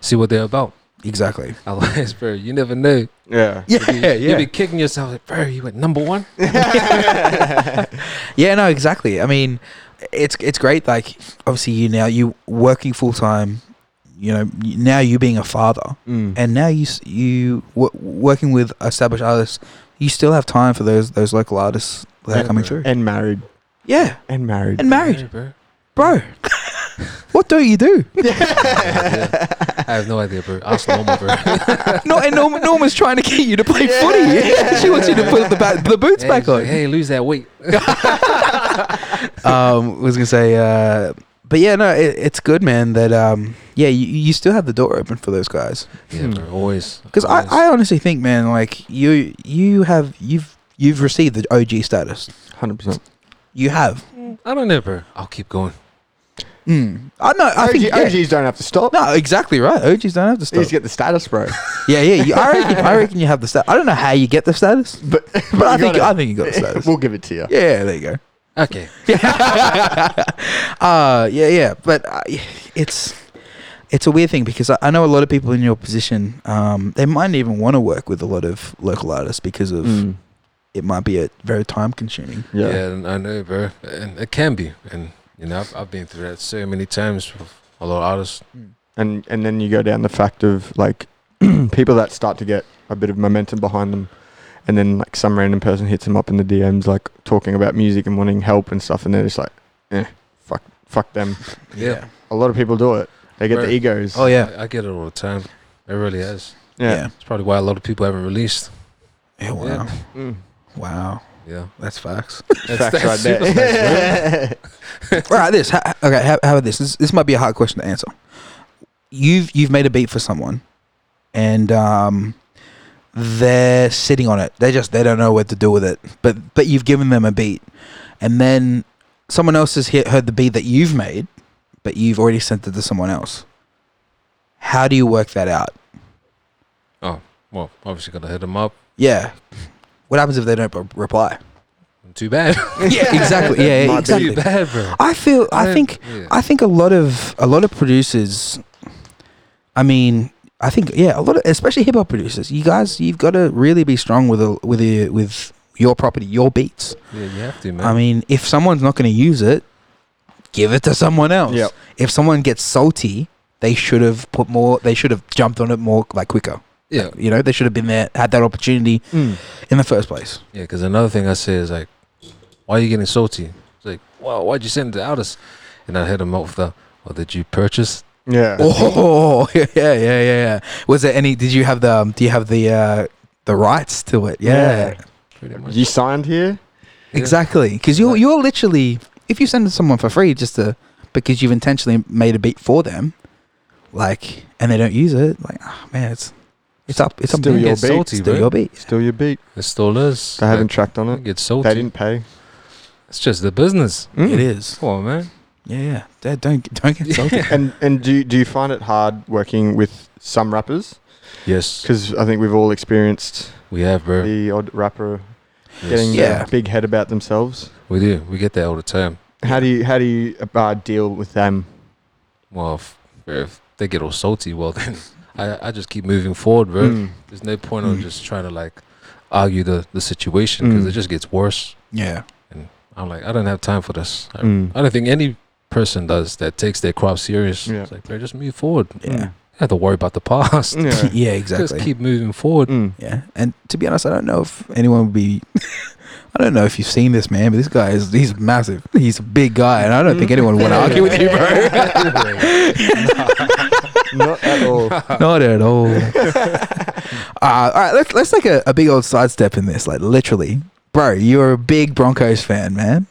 [SPEAKER 3] see what they're about? *laughs*
[SPEAKER 1] exactly.
[SPEAKER 3] Otherwise, bro, you
[SPEAKER 1] *laughs*
[SPEAKER 3] never know.
[SPEAKER 2] Yeah. *laughs*
[SPEAKER 1] Yeah,
[SPEAKER 3] You'd be kicking yourself, like, bro, you went number one.
[SPEAKER 1] *laughs* Yeah, no, exactly. I mean, it's it's great. Like, obviously, you now you working full time. You know, y- now you being a father,
[SPEAKER 2] Mm.
[SPEAKER 1] and now you s- you w- working with established artists. You still have time for those those local artists that are
[SPEAKER 3] Yeah,
[SPEAKER 1] coming
[SPEAKER 3] bro.
[SPEAKER 1] through.
[SPEAKER 2] And married.
[SPEAKER 1] Yeah,
[SPEAKER 2] And married.
[SPEAKER 1] and married,
[SPEAKER 3] Yeah, bro.
[SPEAKER 1] bro. *laughs* what do you do?
[SPEAKER 3] I have no idea, bro. Ask Norma,
[SPEAKER 2] *laughs*
[SPEAKER 3] bro.
[SPEAKER 1] No, and Norm, Norma's trying to get you to
[SPEAKER 3] *laughs*
[SPEAKER 1] play footy. *laughs* she wants you to put the, ba- the boots
[SPEAKER 3] hey,
[SPEAKER 1] back
[SPEAKER 3] she's like,
[SPEAKER 1] on.
[SPEAKER 3] hey, lose that weight. *laughs*
[SPEAKER 1] um, *laughs* was gonna say, uh, but yeah, no, it, it's good, man. That um, yeah, you, you still have the door open for those guys *laughs*
[SPEAKER 3] Yeah, bro. Always.
[SPEAKER 1] because I,
[SPEAKER 3] always.
[SPEAKER 1] I honestly think, man, like you you have you've you've received the OG status.
[SPEAKER 2] 100%.
[SPEAKER 1] You have.
[SPEAKER 3] I don't know, bro. I'll keep going.
[SPEAKER 2] Hmm.
[SPEAKER 1] Mm. I know. I
[SPEAKER 2] OG,
[SPEAKER 1] think. yeah.
[SPEAKER 2] OGs don't have to stop.
[SPEAKER 1] No, exactly right. OGs don't have to
[SPEAKER 2] They
[SPEAKER 1] stop.
[SPEAKER 2] just get the status, bro.
[SPEAKER 1] yeah, yeah. You, I reckon.
[SPEAKER 2] *laughs*
[SPEAKER 1] I reckon you have the status. I don't know how you get the status,
[SPEAKER 2] But, but,
[SPEAKER 1] but I
[SPEAKER 2] you
[SPEAKER 1] think
[SPEAKER 2] got
[SPEAKER 1] I
[SPEAKER 2] it.
[SPEAKER 1] think *laughs* you got the status.
[SPEAKER 2] *laughs* we'll give it to you.
[SPEAKER 1] yeah, yeah, there you go.
[SPEAKER 3] Okay.
[SPEAKER 1] *laughs* uh, yeah, yeah, but uh, it's it's a weird thing because I, I know a lot of people in your position. Um, they might not even want to work with a lot of local artists because of
[SPEAKER 2] Mm.
[SPEAKER 1] it might be a very time consuming.
[SPEAKER 3] Yeah,
[SPEAKER 2] Yeah.
[SPEAKER 3] and I know, bro. And it can be. And, you know, I've, I've been through that so many times with a lot of artists.
[SPEAKER 2] And and then you go down the fact of like *clears throat* people that start to get a bit of momentum behind them. And then like some random person hits them up in the DMs, like talking about music and wanting help and stuff. And they're just like, eh, fuck, fuck them.
[SPEAKER 3] Yeah.
[SPEAKER 2] A lot of people do it. They get
[SPEAKER 3] Right.
[SPEAKER 2] the egos.
[SPEAKER 1] Oh yeah.
[SPEAKER 3] I, I get it all the time. It really is.
[SPEAKER 1] Yeah.
[SPEAKER 3] It's probably why a lot of people haven't released.
[SPEAKER 1] Yeah, wow.
[SPEAKER 2] Mm.
[SPEAKER 1] Wow.
[SPEAKER 3] Yeah.
[SPEAKER 1] That's facts.
[SPEAKER 2] *laughs* Facts
[SPEAKER 3] that's
[SPEAKER 2] right
[SPEAKER 3] super
[SPEAKER 2] there.
[SPEAKER 1] All right, this. ha- okay, how, how about this? this? This might be a hard question to answer. You've you've made a beat for someone, and um, they're sitting on it. They just they don't know what to do with it. But but you've given them a beat, and then someone else has he- heard the beat that you've made, but you've already sent it to someone else. How do you work that out?
[SPEAKER 3] Well, obviously, got to hit them up.
[SPEAKER 1] Yeah. What happens if they don't re- reply?
[SPEAKER 3] Too
[SPEAKER 2] *laughs*
[SPEAKER 3] bad. *laughs*
[SPEAKER 1] Yeah, exactly. Yeah, yeah
[SPEAKER 2] Might be.
[SPEAKER 1] exactly.
[SPEAKER 3] Too bad, bro.
[SPEAKER 1] I feel. I
[SPEAKER 3] don't-
[SPEAKER 1] think.
[SPEAKER 3] yeah.
[SPEAKER 1] I think a lot of a lot of producers. I mean, I think yeah, a lot of especially hip hop producers. You guys, you've got to really be strong with a, with a, with your property, your beats.
[SPEAKER 3] yeah, you have to, man.
[SPEAKER 1] I mean, if someone's not going to use it, give it to someone else.
[SPEAKER 2] *laughs* Yep.
[SPEAKER 1] If someone gets salty, they should have put more. They should have jumped on it more, like quicker.
[SPEAKER 3] yeah,
[SPEAKER 1] You know, they should have been there, had that opportunity
[SPEAKER 2] Mm.
[SPEAKER 1] in the first place.
[SPEAKER 3] yeah. Because another thing I say is like, why are you getting salty? It's like, wow, why'd you send it out us? And I hit them up with the, well, did you purchase?
[SPEAKER 2] Yeah.
[SPEAKER 1] Oh *laughs* yeah, yeah, yeah, yeah. Was there any? Did you have the? Um, do you have the? Uh, the rights to it?
[SPEAKER 2] Yeah.
[SPEAKER 1] yeah.
[SPEAKER 3] Pretty
[SPEAKER 2] *laughs*
[SPEAKER 3] much.
[SPEAKER 2] You signed here?
[SPEAKER 3] Yeah.
[SPEAKER 1] Exactly, because you're
[SPEAKER 3] Exactly.
[SPEAKER 1] you're literally if you send it to someone for free just to because you've intentionally made a beat for them, like, and they don't use it, like, ah man, it's It's up. It's
[SPEAKER 2] Still
[SPEAKER 1] up. there.
[SPEAKER 2] your
[SPEAKER 3] It's
[SPEAKER 2] beat.
[SPEAKER 3] salty,
[SPEAKER 1] Still
[SPEAKER 3] bro.
[SPEAKER 1] your beat.
[SPEAKER 2] Still your beat.
[SPEAKER 3] It still is.
[SPEAKER 2] They haven't tracked on it.
[SPEAKER 3] It's salty.
[SPEAKER 2] They didn't pay.
[SPEAKER 3] It's just the business.
[SPEAKER 2] Hmm.
[SPEAKER 1] Mm. It is.
[SPEAKER 3] Come on, man.
[SPEAKER 1] Yeah, yeah. Dad, don't *laughs* don't get
[SPEAKER 2] *laughs*
[SPEAKER 1] salty.
[SPEAKER 2] And and do you- do you find it hard working with some rappers?
[SPEAKER 3] Yes,
[SPEAKER 2] Because I think we've all experienced
[SPEAKER 3] we have, bro.
[SPEAKER 2] the odd rapper
[SPEAKER 3] Yes.
[SPEAKER 2] getting a
[SPEAKER 1] Yeah.
[SPEAKER 2] big head about themselves.
[SPEAKER 3] we do. We get that all the time.
[SPEAKER 2] How do you how do you uh, deal with them?
[SPEAKER 3] Well, if, if they get all salty, well *laughs* then I, I just keep moving forward, bro.
[SPEAKER 2] Mm.
[SPEAKER 3] There's no point
[SPEAKER 1] Mm.
[SPEAKER 3] on just trying to like argue the the situation because
[SPEAKER 2] Mm.
[SPEAKER 3] it just gets worse.
[SPEAKER 1] yeah,
[SPEAKER 3] I'm like, I don't have time for this. I,
[SPEAKER 2] Mm.
[SPEAKER 3] I don't think any person does that takes their craft serious.
[SPEAKER 2] Yeah.
[SPEAKER 3] It's like, bro, just move forward. You
[SPEAKER 1] yeah,
[SPEAKER 3] don't have to worry about the past.
[SPEAKER 2] Hmm.
[SPEAKER 1] *laughs*
[SPEAKER 2] Yeah.
[SPEAKER 1] yeah.
[SPEAKER 3] Just
[SPEAKER 1] Exactly.
[SPEAKER 3] keep moving forward.
[SPEAKER 2] Mm.
[SPEAKER 1] yeah, and to be honest, I don't know if anyone would be. *laughs* I don't know if you've seen this man, but this guy is he's massive. He's a big guy, and I don't
[SPEAKER 2] Hmm.
[SPEAKER 1] think anyone would
[SPEAKER 2] *laughs*
[SPEAKER 1] want to argue with you, bro.
[SPEAKER 2] Not at all.
[SPEAKER 1] *laughs* Not at
[SPEAKER 2] *laughs*
[SPEAKER 1] all. uh, all right, let's let's take a, a big old sidestep in this. Like literally, bro, you're a big Broncos fan, man.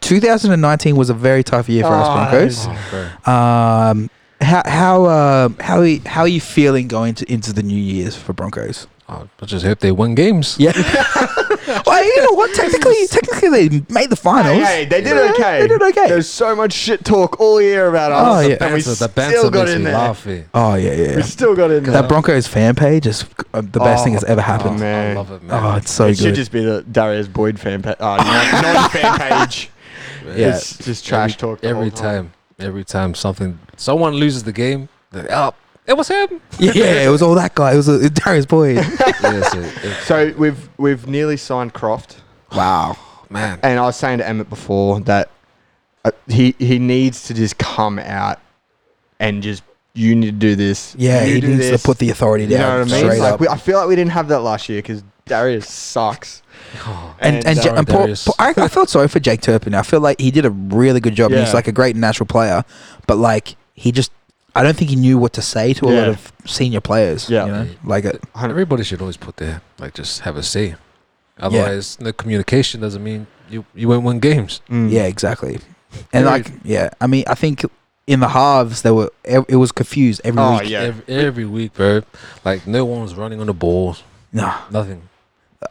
[SPEAKER 1] 2019 was a very tough year for us
[SPEAKER 2] Oh,
[SPEAKER 1] Broncos.
[SPEAKER 3] Oh, bro.
[SPEAKER 1] Um, how how uh, how are you, how are you feeling going to, into the new years for Broncos?
[SPEAKER 3] Oh, I just hope they win games.
[SPEAKER 1] Yeah. *laughs* well, you know what?
[SPEAKER 2] *laughs*
[SPEAKER 1] Technically, technically they made the finals.
[SPEAKER 2] Hey, hey, they did
[SPEAKER 1] Yeah,
[SPEAKER 2] okay.
[SPEAKER 1] They did okay.
[SPEAKER 2] There's so much shit talk all year about
[SPEAKER 1] Oh,
[SPEAKER 2] us.
[SPEAKER 1] yeah.
[SPEAKER 2] and we
[SPEAKER 3] Banter- the banter
[SPEAKER 2] still got
[SPEAKER 3] makes
[SPEAKER 2] in
[SPEAKER 3] me
[SPEAKER 2] there.
[SPEAKER 3] laugh. eh?
[SPEAKER 1] Oh yeah, yeah.
[SPEAKER 2] We
[SPEAKER 1] yeah.
[SPEAKER 2] still got in there.
[SPEAKER 1] That Broncos fan page is uh, the best thing
[SPEAKER 2] Oh,
[SPEAKER 1] that's ever
[SPEAKER 3] Oh,
[SPEAKER 1] happened.
[SPEAKER 3] I
[SPEAKER 2] man.
[SPEAKER 3] love it, man.
[SPEAKER 1] Oh, it's so
[SPEAKER 2] it should
[SPEAKER 1] good.
[SPEAKER 2] just be the Darius Boyd fan page. Uh,
[SPEAKER 3] *laughs*
[SPEAKER 2] non fan page.
[SPEAKER 1] Yeah.
[SPEAKER 2] It's just trash
[SPEAKER 3] every,
[SPEAKER 2] talk. the
[SPEAKER 3] every
[SPEAKER 2] whole
[SPEAKER 3] time. Every time something, someone loses the game. they're like, Oh, it was him.
[SPEAKER 1] yeah, yeah, it was all that guy. It was uh, Darius Boyd.
[SPEAKER 3] yeah, so, it-
[SPEAKER 2] So we've we've nearly signed Croft,
[SPEAKER 1] wow.
[SPEAKER 3] man,
[SPEAKER 2] and I was saying to Emmett before that uh, he he needs to just come out and just you need to do this.
[SPEAKER 1] Yeah,
[SPEAKER 2] you
[SPEAKER 1] he
[SPEAKER 2] do
[SPEAKER 1] needs
[SPEAKER 2] this."
[SPEAKER 1] to put the authority
[SPEAKER 2] You know
[SPEAKER 1] down
[SPEAKER 2] what I mean?
[SPEAKER 1] straight
[SPEAKER 2] It's Like
[SPEAKER 1] up.
[SPEAKER 2] we, I feel like we didn't have that last year because Darius sucks.
[SPEAKER 1] and and, Ja-
[SPEAKER 2] uh,
[SPEAKER 1] and poor,
[SPEAKER 3] Darius.
[SPEAKER 1] poor- I, I felt sorry for Jake Turpin. I feel like he did a really good job. and He's
[SPEAKER 2] Yeah.
[SPEAKER 1] like a great natural player, but like he just, I don't think he knew what to say to a lot
[SPEAKER 2] Yeah.
[SPEAKER 1] of senior players.
[SPEAKER 2] Yeah.
[SPEAKER 1] you know? like uh, it.
[SPEAKER 3] everybody should always put their like just have a say. Otherwise, no communication doesn't mean you you won't win games.
[SPEAKER 2] Mm.
[SPEAKER 1] Yeah, exactly. And
[SPEAKER 2] Yeah.
[SPEAKER 1] like, yeah, I mean, I think in the halves there were it, it was confused every
[SPEAKER 2] Oh
[SPEAKER 1] week.
[SPEAKER 2] yeah.
[SPEAKER 3] Every, every week, bro. Like no one was running on the ball.
[SPEAKER 1] Nah,
[SPEAKER 3] Nothing.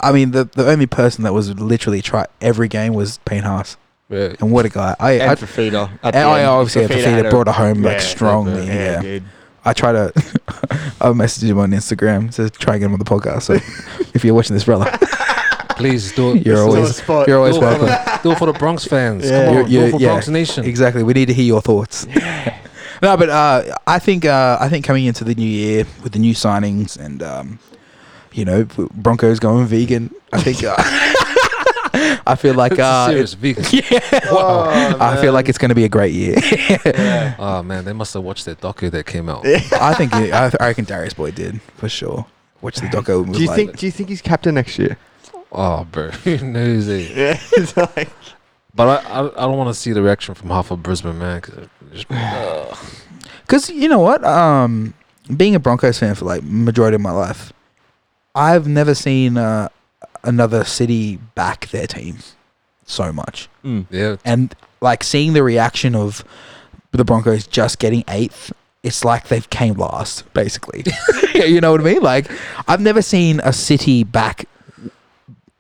[SPEAKER 1] I mean the the only person that was literally try every game was Payne Haas,
[SPEAKER 3] Bro.
[SPEAKER 1] and what a guy! I
[SPEAKER 2] and
[SPEAKER 1] I,
[SPEAKER 2] Fafita.
[SPEAKER 1] I, I obviously had Fafita brought it home
[SPEAKER 2] Yeah,
[SPEAKER 1] like strongly.
[SPEAKER 2] Yeah,
[SPEAKER 1] yeah.
[SPEAKER 2] *laughs* dude.
[SPEAKER 1] I try to. *laughs* I messaged him on Instagram to try and get him on the podcast. So if you're watching this, brother,
[SPEAKER 3] Please do
[SPEAKER 1] *laughs*
[SPEAKER 3] it.
[SPEAKER 1] You're
[SPEAKER 3] This is
[SPEAKER 1] always-
[SPEAKER 2] Still a spot.
[SPEAKER 1] you're always
[SPEAKER 3] do it for
[SPEAKER 1] welcome.
[SPEAKER 3] the, do it for the Bronx fans.
[SPEAKER 2] Yeah.
[SPEAKER 3] Come
[SPEAKER 1] You're-
[SPEAKER 3] on, do
[SPEAKER 1] you're-
[SPEAKER 3] it for
[SPEAKER 1] yeah.
[SPEAKER 3] Bronx Nation.
[SPEAKER 1] Exactly. We need to hear your thoughts. *laughs* no, but uh, I think uh, I think coming into the new year with the new signings and um, you know Broncos going vegan, I think uh, *laughs* I feel like
[SPEAKER 3] It's
[SPEAKER 1] uh, *laughs*
[SPEAKER 3] serious vegan.
[SPEAKER 2] Oh,
[SPEAKER 1] I feel like it's going to be a great year. *laughs*
[SPEAKER 2] yeah.
[SPEAKER 3] Oh man, they must have watched that docu that came out.
[SPEAKER 1] I think it, I, I reckon Darius Boy did for sure. Watch the doco. and was
[SPEAKER 2] Do you
[SPEAKER 1] like-
[SPEAKER 2] think? Do you think he's captain next year?
[SPEAKER 3] Oh, bro, *laughs* who knows? eh?
[SPEAKER 2] Yeah, *laughs* it's like
[SPEAKER 3] But I, I, I don't want to see the reaction from half of Brisbane, man. 'cause it just- ugh.
[SPEAKER 1] Because you know what? Um, being a Broncos fan for like majority of my life, I've never seen uh, another city back their team so much,
[SPEAKER 2] Hmm. *laughs*
[SPEAKER 3] yeah,
[SPEAKER 1] and like seeing the reaction of the Broncos just getting eighth. It's like they've came last,
[SPEAKER 4] *laughs*
[SPEAKER 1] basically. you know what I mean? Like I've never seen a city back.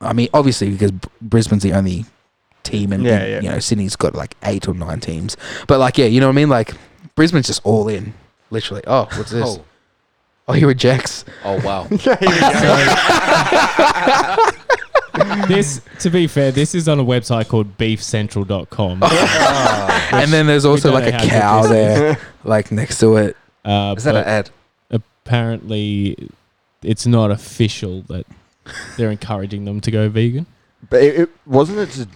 [SPEAKER 1] I mean, obviously because Br- Brisbane's the only team, and
[SPEAKER 2] Yeah,
[SPEAKER 1] and,
[SPEAKER 2] yeah.
[SPEAKER 1] you know Sydney's got like eight or nine teams. But like, yeah, you know what I mean? Like Brisbane's just all in, literally. Oh, what's this?
[SPEAKER 3] Oh,
[SPEAKER 1] Oh, he rejects.
[SPEAKER 3] oh wow.
[SPEAKER 4] this, to be fair, this is on a website called beefcentral.com.
[SPEAKER 2] *laughs*
[SPEAKER 1] and then there's also
[SPEAKER 4] don't
[SPEAKER 1] like a
[SPEAKER 4] know how good
[SPEAKER 1] cow
[SPEAKER 4] this *laughs*
[SPEAKER 1] there, like next to it.
[SPEAKER 4] Uh,
[SPEAKER 3] *laughs* Is that an
[SPEAKER 4] but
[SPEAKER 3] ad?
[SPEAKER 4] apparently, it's not official that they're encouraging them to go vegan.
[SPEAKER 2] But it, it wasn't it just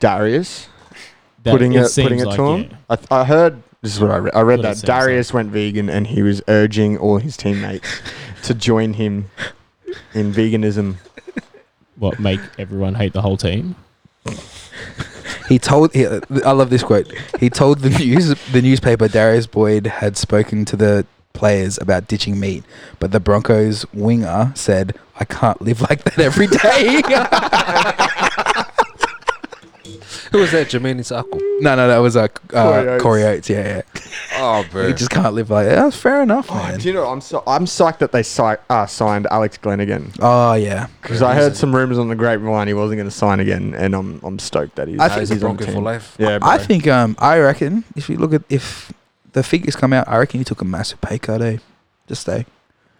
[SPEAKER 2] Darius
[SPEAKER 4] That
[SPEAKER 2] putting it,
[SPEAKER 4] seems
[SPEAKER 2] putting it
[SPEAKER 4] like
[SPEAKER 2] to him.
[SPEAKER 4] yeah.
[SPEAKER 2] I, th- I heard this is what I read. I read
[SPEAKER 4] What it
[SPEAKER 2] that
[SPEAKER 4] seems like.
[SPEAKER 2] Darius went vegan and he was urging all his teammates to join
[SPEAKER 4] *laughs*
[SPEAKER 2] him in veganism.
[SPEAKER 4] What, make everyone hate the whole team?
[SPEAKER 1] He told. He, I love this quote. He told the news the newspaper Darius Boyd had spoken to the players about ditching meat, but the Broncos winger said, "I
[SPEAKER 2] *laughs*
[SPEAKER 1] can't live like that every day."
[SPEAKER 3] Who was that? Jermaine Isaku.
[SPEAKER 1] No, no, that was uh,
[SPEAKER 2] Corey
[SPEAKER 1] uh,
[SPEAKER 2] Oates.
[SPEAKER 1] Corey Oates. Yeah,
[SPEAKER 3] Oh,
[SPEAKER 1] yeah.
[SPEAKER 3] bro.
[SPEAKER 1] He just can't live like that. That's fair enough,
[SPEAKER 2] Oh,
[SPEAKER 1] man.
[SPEAKER 2] do you know? I'm so, I'm psyched that they si- uh, signed Alex Glenigan
[SPEAKER 1] Oh, yeah.
[SPEAKER 2] because I heard some rumors on the grapevine he wasn't going to sign again, and I'm I'm stoked that he's.
[SPEAKER 1] I
[SPEAKER 3] Nah,
[SPEAKER 1] think
[SPEAKER 3] he's a
[SPEAKER 2] he's on
[SPEAKER 3] Bronco
[SPEAKER 2] team.
[SPEAKER 3] for life.
[SPEAKER 2] Yeah, bro.
[SPEAKER 1] I think um I reckon if you look at if the figures come out, I reckon he took a massive pay cut. Eh? Just stay.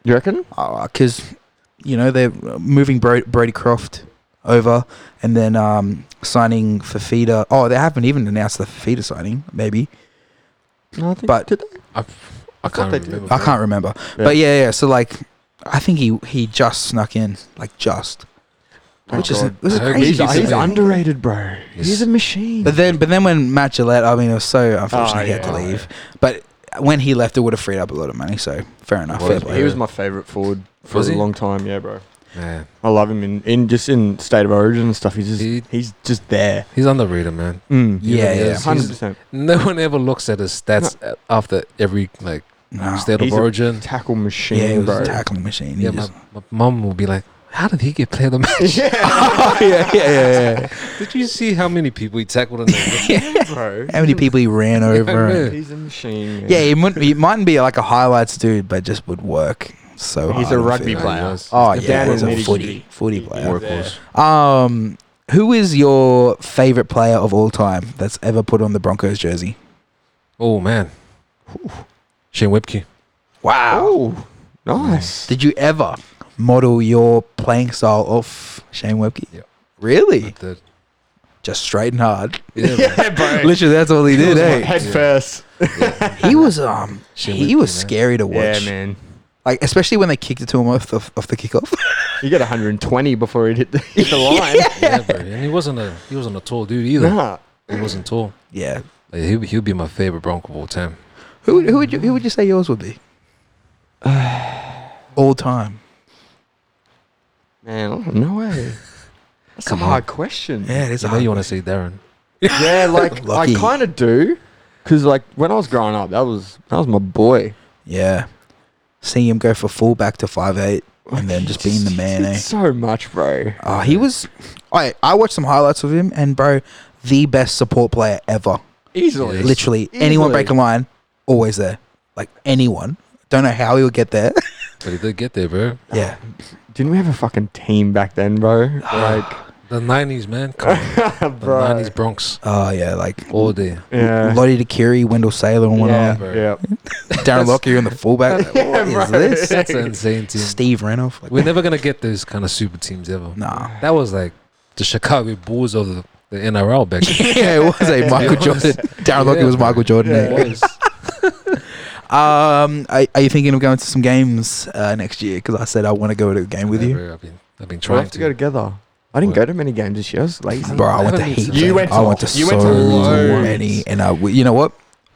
[SPEAKER 2] you reckon?
[SPEAKER 1] because Uh, you know they're uh, moving Bro- Brody Croft over, and then um, signing Fafita. Oh, they haven't even announced the Fafita signing. Maybe
[SPEAKER 2] No, I think.
[SPEAKER 1] But-
[SPEAKER 2] did
[SPEAKER 3] I, I
[SPEAKER 2] thought
[SPEAKER 3] can't
[SPEAKER 2] they did.
[SPEAKER 3] remember.
[SPEAKER 1] I
[SPEAKER 3] bro.
[SPEAKER 1] can't remember, but yeah, yeah. So like, I think he he just snuck in, like just,
[SPEAKER 2] Oh,
[SPEAKER 1] which is
[SPEAKER 2] God.
[SPEAKER 1] which is
[SPEAKER 3] I heard
[SPEAKER 1] crazy.
[SPEAKER 2] he's,
[SPEAKER 1] to
[SPEAKER 3] he's-
[SPEAKER 1] me.
[SPEAKER 2] he's underrated, bro. He's,
[SPEAKER 3] He's-
[SPEAKER 2] a machine.
[SPEAKER 1] but then but then when Matt Gillette, I mean, it was so unfortunate he had
[SPEAKER 2] Oh, yeah.
[SPEAKER 1] to leave. But when he left, it would have freed up a lot of money. So fair enough.
[SPEAKER 3] Was-
[SPEAKER 1] fair
[SPEAKER 2] he
[SPEAKER 1] play.
[SPEAKER 2] was my favorite forward for
[SPEAKER 3] Was
[SPEAKER 2] a
[SPEAKER 3] he?
[SPEAKER 2] long time. Yeah, bro.
[SPEAKER 3] Man,
[SPEAKER 2] I love him in, in just in state of origin and stuff. He's just
[SPEAKER 3] He-
[SPEAKER 2] he's just there.
[SPEAKER 3] he's underrated, man.
[SPEAKER 2] Mm.
[SPEAKER 1] Yeah,
[SPEAKER 3] really
[SPEAKER 1] yeah.
[SPEAKER 3] is.
[SPEAKER 2] Hundred
[SPEAKER 3] He's-
[SPEAKER 2] percent
[SPEAKER 3] No one ever looks at his stats a- after every like
[SPEAKER 1] No.
[SPEAKER 3] state of
[SPEAKER 2] He's a
[SPEAKER 3] origin.
[SPEAKER 2] tackle machine,
[SPEAKER 1] yeah, he was
[SPEAKER 2] bro.
[SPEAKER 1] a tackling machine. He
[SPEAKER 3] Yeah, my,
[SPEAKER 1] just-
[SPEAKER 3] my mom will be like, "How did he get player of the match?
[SPEAKER 1] oh, *laughs* yeah, yeah, yeah,
[SPEAKER 3] *laughs* Did you see how many people he tackled in the
[SPEAKER 1] yeah.
[SPEAKER 2] bro.
[SPEAKER 1] How many people he ran over? and-
[SPEAKER 3] man.
[SPEAKER 2] He's a machine.
[SPEAKER 1] Yeah, he mightn't, he mightn't be like a highlights dude, but just would work so hard
[SPEAKER 2] He's a
[SPEAKER 1] on the
[SPEAKER 2] rugby
[SPEAKER 1] field.
[SPEAKER 3] Nah, he
[SPEAKER 2] player.
[SPEAKER 3] was.
[SPEAKER 1] Oh
[SPEAKER 2] He's
[SPEAKER 1] yeah,
[SPEAKER 2] down
[SPEAKER 1] he's
[SPEAKER 2] in
[SPEAKER 1] a
[SPEAKER 2] nitty
[SPEAKER 1] footy
[SPEAKER 2] gritty.
[SPEAKER 1] footy
[SPEAKER 2] He's
[SPEAKER 1] player.
[SPEAKER 2] there.
[SPEAKER 1] Um, who is your favorite player of all time that's ever put on the Broncos jersey?
[SPEAKER 3] Oh man, Shane Webke.
[SPEAKER 1] Wow!
[SPEAKER 2] Oh, nice.
[SPEAKER 1] Did you ever model your playing style off Shane Webke?
[SPEAKER 3] Yeah.
[SPEAKER 1] Really?
[SPEAKER 3] Like the-
[SPEAKER 1] Just straight and hard.
[SPEAKER 3] *laughs* Yeah,
[SPEAKER 2] *laughs*
[SPEAKER 3] man.
[SPEAKER 2] bro.
[SPEAKER 1] Literally, that's all he did. eh?
[SPEAKER 2] Head first.
[SPEAKER 1] He was um,
[SPEAKER 3] Shane
[SPEAKER 1] he
[SPEAKER 3] Webke,
[SPEAKER 1] was
[SPEAKER 3] man.
[SPEAKER 1] scary to watch.
[SPEAKER 2] Yeah, man.
[SPEAKER 1] Like especially when they kicked it to him off the off the kickoff.
[SPEAKER 2] You got 120 before he hit the, hit the line.
[SPEAKER 3] Yeah, bro. And he wasn't a he wasn't a tall dude either.
[SPEAKER 2] Nah.
[SPEAKER 3] He wasn't tall.
[SPEAKER 1] yeah.
[SPEAKER 3] Like, he he'll be my favorite Bronco of all time.
[SPEAKER 1] Who would- who would you who would you say yours would be? *sighs* all time.
[SPEAKER 2] Man, I don't know. eh? That's
[SPEAKER 3] Come
[SPEAKER 2] a
[SPEAKER 3] on.
[SPEAKER 2] hard question.
[SPEAKER 1] Yeah, it is. a
[SPEAKER 3] I know
[SPEAKER 1] hard
[SPEAKER 3] you want
[SPEAKER 1] one.
[SPEAKER 3] to say Darren.
[SPEAKER 2] Yeah, like
[SPEAKER 1] Lucky.
[SPEAKER 2] I kind of do, because like when I was growing up, that was that was my boy.
[SPEAKER 1] Yeah, seeing him go for full back to five eight, and then just being the man.
[SPEAKER 2] He
[SPEAKER 1] *laughs*
[SPEAKER 2] did
[SPEAKER 1] Eh?
[SPEAKER 2] so much, bro.
[SPEAKER 1] Oh, he was. I I watched some highlights of him, and bro, the best support player ever.
[SPEAKER 2] Easily.
[SPEAKER 3] Yes.
[SPEAKER 1] Literally, anyone
[SPEAKER 2] Easily.
[SPEAKER 1] break a line, always there. Like anyone. Don't know how he would get there. *laughs*
[SPEAKER 3] But he did get there, bro.
[SPEAKER 1] yeah,
[SPEAKER 2] Didn't we have a fucking team back then, bro? Like, *laughs*
[SPEAKER 3] The nineties, man. Come on. The
[SPEAKER 2] bro.
[SPEAKER 3] nineties Bronx.
[SPEAKER 1] oh yeah, like
[SPEAKER 3] All day.
[SPEAKER 2] Yeah.
[SPEAKER 1] Lottie DeCury, Wendell Sailor on one
[SPEAKER 2] yeah,
[SPEAKER 1] arm,
[SPEAKER 3] bro.
[SPEAKER 2] Uh, yeah.
[SPEAKER 1] Darren Lockyer in the fullback. Like, what is this?
[SPEAKER 3] That's an insane team.
[SPEAKER 1] Steve Renoff. Like,
[SPEAKER 3] We're never gonna get those kind of super teams ever.
[SPEAKER 1] nah.
[SPEAKER 3] That was like the Chicago Bulls of the, the NRL back then.
[SPEAKER 1] *laughs* yeah, it was
[SPEAKER 2] *laughs*
[SPEAKER 1] a Michael
[SPEAKER 3] Yeah.
[SPEAKER 1] Jordan. Darren Lockyer
[SPEAKER 3] Yeah,
[SPEAKER 1] was Michael Jordan.
[SPEAKER 2] Yeah.
[SPEAKER 1] eh?
[SPEAKER 3] It was.
[SPEAKER 1] Um, are, are you thinking of going to some games uh, next year? Because I said I want to go to a game with
[SPEAKER 3] Yeah,
[SPEAKER 1] you,
[SPEAKER 3] bro, I've been I've been
[SPEAKER 2] We'll
[SPEAKER 3] trying
[SPEAKER 2] have to go together. I didn't go to many games this year. I was lazy.
[SPEAKER 1] bro. I went to
[SPEAKER 3] Definitely
[SPEAKER 1] heaps.
[SPEAKER 3] some. You
[SPEAKER 1] eh?
[SPEAKER 2] went
[SPEAKER 1] I
[SPEAKER 2] to-
[SPEAKER 1] went to
[SPEAKER 2] you
[SPEAKER 1] so
[SPEAKER 2] went to loads.
[SPEAKER 1] many, and I, w- you know what?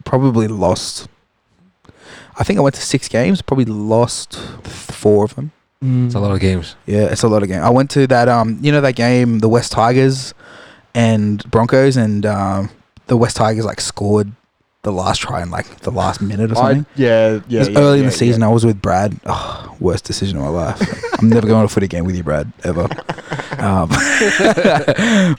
[SPEAKER 1] Probably lost. I think I went to six games. Probably lost four of them.
[SPEAKER 3] It's a lot of games.
[SPEAKER 1] Yeah, it's a lot of games. I went to that um, you know that game, the West Tigers and Broncos, and um, the West Tigers like scored the last try in like the last minute or something.
[SPEAKER 2] I, yeah, yeah.
[SPEAKER 1] it was
[SPEAKER 2] yeah,
[SPEAKER 1] early in
[SPEAKER 2] yeah,
[SPEAKER 1] the season. I was with Brad. Oh, worst decision of my life. *laughs* I'm never going to a footy game with you, Brad, ever. Um, *laughs*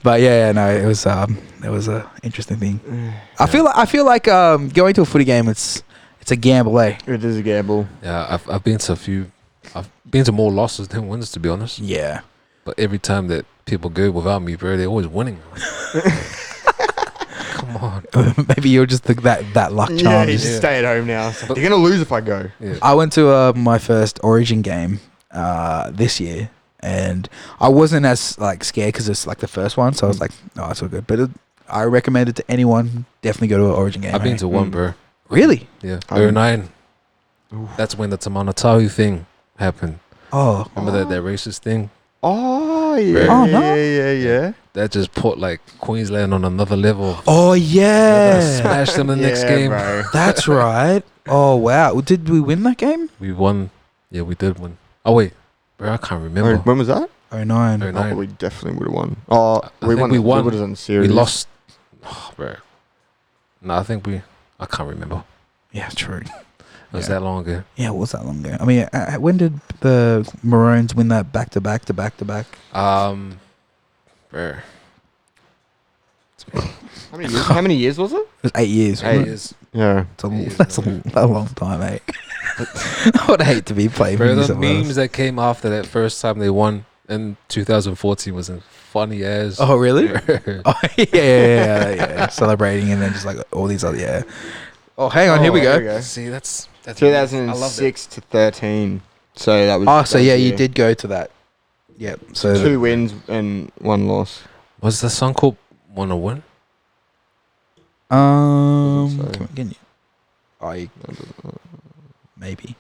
[SPEAKER 1] but yeah, yeah, no, it was um, it was a interesting thing. I feel like I feel like um, going to a footy game. It's it's a gamble, eh?
[SPEAKER 2] Yeah. *sighs* It is a gamble.
[SPEAKER 3] Yeah, I've I've been to a few. I've been to more losses than wins, to be honest.
[SPEAKER 1] Yeah.
[SPEAKER 3] But every time that people go without me, bro, they're always winning. Come on.
[SPEAKER 1] *laughs* Maybe you're just the, that that luck charm.
[SPEAKER 2] you
[SPEAKER 1] Just-
[SPEAKER 2] just
[SPEAKER 3] Yeah.
[SPEAKER 2] stay at home now.
[SPEAKER 3] But-
[SPEAKER 2] You're gonna lose if I go.
[SPEAKER 3] Yeah.
[SPEAKER 1] I went to uh, my first Origin game uh, this year, and I wasn't as like scared because it's like the first one, so I was like, "Oh, it's all good." But it, I recommend it to anyone. Definitely go to an Origin game.
[SPEAKER 3] I've been
[SPEAKER 1] eh?
[SPEAKER 3] to one, bro.
[SPEAKER 1] really.
[SPEAKER 3] Yeah,
[SPEAKER 2] Um,
[SPEAKER 3] 09. That's when the Tamana Tahu thing happened.
[SPEAKER 1] Oh,
[SPEAKER 3] Remember that, that racist thing?
[SPEAKER 2] Oh yeah,
[SPEAKER 1] Oh,
[SPEAKER 2] yeah,
[SPEAKER 1] no.
[SPEAKER 2] yeah, yeah.
[SPEAKER 3] That just put like Queensland on another level.
[SPEAKER 1] oh yeah,
[SPEAKER 2] *laughs*
[SPEAKER 3] Smashed them the next
[SPEAKER 2] yeah,
[SPEAKER 3] game.
[SPEAKER 2] bro.
[SPEAKER 1] that's right. Oh wow, did we win that game?
[SPEAKER 3] We won. Yeah, we did win. Oh wait, bro, I can't
[SPEAKER 2] When,
[SPEAKER 3] remember.
[SPEAKER 2] when was that?
[SPEAKER 1] Oh nine.
[SPEAKER 3] Oh,
[SPEAKER 2] Oh,
[SPEAKER 3] nine.
[SPEAKER 2] we definitely would have won. Oh,
[SPEAKER 3] I
[SPEAKER 2] we
[SPEAKER 3] think
[SPEAKER 2] won.
[SPEAKER 3] we won.
[SPEAKER 2] would have done
[SPEAKER 3] We
[SPEAKER 2] series.
[SPEAKER 3] lost. Oh, bro. No, I think we. I can't remember.
[SPEAKER 1] Yeah, true.
[SPEAKER 3] It was
[SPEAKER 1] Yeah.
[SPEAKER 3] that long ago.
[SPEAKER 1] Yeah, it was that long ago. I mean, uh, when did the Maroons win that back to back to back to back?
[SPEAKER 3] Um, bro.
[SPEAKER 2] How many years, how many years was it?
[SPEAKER 1] It was eight years.
[SPEAKER 2] Eight
[SPEAKER 1] wasn't it?
[SPEAKER 3] years.
[SPEAKER 2] *laughs* Yeah.
[SPEAKER 1] It's a,
[SPEAKER 3] Eight years,
[SPEAKER 1] that's a,
[SPEAKER 3] man.
[SPEAKER 1] *laughs* a long time, mate. I would hate to be playing
[SPEAKER 3] Bro,
[SPEAKER 1] for
[SPEAKER 3] the
[SPEAKER 1] someone else.
[SPEAKER 3] memes that came after that first time they won in 2014 was funny as.
[SPEAKER 1] Oh, really?
[SPEAKER 3] *laughs* Bro.
[SPEAKER 1] *laughs* Oh, yeah, yeah, yeah, yeah, yeah. Celebrating and then just like all these other, yeah. Oh, hang on, here we go.
[SPEAKER 3] See, that's, that's I love it.
[SPEAKER 2] 2006 to 13. So that was.
[SPEAKER 1] Oh, so
[SPEAKER 2] that was
[SPEAKER 1] yeah,
[SPEAKER 2] the
[SPEAKER 1] you
[SPEAKER 2] year.
[SPEAKER 1] did go to that. Yep. So
[SPEAKER 2] Two wins and one loss.
[SPEAKER 3] Was the song called oh Wanna Win?
[SPEAKER 1] um,
[SPEAKER 2] Doesn't say.
[SPEAKER 1] can, can you? I maybe.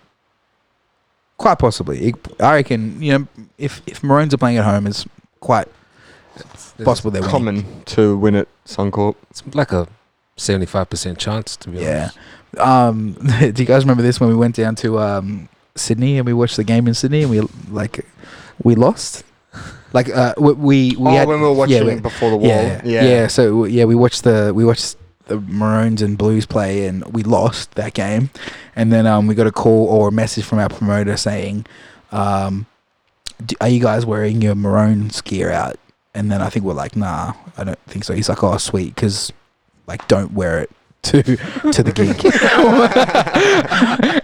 [SPEAKER 1] Quite possibly. It- I reckon you know if if Maroons are playing at home, it's quite
[SPEAKER 3] There's-
[SPEAKER 1] possible they're winning.
[SPEAKER 2] Common to win at Suncorp.
[SPEAKER 3] It's like a 75% chance, to be
[SPEAKER 1] Yeah.
[SPEAKER 3] honest.
[SPEAKER 1] Um, *laughs* do you guys remember this when we went down to um, Sydney and we watched the game in Sydney and we like we lost? Like uh, we we, we
[SPEAKER 2] oh,
[SPEAKER 1] had-
[SPEAKER 2] when we were watching
[SPEAKER 1] yeah, we-
[SPEAKER 2] before the wall.
[SPEAKER 1] yeah, yeah, yeah. So yeah, we watched the we watched the Maroons and Blues play and we lost that game, and then um, we got a call or a message from our promoter saying, um, D- "Are you guys wearing your Maroons gear out?" And then I think we're like, "Nah, I don't think so." He's like, "Oh, sweet, because like don't wear it." *laughs* To to the gig,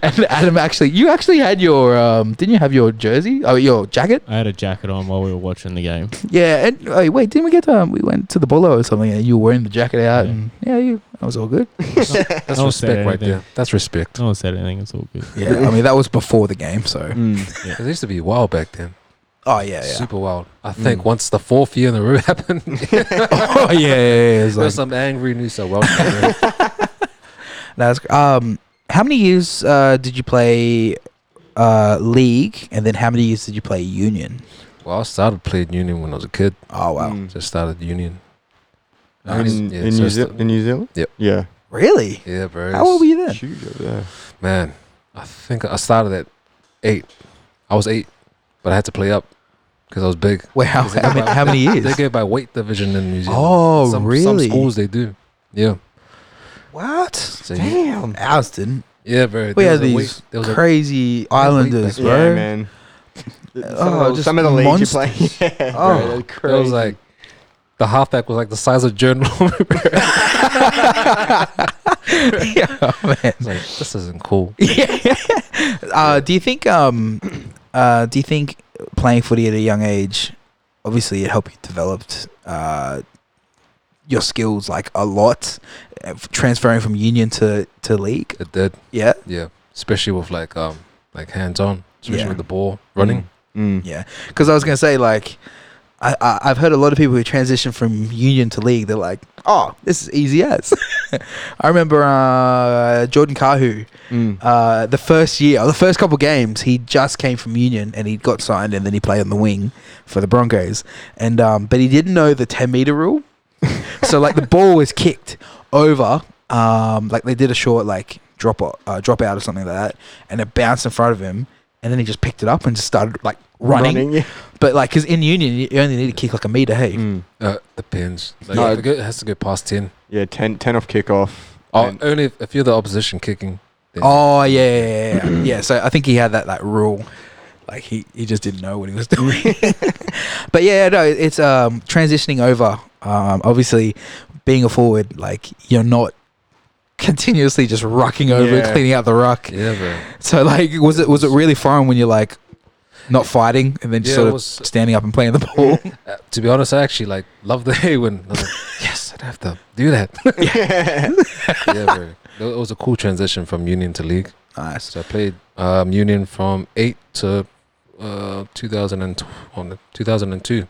[SPEAKER 1] *laughs* and Adam actually, you actually had your um, didn't you have your jersey? Oh, your jacket?
[SPEAKER 4] I had a jacket on while we were watching the game.
[SPEAKER 1] Yeah, and oh, wait, didn't we get um we went to the bolo or something and you were wearing the jacket out
[SPEAKER 4] Yeah.
[SPEAKER 1] and yeah, you that was all good. *laughs*
[SPEAKER 3] That's
[SPEAKER 4] No one said
[SPEAKER 3] respect right
[SPEAKER 4] anything.
[SPEAKER 3] there. That's respect.
[SPEAKER 4] *laughs* No one said anything. It's all good.
[SPEAKER 1] Yeah, I mean that was before the game, so
[SPEAKER 2] *laughs* Mm.
[SPEAKER 3] It used to be wild back then.
[SPEAKER 1] oh yeah, yeah.
[SPEAKER 3] Super wild. I think
[SPEAKER 2] Mm.
[SPEAKER 3] once the fourth year in a row *laughs* happened,
[SPEAKER 1] *laughs* oh yeah, yeah, yeah.
[SPEAKER 3] *laughs*
[SPEAKER 1] It's
[SPEAKER 3] there's
[SPEAKER 1] like,
[SPEAKER 3] some angry news. So well done.
[SPEAKER 1] that's um how many years uh did you play uh league and then how many years did you play union?
[SPEAKER 3] *laughs* Well, I started playing union when I was a kid.
[SPEAKER 1] Oh wow.
[SPEAKER 2] Mm.
[SPEAKER 3] Just started union.
[SPEAKER 2] In,
[SPEAKER 3] Yeah,
[SPEAKER 2] in,
[SPEAKER 3] so
[SPEAKER 2] New
[SPEAKER 3] it's
[SPEAKER 2] Zeal
[SPEAKER 3] the-
[SPEAKER 2] in New Zealand?
[SPEAKER 3] Yep.
[SPEAKER 2] Yeah.
[SPEAKER 1] Really?
[SPEAKER 3] yeah, bro.
[SPEAKER 1] How old were *laughs*
[SPEAKER 3] it's-
[SPEAKER 1] you then?
[SPEAKER 2] Huge over there.
[SPEAKER 3] Man, I think I started at eight. I was eight, but I had to play up because I was big.
[SPEAKER 1] Wait, how,
[SPEAKER 3] Is it
[SPEAKER 1] how, many,
[SPEAKER 3] about-
[SPEAKER 1] how *laughs* many
[SPEAKER 3] They
[SPEAKER 1] years?
[SPEAKER 3] go by weight division in New Zealand.
[SPEAKER 1] Oh,
[SPEAKER 3] some, Some
[SPEAKER 1] really?
[SPEAKER 3] schools they do. Yeah.
[SPEAKER 1] What?
[SPEAKER 3] So you-
[SPEAKER 2] Damn.
[SPEAKER 1] Ours didn't.
[SPEAKER 3] yeah, bro.
[SPEAKER 1] We
[SPEAKER 3] there
[SPEAKER 1] had
[SPEAKER 3] was a weight-
[SPEAKER 1] these
[SPEAKER 3] there was a-
[SPEAKER 1] crazy islanders,
[SPEAKER 3] back
[SPEAKER 1] bro. *laughs*
[SPEAKER 2] Yeah, man. Some,
[SPEAKER 1] Oh,
[SPEAKER 2] of, the,
[SPEAKER 1] just
[SPEAKER 2] some of the leagues you play. *laughs* Yeah,
[SPEAKER 1] Oh.
[SPEAKER 2] bro, they're
[SPEAKER 3] It was
[SPEAKER 2] crazy.
[SPEAKER 3] like the halfback was like the size of *laughs* Journal.
[SPEAKER 1] *laughs* yeah, man.
[SPEAKER 3] like, this isn't cool.
[SPEAKER 1] yeah. Uh, do you think um, uh, do you think playing footy at a young age, obviously it helped you develop uh, your skills like a lot, uh, f- transferring from union to to league.
[SPEAKER 3] It did,
[SPEAKER 1] Yeah,
[SPEAKER 3] yeah. Especially with like um like hands on, especially
[SPEAKER 1] Yeah.
[SPEAKER 3] with the ball running.
[SPEAKER 2] Mm.
[SPEAKER 1] yeah. Because I was gonna say like. I, I, I've heard a lot of people who transition from union to league. They're like, "Oh, this is easy as." *laughs* I remember uh, Jordan Kahu,
[SPEAKER 2] Mm.
[SPEAKER 1] uh, the first year, or the first couple games, he just came from Union and he got signed, and then he played on the wing for the Broncos. And um, but he didn't know the ten meter rule, so like the ball was kicked over. Um, like they did a short like drop o- uh, drop out or something like that, and it bounced in front of him, and then he just picked it up and just started like running.
[SPEAKER 2] yeah.
[SPEAKER 1] But like, cause in Union you you only need to kick like a meter, hey.
[SPEAKER 2] Mm.
[SPEAKER 3] Uh, depends. Like,
[SPEAKER 2] No.
[SPEAKER 3] if it go- it has to go past ten.
[SPEAKER 2] Yeah, 10, 10 off kickoff.
[SPEAKER 3] Oh,
[SPEAKER 2] And-
[SPEAKER 3] only if, if you're the opposition kicking. then-
[SPEAKER 1] Oh yeah, yeah, yeah, yeah, *clears throat* yeah. Yeah, So I think he had that that rule, like he he just didn't know what he was *laughs* doing. but yeah, no, it's um transitioning over. Um, obviously, being a forward, like you're not continuously just rucking over,
[SPEAKER 2] Yeah.
[SPEAKER 1] cleaning out the ruck.
[SPEAKER 3] yeah, bro.
[SPEAKER 1] So like, was it was it really foreign when you're like not fighting and then just
[SPEAKER 3] Yeah,
[SPEAKER 1] sort
[SPEAKER 3] it
[SPEAKER 1] of
[SPEAKER 3] was-
[SPEAKER 1] standing up and playing the ball? *laughs*
[SPEAKER 3] Uh, to be honest, I actually like love the *laughs* day when I was like, yes, I don't have to do that.
[SPEAKER 2] *laughs* *laughs* yeah.
[SPEAKER 3] yeah, bro. *laughs* It was a cool transition from union to league.
[SPEAKER 1] nice.
[SPEAKER 3] So I played um, Union from 8 to uh, 2000 and oh, on the- 2002.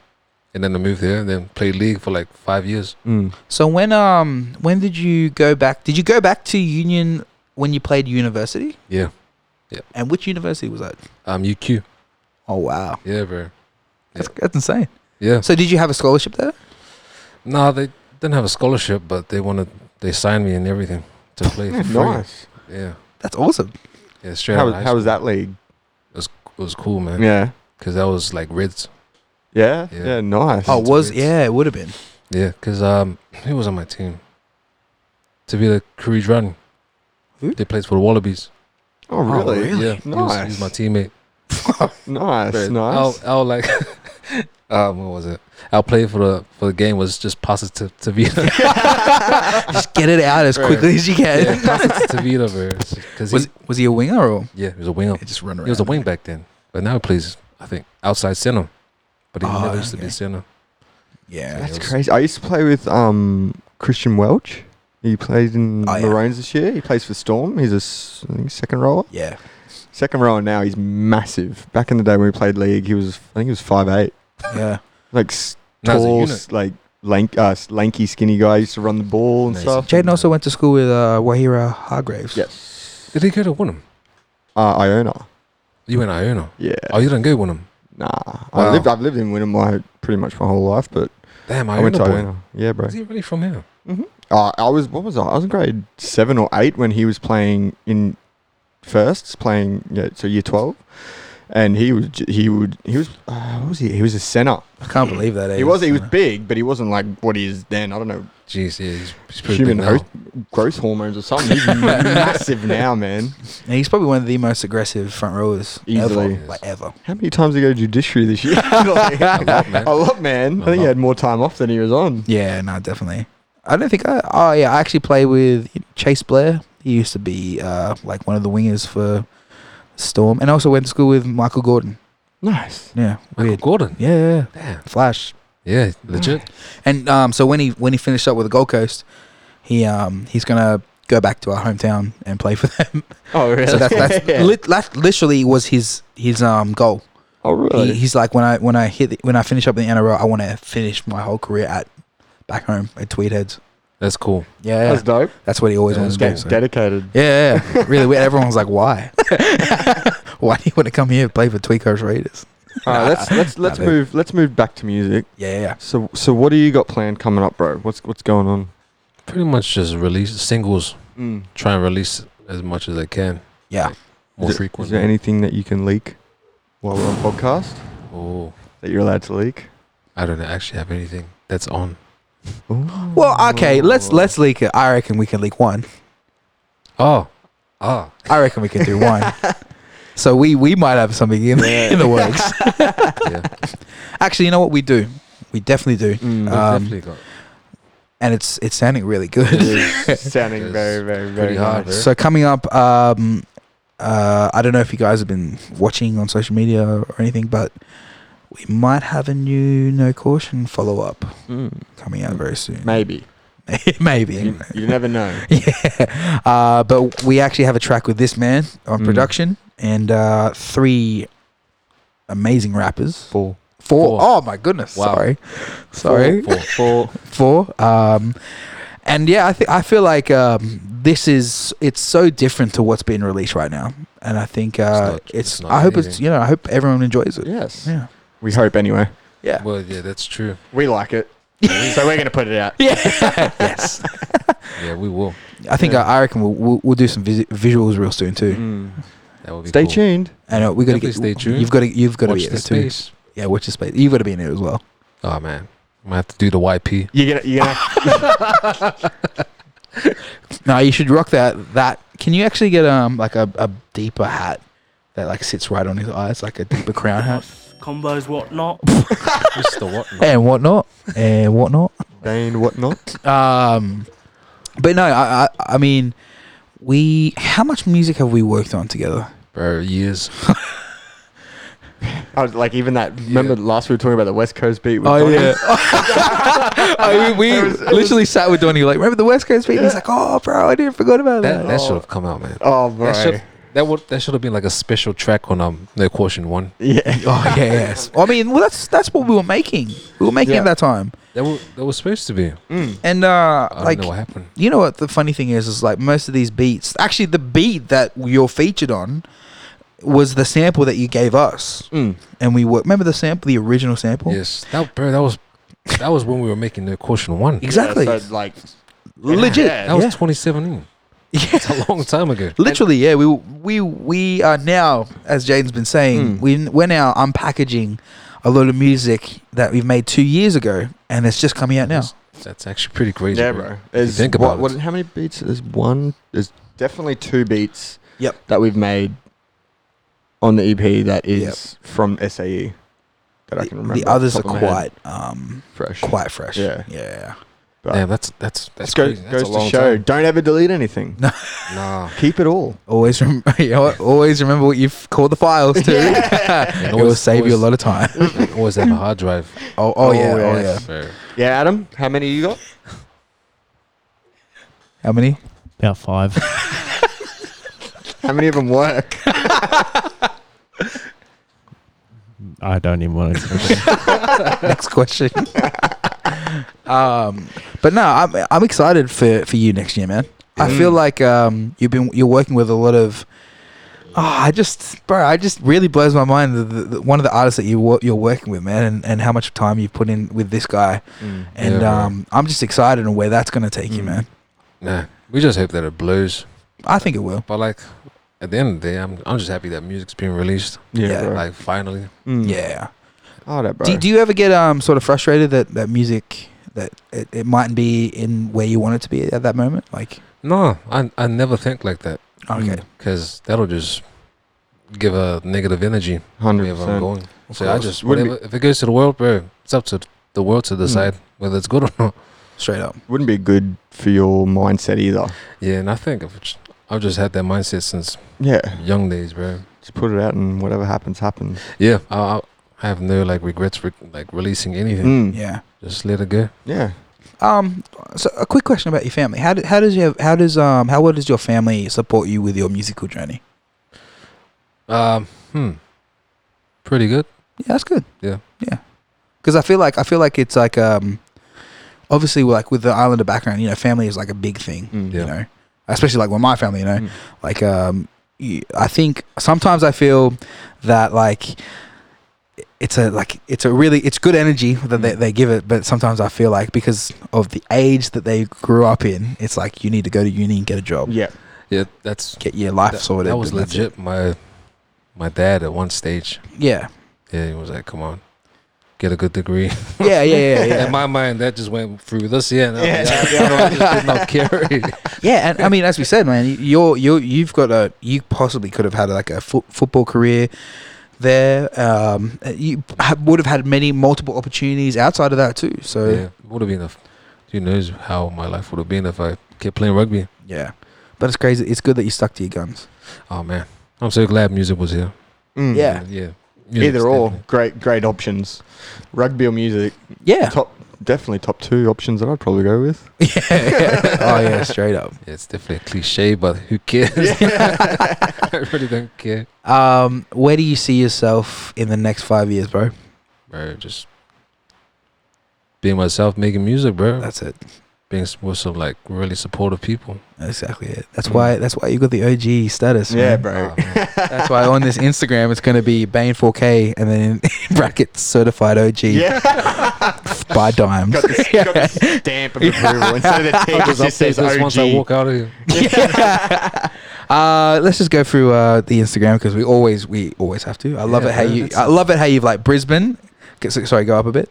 [SPEAKER 3] And then I moved there and then played league for like five years.
[SPEAKER 2] Mm.
[SPEAKER 1] So when um when did you go back? Did you go back to Union when you played university?
[SPEAKER 3] Yeah.
[SPEAKER 1] And which university was that?
[SPEAKER 3] Um, UQ.
[SPEAKER 1] Oh wow,
[SPEAKER 3] Yeah, bro.
[SPEAKER 1] that's, that's insane.
[SPEAKER 3] Yeah.
[SPEAKER 1] So did you have a scholarship there?
[SPEAKER 3] No, they didn't have a scholarship, but they wanted, they signed me and everything to play for free.
[SPEAKER 2] Nice.
[SPEAKER 3] Yeah.
[SPEAKER 1] That's awesome.
[SPEAKER 3] Yeah, straight
[SPEAKER 2] How,
[SPEAKER 3] out of high
[SPEAKER 2] how was that league?
[SPEAKER 3] school. It was cool, man.
[SPEAKER 2] Yeah.
[SPEAKER 3] Because that was like Reds.
[SPEAKER 2] Yeah.
[SPEAKER 3] Yeah.
[SPEAKER 2] Yeah. nice.
[SPEAKER 1] Oh,
[SPEAKER 3] It's
[SPEAKER 1] was
[SPEAKER 3] weird.
[SPEAKER 1] yeah, it would have been.
[SPEAKER 3] Yeah. Because um, *clears throat* who was on my team? To be the Courage Run.
[SPEAKER 1] Who?
[SPEAKER 3] They played for the Wallabies.
[SPEAKER 2] Oh, really?
[SPEAKER 1] really?
[SPEAKER 3] Yeah. He was, he
[SPEAKER 2] Nice.
[SPEAKER 3] was my teammate.
[SPEAKER 2] Nice.
[SPEAKER 3] Bro,
[SPEAKER 2] Nice.
[SPEAKER 3] I'll, I'll like *laughs* um, what was it? Our play for the for the game was just pass it to to Vita.
[SPEAKER 1] *laughs* Just get it out as
[SPEAKER 3] Bro.
[SPEAKER 1] quickly as you can.
[SPEAKER 3] *laughs* yeah, pass it to Vita, bro.
[SPEAKER 1] *laughs*
[SPEAKER 3] Because
[SPEAKER 1] Was was he a winger or
[SPEAKER 3] yeah, he was a winger.
[SPEAKER 1] he just run around?
[SPEAKER 3] He was a wing back then, but now he plays, I think, outside center. But he
[SPEAKER 1] Oh,
[SPEAKER 3] never used to
[SPEAKER 1] okay.
[SPEAKER 3] be center.
[SPEAKER 1] Yeah.
[SPEAKER 2] That's
[SPEAKER 3] it was-
[SPEAKER 2] crazy. I used to play with um Christian Welch. He plays in
[SPEAKER 1] Oh, yeah.
[SPEAKER 2] Maroons this year. He plays for Storm. He's a s- I think second roller.
[SPEAKER 1] Yeah.
[SPEAKER 2] Second rower now. He's massive. Back in the day when we played league, he was I think he was five eight.
[SPEAKER 1] Yeah.
[SPEAKER 2] Like s-
[SPEAKER 3] Now as a
[SPEAKER 2] tall,
[SPEAKER 3] unit.
[SPEAKER 2] s- like lank, uh, s- lanky, skinny guy. He used to run the ball and
[SPEAKER 3] Amazing.
[SPEAKER 1] *laughs*
[SPEAKER 2] stuff.
[SPEAKER 1] Jaden also went to school with uh, Wahira Hargraves.
[SPEAKER 2] Yes.
[SPEAKER 3] Did he go to Wynnum?
[SPEAKER 2] Uh, Iona.
[SPEAKER 3] You went to Iona.
[SPEAKER 2] Yeah.
[SPEAKER 3] Oh, you didn't go Wynnum.
[SPEAKER 2] Nah. I
[SPEAKER 3] Wow.
[SPEAKER 2] lived. I've lived in Wynnum my pretty much my whole life, but
[SPEAKER 3] Damn,
[SPEAKER 2] I went
[SPEAKER 3] Iona
[SPEAKER 2] to
[SPEAKER 3] boy.
[SPEAKER 2] Iona. Yeah, bro.
[SPEAKER 3] Is he really from here?
[SPEAKER 2] Uh, I was what was I? I was in grade seven or eight when he was playing in firsts, playing yeah, so year twelve, and he was j- he would he was uh, what was he? He was a center.
[SPEAKER 1] I can't believe that.
[SPEAKER 2] He was he was big, but he wasn't like what he is then. I don't know
[SPEAKER 3] Jeez, yeah, he's, he's pretty
[SPEAKER 2] human
[SPEAKER 3] big now.
[SPEAKER 2] growth, growth hormones or something. He's massive now, man.
[SPEAKER 1] And he's probably one of the most aggressive front rowers
[SPEAKER 2] Easily.
[SPEAKER 1] ever. Like ever.
[SPEAKER 2] How many times did he go to judiciary this year? *laughs* Like,
[SPEAKER 3] A lot,
[SPEAKER 2] *laughs*
[SPEAKER 1] *laughs*
[SPEAKER 3] man.
[SPEAKER 2] a lot, man. I think he had more time off than he was on.
[SPEAKER 1] Yeah, no, definitely. I don't think I. Oh yeah, I actually play with Chase Blair. He used to be uh, like one of the wingers for Storm, and I also went to school with Michael Gordon.
[SPEAKER 2] Nice.
[SPEAKER 1] Yeah,
[SPEAKER 3] Michael
[SPEAKER 1] weird.
[SPEAKER 3] Gordon.
[SPEAKER 1] Yeah, yeah, yeah.
[SPEAKER 3] Damn.
[SPEAKER 1] Flash.
[SPEAKER 3] Yeah, legit.
[SPEAKER 1] And um, so when he when he finished up with the Gold Coast, he um he's gonna go back to our hometown and play for *laughs* them.
[SPEAKER 2] Oh, really?
[SPEAKER 1] so that's that's, *laughs* lit, that literally was his his um goal.
[SPEAKER 2] oh, really?
[SPEAKER 1] He, he's like when I when I hit the, when I finish up in the NRL, I want to finish my whole career at back home at Tweedheads.
[SPEAKER 3] That's cool.
[SPEAKER 1] Yeah, that's,
[SPEAKER 2] that's dope.
[SPEAKER 1] what he always
[SPEAKER 3] Yeah,
[SPEAKER 1] wants to
[SPEAKER 3] that's
[SPEAKER 1] do.
[SPEAKER 2] De-
[SPEAKER 1] so.
[SPEAKER 2] dedicated.
[SPEAKER 1] Yeah, yeah, yeah. really weird. Everyone's like, why? *laughs* why do you want to come here and play for Tweed Coast Raiders?
[SPEAKER 2] All right, let's let's let's
[SPEAKER 1] Nah, dude.
[SPEAKER 2] move let's move back to music.
[SPEAKER 1] Yeah, yeah.
[SPEAKER 2] So so what do you got planned coming up, bro? What's what's going on?
[SPEAKER 3] Pretty much just release singles.
[SPEAKER 2] Mm.
[SPEAKER 3] Try and release as much as I can.
[SPEAKER 1] Yeah.
[SPEAKER 3] More
[SPEAKER 2] is, there- is
[SPEAKER 3] frequently.
[SPEAKER 2] there anything that you can leak while we're on podcast
[SPEAKER 3] oh,
[SPEAKER 2] that you're allowed to leak?
[SPEAKER 3] I don't actually have anything that's on.
[SPEAKER 1] Well, okay, let's let's leak it. I reckon we can leak one.
[SPEAKER 3] Oh, ah,
[SPEAKER 1] I reckon we can do one. So we we might have something in the, in the works.
[SPEAKER 3] *laughs* yeah.
[SPEAKER 1] Actually, you know what we do? We definitely do,
[SPEAKER 2] Mm.
[SPEAKER 3] We've
[SPEAKER 1] Uh, Um,
[SPEAKER 3] definitely got
[SPEAKER 1] and it's it's sounding really good. *laughs*
[SPEAKER 2] *laughs* It is *laughs* sounding
[SPEAKER 3] It's
[SPEAKER 2] very very very
[SPEAKER 3] pretty hard,
[SPEAKER 2] nice.
[SPEAKER 1] So coming up, um, uh, I don't know if you guys have been watching on social media or anything, but we might have a new no caution follow up
[SPEAKER 2] Mm.
[SPEAKER 1] coming out very soon.
[SPEAKER 2] Maybe
[SPEAKER 1] *laughs* Maybe.
[SPEAKER 2] you, you never *laughs* know.
[SPEAKER 1] *laughs* yeah. Uh, but we actually have a track with this man on
[SPEAKER 2] Mm.
[SPEAKER 1] production and uh, three amazing rappers.
[SPEAKER 2] Four
[SPEAKER 1] Four.
[SPEAKER 3] Four.
[SPEAKER 1] Oh my goodness.
[SPEAKER 3] Wow.
[SPEAKER 1] Sorry. Sorry.
[SPEAKER 3] four.
[SPEAKER 2] four. *laughs*
[SPEAKER 1] Four. Um, and yeah, I think I feel like um, this is it's so different to what's being released right now, and I think uh,
[SPEAKER 3] not-
[SPEAKER 1] it's.
[SPEAKER 3] it's not
[SPEAKER 1] I hope it's
[SPEAKER 3] anything.
[SPEAKER 1] you know I hope everyone enjoys it.
[SPEAKER 2] yes.
[SPEAKER 1] Yeah.
[SPEAKER 2] We hope anyway.
[SPEAKER 1] Yeah.
[SPEAKER 3] Well, yeah, that's true.
[SPEAKER 2] We like *laughs* it, so we're gonna put it out.
[SPEAKER 1] *laughs*
[SPEAKER 3] *laughs*
[SPEAKER 1] yes.
[SPEAKER 3] Yeah, we will.
[SPEAKER 1] I think uh,
[SPEAKER 2] Yeah.
[SPEAKER 1] I, I reckon we'll, we'll we'll do some vis- visuals real soon too.
[SPEAKER 2] *laughs* Mm.
[SPEAKER 3] That will be
[SPEAKER 2] Stay
[SPEAKER 3] cool.
[SPEAKER 2] tuned.
[SPEAKER 1] I know we got to get.
[SPEAKER 3] Definitely stay tuned.
[SPEAKER 1] You've got to. You've got to
[SPEAKER 3] Watch
[SPEAKER 1] be in
[SPEAKER 3] the
[SPEAKER 1] it too.
[SPEAKER 3] space.
[SPEAKER 1] Yeah, watch the space. You've got to be in it as well.
[SPEAKER 3] Oh man, I'm gonna have to do the YP.
[SPEAKER 2] You're gonna you're *laughs* gonna
[SPEAKER 1] No, you should rock that. That can you actually get um like a, a deeper hat that like sits right on his eyes, like a deeper crown *laughs* hat
[SPEAKER 6] combos, whatnot.
[SPEAKER 3] Just the what?
[SPEAKER 1] and whatnot and whatnot.
[SPEAKER 2] Dane *laughs* whatnot.
[SPEAKER 1] Um, but no, I, I I mean, we how much music have we worked on together?
[SPEAKER 3] Bro, years.
[SPEAKER 2] I was Oh, like even that. Remember last we were talking about the West Coast beat. with Donny?
[SPEAKER 1] *laughs* I mean, we
[SPEAKER 2] Oh, It was- it
[SPEAKER 1] literally sat with Donnie like, remember the West Coast beat? He's like, oh, bro, I didn't forget about
[SPEAKER 3] That,
[SPEAKER 1] that.
[SPEAKER 3] that should have come out, man.
[SPEAKER 2] Oh, bro.
[SPEAKER 3] That should that would that should have been like a special track on um the Caution one.
[SPEAKER 2] Yeah.
[SPEAKER 1] *laughs* Oh yeah, yes. I mean, well, that's that's what we were making. We were making
[SPEAKER 2] Yeah.
[SPEAKER 1] at that time,
[SPEAKER 3] That was that was supposed to be.
[SPEAKER 2] Oh.
[SPEAKER 1] and uh,
[SPEAKER 3] I don't
[SPEAKER 1] like
[SPEAKER 3] know what happened.
[SPEAKER 1] you know what the funny thing is is like most of these beats actually the beat that you're featured on was the sample that you gave us
[SPEAKER 2] Mm.
[SPEAKER 1] and we were remember the sample the original sample
[SPEAKER 3] Yes, that bro, that was that was when we were making the Caution one.
[SPEAKER 1] exactly
[SPEAKER 2] Yeah, so, like
[SPEAKER 1] legit
[SPEAKER 2] Yeah.
[SPEAKER 3] That was
[SPEAKER 1] yeah. *laughs*
[SPEAKER 3] 2017.
[SPEAKER 1] *laughs* Yeah.
[SPEAKER 3] It's a long time ago.
[SPEAKER 1] literally yeah we we we are now as jaden's been saying
[SPEAKER 2] Mm.
[SPEAKER 1] we, we're now unpackaging a lot of music that we've made two years ago and it's just coming out now
[SPEAKER 3] That's, that's actually pretty crazy.
[SPEAKER 2] yeah,
[SPEAKER 3] bro.
[SPEAKER 2] bro.
[SPEAKER 3] If you
[SPEAKER 2] Is-
[SPEAKER 3] think
[SPEAKER 2] what-
[SPEAKER 3] about
[SPEAKER 2] what-
[SPEAKER 3] it.
[SPEAKER 2] How many beats? There's one. There's definitely two beats.
[SPEAKER 1] Yep.
[SPEAKER 2] E That we've made on the EP that is from SAE. E that I can remember.
[SPEAKER 1] the
[SPEAKER 2] off
[SPEAKER 1] others are
[SPEAKER 2] top of my head.
[SPEAKER 1] quite um
[SPEAKER 2] fresh.
[SPEAKER 1] quite fresh.
[SPEAKER 2] Yeah.
[SPEAKER 1] Yeah.
[SPEAKER 2] But-
[SPEAKER 3] Damn, that's that's that's
[SPEAKER 2] This go-
[SPEAKER 3] crazy. That's
[SPEAKER 2] goes
[SPEAKER 3] a long
[SPEAKER 2] to show.
[SPEAKER 3] time.
[SPEAKER 2] Don't ever delete anything.
[SPEAKER 3] Nah,
[SPEAKER 2] Keep it all.
[SPEAKER 1] Always rem- *laughs* you know what? always remember what you've called the files too. it will
[SPEAKER 3] always-
[SPEAKER 1] save you a
[SPEAKER 3] always-
[SPEAKER 1] lot of time.
[SPEAKER 3] *laughs* I always have a hard drive.
[SPEAKER 1] Oh, oh, yeah,
[SPEAKER 2] yeah.
[SPEAKER 1] oh yeah.
[SPEAKER 3] Fair.
[SPEAKER 2] Yeah, Adam, how many you got?
[SPEAKER 1] How many?
[SPEAKER 4] About *laughs* five.
[SPEAKER 2] How many of them work?
[SPEAKER 4] I don't even want to.
[SPEAKER 1] next
[SPEAKER 3] *laughs*
[SPEAKER 1] question. um, but no, I'm I'm excited for for you next year, man. I
[SPEAKER 3] Mm.
[SPEAKER 1] feel like um you've been you're working with a lot of. Oh, I just, bro, I just really blows my mind the, the, the, one of the artists that you wo- you're working with, man, and, and how much time you've put in with this guy, and
[SPEAKER 3] Yeah, bro.
[SPEAKER 1] um, I'm just excited on where that's gonna take you,
[SPEAKER 2] Mm.
[SPEAKER 1] man.
[SPEAKER 3] Nah, we just hope that it blows.
[SPEAKER 1] I think it will.
[SPEAKER 3] But like, at the end of the day, I'm I'm just happy that music's being released.
[SPEAKER 1] Yeah,
[SPEAKER 2] bro.
[SPEAKER 3] Like finally,
[SPEAKER 2] Mm.
[SPEAKER 1] Yeah.
[SPEAKER 2] Oh, that bro.
[SPEAKER 1] Do, do you ever get um sort of frustrated that that music that it, it mightn't be in where you want it to be at that moment? Like,
[SPEAKER 3] no, I I never think like that
[SPEAKER 1] okay,
[SPEAKER 3] because that'll just give a negative energy
[SPEAKER 2] Hundred
[SPEAKER 3] wherever I'm
[SPEAKER 2] percent.
[SPEAKER 3] going. So I
[SPEAKER 2] course.
[SPEAKER 3] just
[SPEAKER 2] Wouldn't Hmm.
[SPEAKER 3] whatever. If it goes to the world, bro, it's up to the world to decide whether it's good or not. *laughs*
[SPEAKER 1] straight up.
[SPEAKER 2] Wouldn't be good for your mindset either.
[SPEAKER 3] Yeah, and I think I've just, I've just had that mindset since
[SPEAKER 2] Yeah,
[SPEAKER 3] young days, bro.
[SPEAKER 2] just put it out and whatever happens, happens.
[SPEAKER 3] Yeah, I, I- I have no like regrets for like releasing anything.
[SPEAKER 2] Mm. Yeah.
[SPEAKER 1] Yeah.
[SPEAKER 3] Just let it go.
[SPEAKER 1] Um. So a quick question about your family. How do, how does your how does um how well does your family support you with your musical journey?
[SPEAKER 3] Um, hmm, pretty good.
[SPEAKER 1] Yeah, that's good.
[SPEAKER 3] Yeah.
[SPEAKER 1] Yeah. Because I feel like I feel like it's like um, obviously like with the Islander background, you know, family is like a big thing.
[SPEAKER 2] Mm.
[SPEAKER 3] Yeah.
[SPEAKER 1] You know, especially like with my family, you know,
[SPEAKER 2] Mm.
[SPEAKER 1] like um, y- I think sometimes I feel that like it's a like it's a really it's good energy that
[SPEAKER 3] Mm.
[SPEAKER 1] they, they give it but sometimes i feel like because of the age that they grew up in it's like you need to go to uni and get a job
[SPEAKER 2] Yeah.
[SPEAKER 3] Yeah, that's
[SPEAKER 1] get your life
[SPEAKER 3] Mm. that,
[SPEAKER 1] sorted
[SPEAKER 3] that was
[SPEAKER 1] and that's it.
[SPEAKER 3] legit. My my dad at one stage,
[SPEAKER 1] yeah
[SPEAKER 3] *laughs* yeah, he was like, "Come on, get a good degree."
[SPEAKER 1] yeah yeah yeah yeah
[SPEAKER 3] *laughs* In my mind, that just went through this. Yeah, no,
[SPEAKER 2] Yeah.
[SPEAKER 3] yeah, I don't- I just did not carry.
[SPEAKER 2] *laughs*
[SPEAKER 3] *laughs*
[SPEAKER 1] *laughs* Yeah, and I mean, as we said, man, you're you you've got a you possibly could have had like a fo- football career there. Um, you ha- would have had many multiple opportunities outside of that too. So
[SPEAKER 3] yeah, would have been. A, who knows how my life would have been if I kept playing rugby?
[SPEAKER 1] yeah. but it's crazy. It's good that you stuck to your guns.
[SPEAKER 3] Oh man, I'm so glad music was here.
[SPEAKER 2] Mm.
[SPEAKER 1] Yeah.
[SPEAKER 3] yeah. Music's
[SPEAKER 2] Either or,
[SPEAKER 3] definitely-
[SPEAKER 2] great, great options. Rugby or music,
[SPEAKER 1] Yeah,
[SPEAKER 2] top, definitely top two options that I'd probably go with.
[SPEAKER 1] yeah. oh *laughs* yeah, straight up.
[SPEAKER 3] Yeah, it's definitely a cliche, but who cares? *laughs* I really don't care.
[SPEAKER 1] Um, where do you see yourself in the next five years, bro?
[SPEAKER 3] Bro, just being myself, making music, bro.
[SPEAKER 1] That's it.
[SPEAKER 3] being s- with some like really supportive people.
[SPEAKER 1] That's exactly it. That's why. That's why you got the OG status.
[SPEAKER 2] yeah,
[SPEAKER 1] man.
[SPEAKER 2] bro.
[SPEAKER 3] Oh, man.
[SPEAKER 1] That's why on this Instagram it's going to be Bane 4K and then in *laughs* brackets certified OG
[SPEAKER 2] Yeah.
[SPEAKER 1] by dimes.
[SPEAKER 2] *laughs* got, *laughs* the, got the stamp of approval instead *laughs* of the T.
[SPEAKER 3] I'll
[SPEAKER 2] It
[SPEAKER 3] just
[SPEAKER 2] just says
[SPEAKER 3] update this
[SPEAKER 2] OG.
[SPEAKER 3] once I walk out of here.
[SPEAKER 1] *laughs* Yeah. uh, let's just go through uh, the Instagram because we always we always have to. I love
[SPEAKER 3] Yeah,
[SPEAKER 1] it how
[SPEAKER 3] bro,
[SPEAKER 1] you.
[SPEAKER 3] that's
[SPEAKER 1] I love it how you've like Brisbane. Okay, so- Sorry, go up a bit.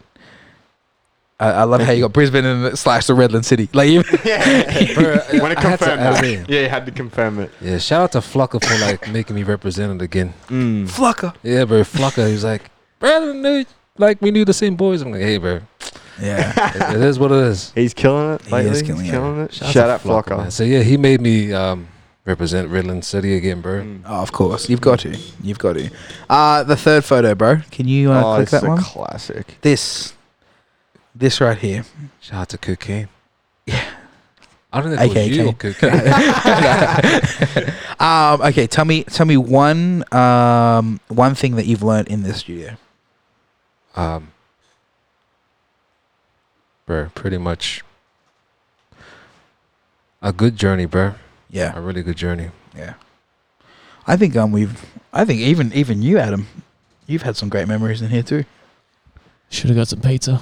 [SPEAKER 1] I, I love how you got Brisbane and the- slash the Redland City. Like you, *laughs*
[SPEAKER 2] *laughs* Yeah.
[SPEAKER 3] Bro,
[SPEAKER 2] Want to
[SPEAKER 3] I had to
[SPEAKER 2] confirm
[SPEAKER 3] add
[SPEAKER 2] that?
[SPEAKER 3] it in.
[SPEAKER 2] Yeah, you had to confirm it.
[SPEAKER 3] Yeah, shout out to Flucker for like making me represent it again.
[SPEAKER 2] Mm.
[SPEAKER 1] Flucker.
[SPEAKER 3] Yeah, bro, Flucker, he's like, bro, I didn't know, like we knew the same boys. I'm like, hey, bro,
[SPEAKER 1] *laughs* Yeah.
[SPEAKER 3] it- it is what it *laughs* is.
[SPEAKER 2] He's killing it
[SPEAKER 1] He
[SPEAKER 2] lately.
[SPEAKER 1] is
[SPEAKER 2] He's
[SPEAKER 1] killing
[SPEAKER 2] killing,
[SPEAKER 1] it.
[SPEAKER 2] it. Shout,
[SPEAKER 3] to
[SPEAKER 2] out Flocker.
[SPEAKER 3] man. So yeah, he made me um, represent Redland City again, bro.
[SPEAKER 2] Mm.
[SPEAKER 1] Oh, of course, you've got to. You've got to. Uh, the third photo, bro. Can you uh,
[SPEAKER 2] Oh,
[SPEAKER 1] click
[SPEAKER 2] it's a
[SPEAKER 1] that one?
[SPEAKER 2] classic.
[SPEAKER 1] this, this right here.
[SPEAKER 3] Shout out to Cocaine. Yeah. I don't know if
[SPEAKER 1] AKA.
[SPEAKER 3] it was you or Cocaine. *laughs*
[SPEAKER 1] Um, okay, tell me, tell me one, um, one thing that you've learned in this studio.
[SPEAKER 3] Um, bro, pretty much a good journey, bro.
[SPEAKER 1] Yeah,
[SPEAKER 3] A really good journey.
[SPEAKER 1] yeah. I think um, we've, I think even even you, Adam, you've had some great memories in here too.
[SPEAKER 4] Should have got some pizza.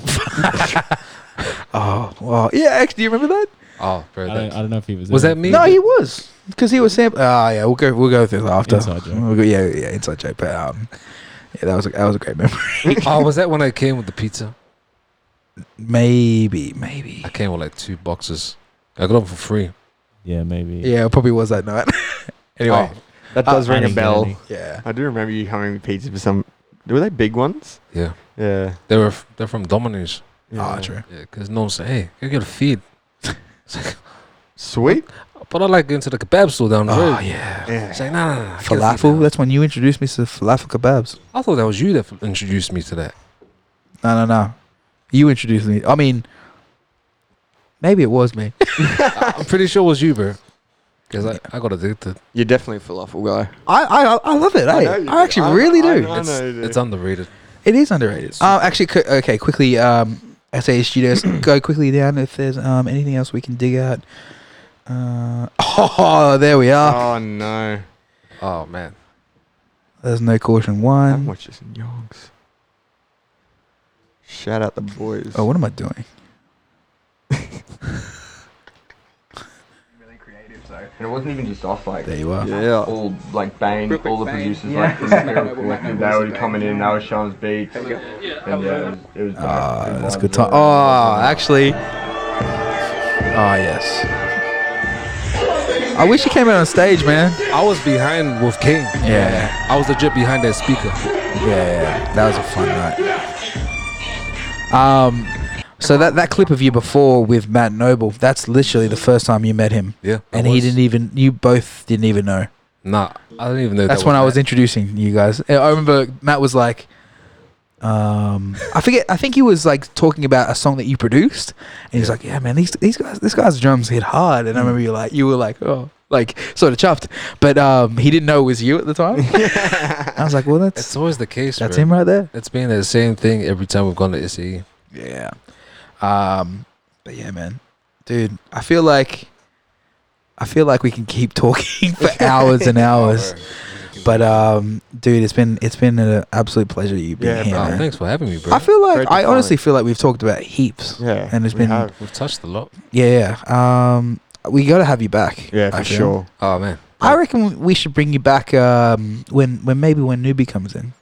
[SPEAKER 1] Oh, wow. yeah. Actually, do you remember that?
[SPEAKER 3] Oh,
[SPEAKER 4] I
[SPEAKER 3] bro,
[SPEAKER 4] don't, I
[SPEAKER 3] that,
[SPEAKER 4] don't know if he was.
[SPEAKER 3] was
[SPEAKER 4] there.
[SPEAKER 3] that me?
[SPEAKER 1] No, he was because he was sampling. Ah, yeah. We'll go. We'll go through that after.
[SPEAKER 4] Inside joke.
[SPEAKER 1] We'll go, yeah, yeah. Inside joke, but um, yeah, that was a, that was a great memory.
[SPEAKER 3] oh, was that when I came with the pizza?
[SPEAKER 1] maybe, maybe.
[SPEAKER 3] I came with like two boxes. I got them for free.
[SPEAKER 4] Yeah, maybe.
[SPEAKER 1] Yeah, it probably was that night. *laughs* anyway,
[SPEAKER 3] Oh,
[SPEAKER 2] That does
[SPEAKER 4] I
[SPEAKER 2] ring a
[SPEAKER 4] didn't get
[SPEAKER 2] bell.
[SPEAKER 4] any.
[SPEAKER 1] yeah.
[SPEAKER 2] I do remember you coming with pizza for some Were they big ones?
[SPEAKER 3] Yeah,
[SPEAKER 2] Yeah.
[SPEAKER 3] they were. f- They're from Domino's.
[SPEAKER 1] Ah,
[SPEAKER 2] Yeah.
[SPEAKER 1] true.
[SPEAKER 3] Yeah, because no one said, "Hey, go get a feed." It's like,
[SPEAKER 2] Sweet.
[SPEAKER 3] but I like going to the kebab store down the
[SPEAKER 1] Oh
[SPEAKER 3] road.
[SPEAKER 1] yeah.
[SPEAKER 2] Yeah.
[SPEAKER 3] It's like, nah, nah, nah, I get a feed
[SPEAKER 1] Falafel.
[SPEAKER 3] now."
[SPEAKER 1] That's when you introduced me to falafel kebabs.
[SPEAKER 3] I thought that was you that f- introduced me to that.
[SPEAKER 1] No, no, no. You introduced me. I mean, maybe it was me.
[SPEAKER 3] I'm pretty sure it was you, bro. Because I, I got addicted.
[SPEAKER 2] You're definitely a falafel guy.
[SPEAKER 1] I, I, I love it. eh?
[SPEAKER 2] I
[SPEAKER 1] I,
[SPEAKER 2] know you do.
[SPEAKER 1] actually
[SPEAKER 2] I-
[SPEAKER 1] really
[SPEAKER 2] I
[SPEAKER 1] do.
[SPEAKER 2] know.
[SPEAKER 3] It's,
[SPEAKER 2] dude.
[SPEAKER 3] it's underrated.
[SPEAKER 1] It is underrated. Um, actually, qu- okay, quickly. Um, SA *clears throat* Studios, go quickly down if there's um anything else we can dig out. Uh, *laughs* oh, there we are.
[SPEAKER 2] Oh no.
[SPEAKER 3] Oh man,
[SPEAKER 1] There's no caution
[SPEAKER 2] I
[SPEAKER 1] one.
[SPEAKER 2] haven't watched this in yonks. Shout out the boys.
[SPEAKER 1] Oh, what am I
[SPEAKER 2] *laughs*
[SPEAKER 1] doing?
[SPEAKER 6] really creative. So and it wasn't even just off like
[SPEAKER 1] There you are.
[SPEAKER 2] yeah.
[SPEAKER 6] all like Bang, all the producers like they were collective, they were coming in, they were showing us beats. And, yeah, it was, it was
[SPEAKER 1] Ah,
[SPEAKER 6] dark. It was
[SPEAKER 1] that's good time.
[SPEAKER 6] wild.
[SPEAKER 1] Oh,
[SPEAKER 2] *laughs*
[SPEAKER 1] actually. Ah, yes. I wish you came out on stage, man.
[SPEAKER 3] I was behind with King.
[SPEAKER 1] Yeah,
[SPEAKER 3] I was legit behind that speaker.
[SPEAKER 1] yeah. That was a fun night. Um, so that that clip of you before with Matt Noble, that's literally the first time you met him,
[SPEAKER 3] Yeah, I
[SPEAKER 1] and he
[SPEAKER 3] was.
[SPEAKER 1] didn't e- even. You both didn't even know.
[SPEAKER 3] Nah, I didn't even know.
[SPEAKER 1] That's
[SPEAKER 3] that
[SPEAKER 1] when I was
[SPEAKER 3] Matt.
[SPEAKER 1] introducing you guys. I I remember Matt was like, um, I forget. I think he was like talking about a song that you produced, and he's like, "Yeah, Mm. man, these these guys, this guy's drums hit hard." And I remember you like, you were like, "Oh, like sort of chuffed," but um, he didn't know it was you at the time. *laughs* I was like, "Well, that's
[SPEAKER 3] It's always the case.
[SPEAKER 1] that's
[SPEAKER 3] bro.
[SPEAKER 1] him right there."
[SPEAKER 3] It's been the same thing every time we've gone to E. SAE.
[SPEAKER 1] Yeah. Um, but yeah, man, dude, I feel like I feel like we can keep *laughs* talking
[SPEAKER 2] *laughs*
[SPEAKER 1] for hours and hours. But um, dude, it's been it's been an absolute pleasure you being
[SPEAKER 2] Yeah,
[SPEAKER 1] here.
[SPEAKER 2] bro.
[SPEAKER 1] man.
[SPEAKER 3] Oh, thanks for having me, bro.
[SPEAKER 1] I feel like
[SPEAKER 2] Great
[SPEAKER 1] I
[SPEAKER 2] to
[SPEAKER 1] honestly feel like we've talked about heaps.
[SPEAKER 2] *laughs* Yeah.
[SPEAKER 1] And it's
[SPEAKER 2] we
[SPEAKER 1] been-
[SPEAKER 2] have.
[SPEAKER 3] We've touched a lot.
[SPEAKER 1] Yeah, yeah. Um, we got to have you back.
[SPEAKER 2] Yeah, for
[SPEAKER 1] I feel.
[SPEAKER 2] sure.
[SPEAKER 3] Oh man.
[SPEAKER 1] I reckon we should bring you back um, when when maybe when newbie comes in.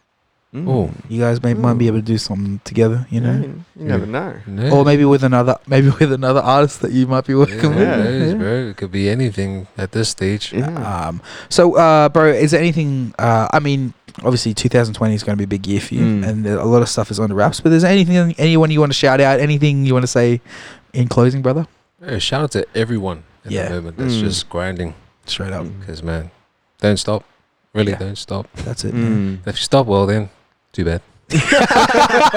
[SPEAKER 3] Oh,
[SPEAKER 1] You guys may might be able to do something together, you know,
[SPEAKER 2] Mm, you never know.
[SPEAKER 3] no.
[SPEAKER 1] or maybe with another maybe *laughs* with another artist that you might be *laughs*
[SPEAKER 3] yeah,
[SPEAKER 1] working
[SPEAKER 2] Yeah.
[SPEAKER 3] it is,
[SPEAKER 1] with. Yeah.
[SPEAKER 3] bro. It could be anything at this stage.
[SPEAKER 2] Yeah.
[SPEAKER 1] Um, so, uh, bro, is there anything? Uh, I mean, obviously, 2020 is going to be a big year for you,
[SPEAKER 3] Hmm.
[SPEAKER 2] Mm.
[SPEAKER 1] and a lot of stuff is on the wraps. But is there anything, anyone you want to shout out? Anything you want to say in closing, brother?
[SPEAKER 3] Hey, shout out to everyone at
[SPEAKER 1] Yeah.
[SPEAKER 3] the moment that's
[SPEAKER 2] Mm.
[SPEAKER 3] just grinding.
[SPEAKER 1] Straight up,
[SPEAKER 3] Because man, don't stop. Really,
[SPEAKER 1] Yeah.
[SPEAKER 3] don't stop.
[SPEAKER 1] that's it.
[SPEAKER 3] Hmm.
[SPEAKER 1] man.
[SPEAKER 2] Mm.
[SPEAKER 3] If you stop, well then, too bad.
[SPEAKER 1] *laughs*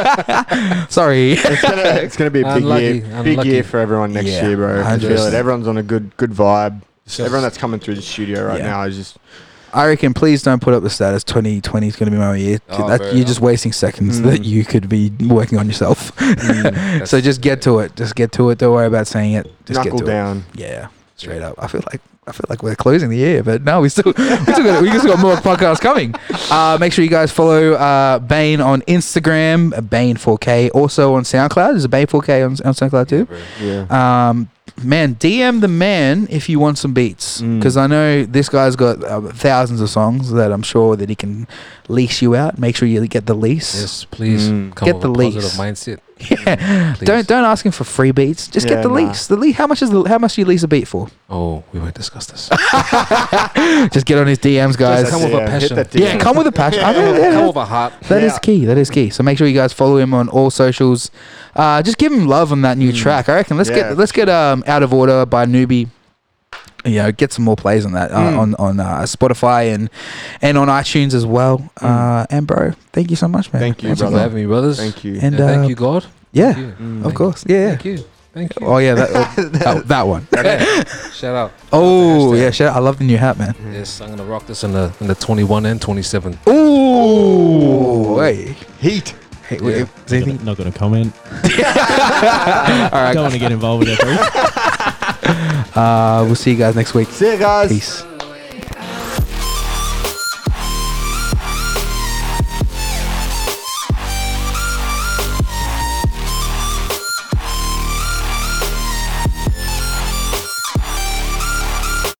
[SPEAKER 1] Sorry.
[SPEAKER 2] it's
[SPEAKER 1] *laughs*
[SPEAKER 2] gonna it's gonna be a big
[SPEAKER 3] Unlucky,
[SPEAKER 2] year, big
[SPEAKER 3] unlucky.
[SPEAKER 2] year for everyone next
[SPEAKER 1] Yeah,
[SPEAKER 2] year, bro. I feel
[SPEAKER 1] 100%.
[SPEAKER 2] it. Everyone's on a good good vibe.
[SPEAKER 3] Just-
[SPEAKER 2] Everyone that's coming through the studio right
[SPEAKER 1] Yeah.
[SPEAKER 2] now is just
[SPEAKER 1] I reckon please don't put up the status 2020 is going to be my year.
[SPEAKER 3] Oh,
[SPEAKER 1] that,
[SPEAKER 3] very
[SPEAKER 1] you're just wasting seconds
[SPEAKER 2] Mm.
[SPEAKER 1] that you could be working on yourself. *laughs*
[SPEAKER 3] that's-
[SPEAKER 1] so just get to it. Just get to it. Don't worry about saying it. Just
[SPEAKER 2] knuckle
[SPEAKER 1] get to
[SPEAKER 2] down.
[SPEAKER 1] it. Yeah. Straight up. I feel like I feel like we're closing the year, but no, we still *laughs* we still got we still got more *laughs* podcasts coming. Uh, make sure you guys follow uh, Bane on Instagram, Bane4K, also on SoundCloud. Is it Bane4K on, on SoundCloud too?
[SPEAKER 3] bro.
[SPEAKER 2] Yeah.
[SPEAKER 1] Um, man, DM the man if you want some beats,
[SPEAKER 2] Mm.
[SPEAKER 1] because I know this guy's got uh, thousands of songs that I'm sure that he can lease you out. Make sure you get the lease.
[SPEAKER 3] Yes, please
[SPEAKER 2] Mm.
[SPEAKER 3] come
[SPEAKER 1] Get
[SPEAKER 3] with
[SPEAKER 1] the
[SPEAKER 3] a
[SPEAKER 1] lease.
[SPEAKER 3] positive mindset.
[SPEAKER 1] *laughs* Yeah.
[SPEAKER 3] Please.
[SPEAKER 1] Don't don't ask him for free beats. Just get
[SPEAKER 2] Yeah,
[SPEAKER 1] the
[SPEAKER 2] nah.
[SPEAKER 1] lease. The le- how much is the, how much do you lease a beat for?
[SPEAKER 3] Oh, we won't discuss this.
[SPEAKER 1] Just get on his DMs, *laughs* guys.
[SPEAKER 3] Just come with a
[SPEAKER 2] Yeah, hit
[SPEAKER 3] passion.
[SPEAKER 2] that
[SPEAKER 1] yeah,
[SPEAKER 2] DM.
[SPEAKER 1] come
[SPEAKER 2] *laughs*
[SPEAKER 1] with a passion. I mean, yeah,
[SPEAKER 3] Come with a heart.
[SPEAKER 1] That is
[SPEAKER 2] Yeah.
[SPEAKER 1] key. That is key. So make sure you guys follow him on all socials. Uh, just give him love on that new track. I reckon. Let's
[SPEAKER 2] Hmm. Yeah.
[SPEAKER 1] get let's get um out of order by newbie. You know, get some more plays on that uh,
[SPEAKER 2] Hmm.
[SPEAKER 1] on on uh, Spotify and and on iTunes as well. Uh, and bro, thank you so much, man.
[SPEAKER 2] Hmm. Thank you,
[SPEAKER 1] Once
[SPEAKER 3] Thanks
[SPEAKER 2] brother.
[SPEAKER 3] for
[SPEAKER 1] again.
[SPEAKER 3] having me, brothers.
[SPEAKER 2] Thank you.
[SPEAKER 1] And
[SPEAKER 3] Yeah,
[SPEAKER 1] uh,
[SPEAKER 3] thank you, God.
[SPEAKER 1] Yeah,
[SPEAKER 3] Thank you.
[SPEAKER 2] Mm.
[SPEAKER 1] of
[SPEAKER 3] Thank
[SPEAKER 1] course. Yeah.
[SPEAKER 3] Thank you. Thank you.
[SPEAKER 1] Oh yeah,
[SPEAKER 3] *laughs*
[SPEAKER 1] that, that, that one.
[SPEAKER 3] Yeah.
[SPEAKER 1] *laughs*
[SPEAKER 3] Shout out.
[SPEAKER 1] Oh
[SPEAKER 3] Hashtag.
[SPEAKER 1] yeah, shit. I love the new hat, man.
[SPEAKER 3] Yes, I'm gonna rock this in the in the 21 and 27.
[SPEAKER 1] Ooh, hey,
[SPEAKER 2] Heat.
[SPEAKER 1] hey wait,
[SPEAKER 3] Yeah.
[SPEAKER 1] is anything?
[SPEAKER 4] Not going to comment. *laughs*
[SPEAKER 1] All right,
[SPEAKER 4] Don't want to get involved with it. bro.
[SPEAKER 1] uh, we'll see you guys next week.
[SPEAKER 2] See you guys.
[SPEAKER 1] Peace.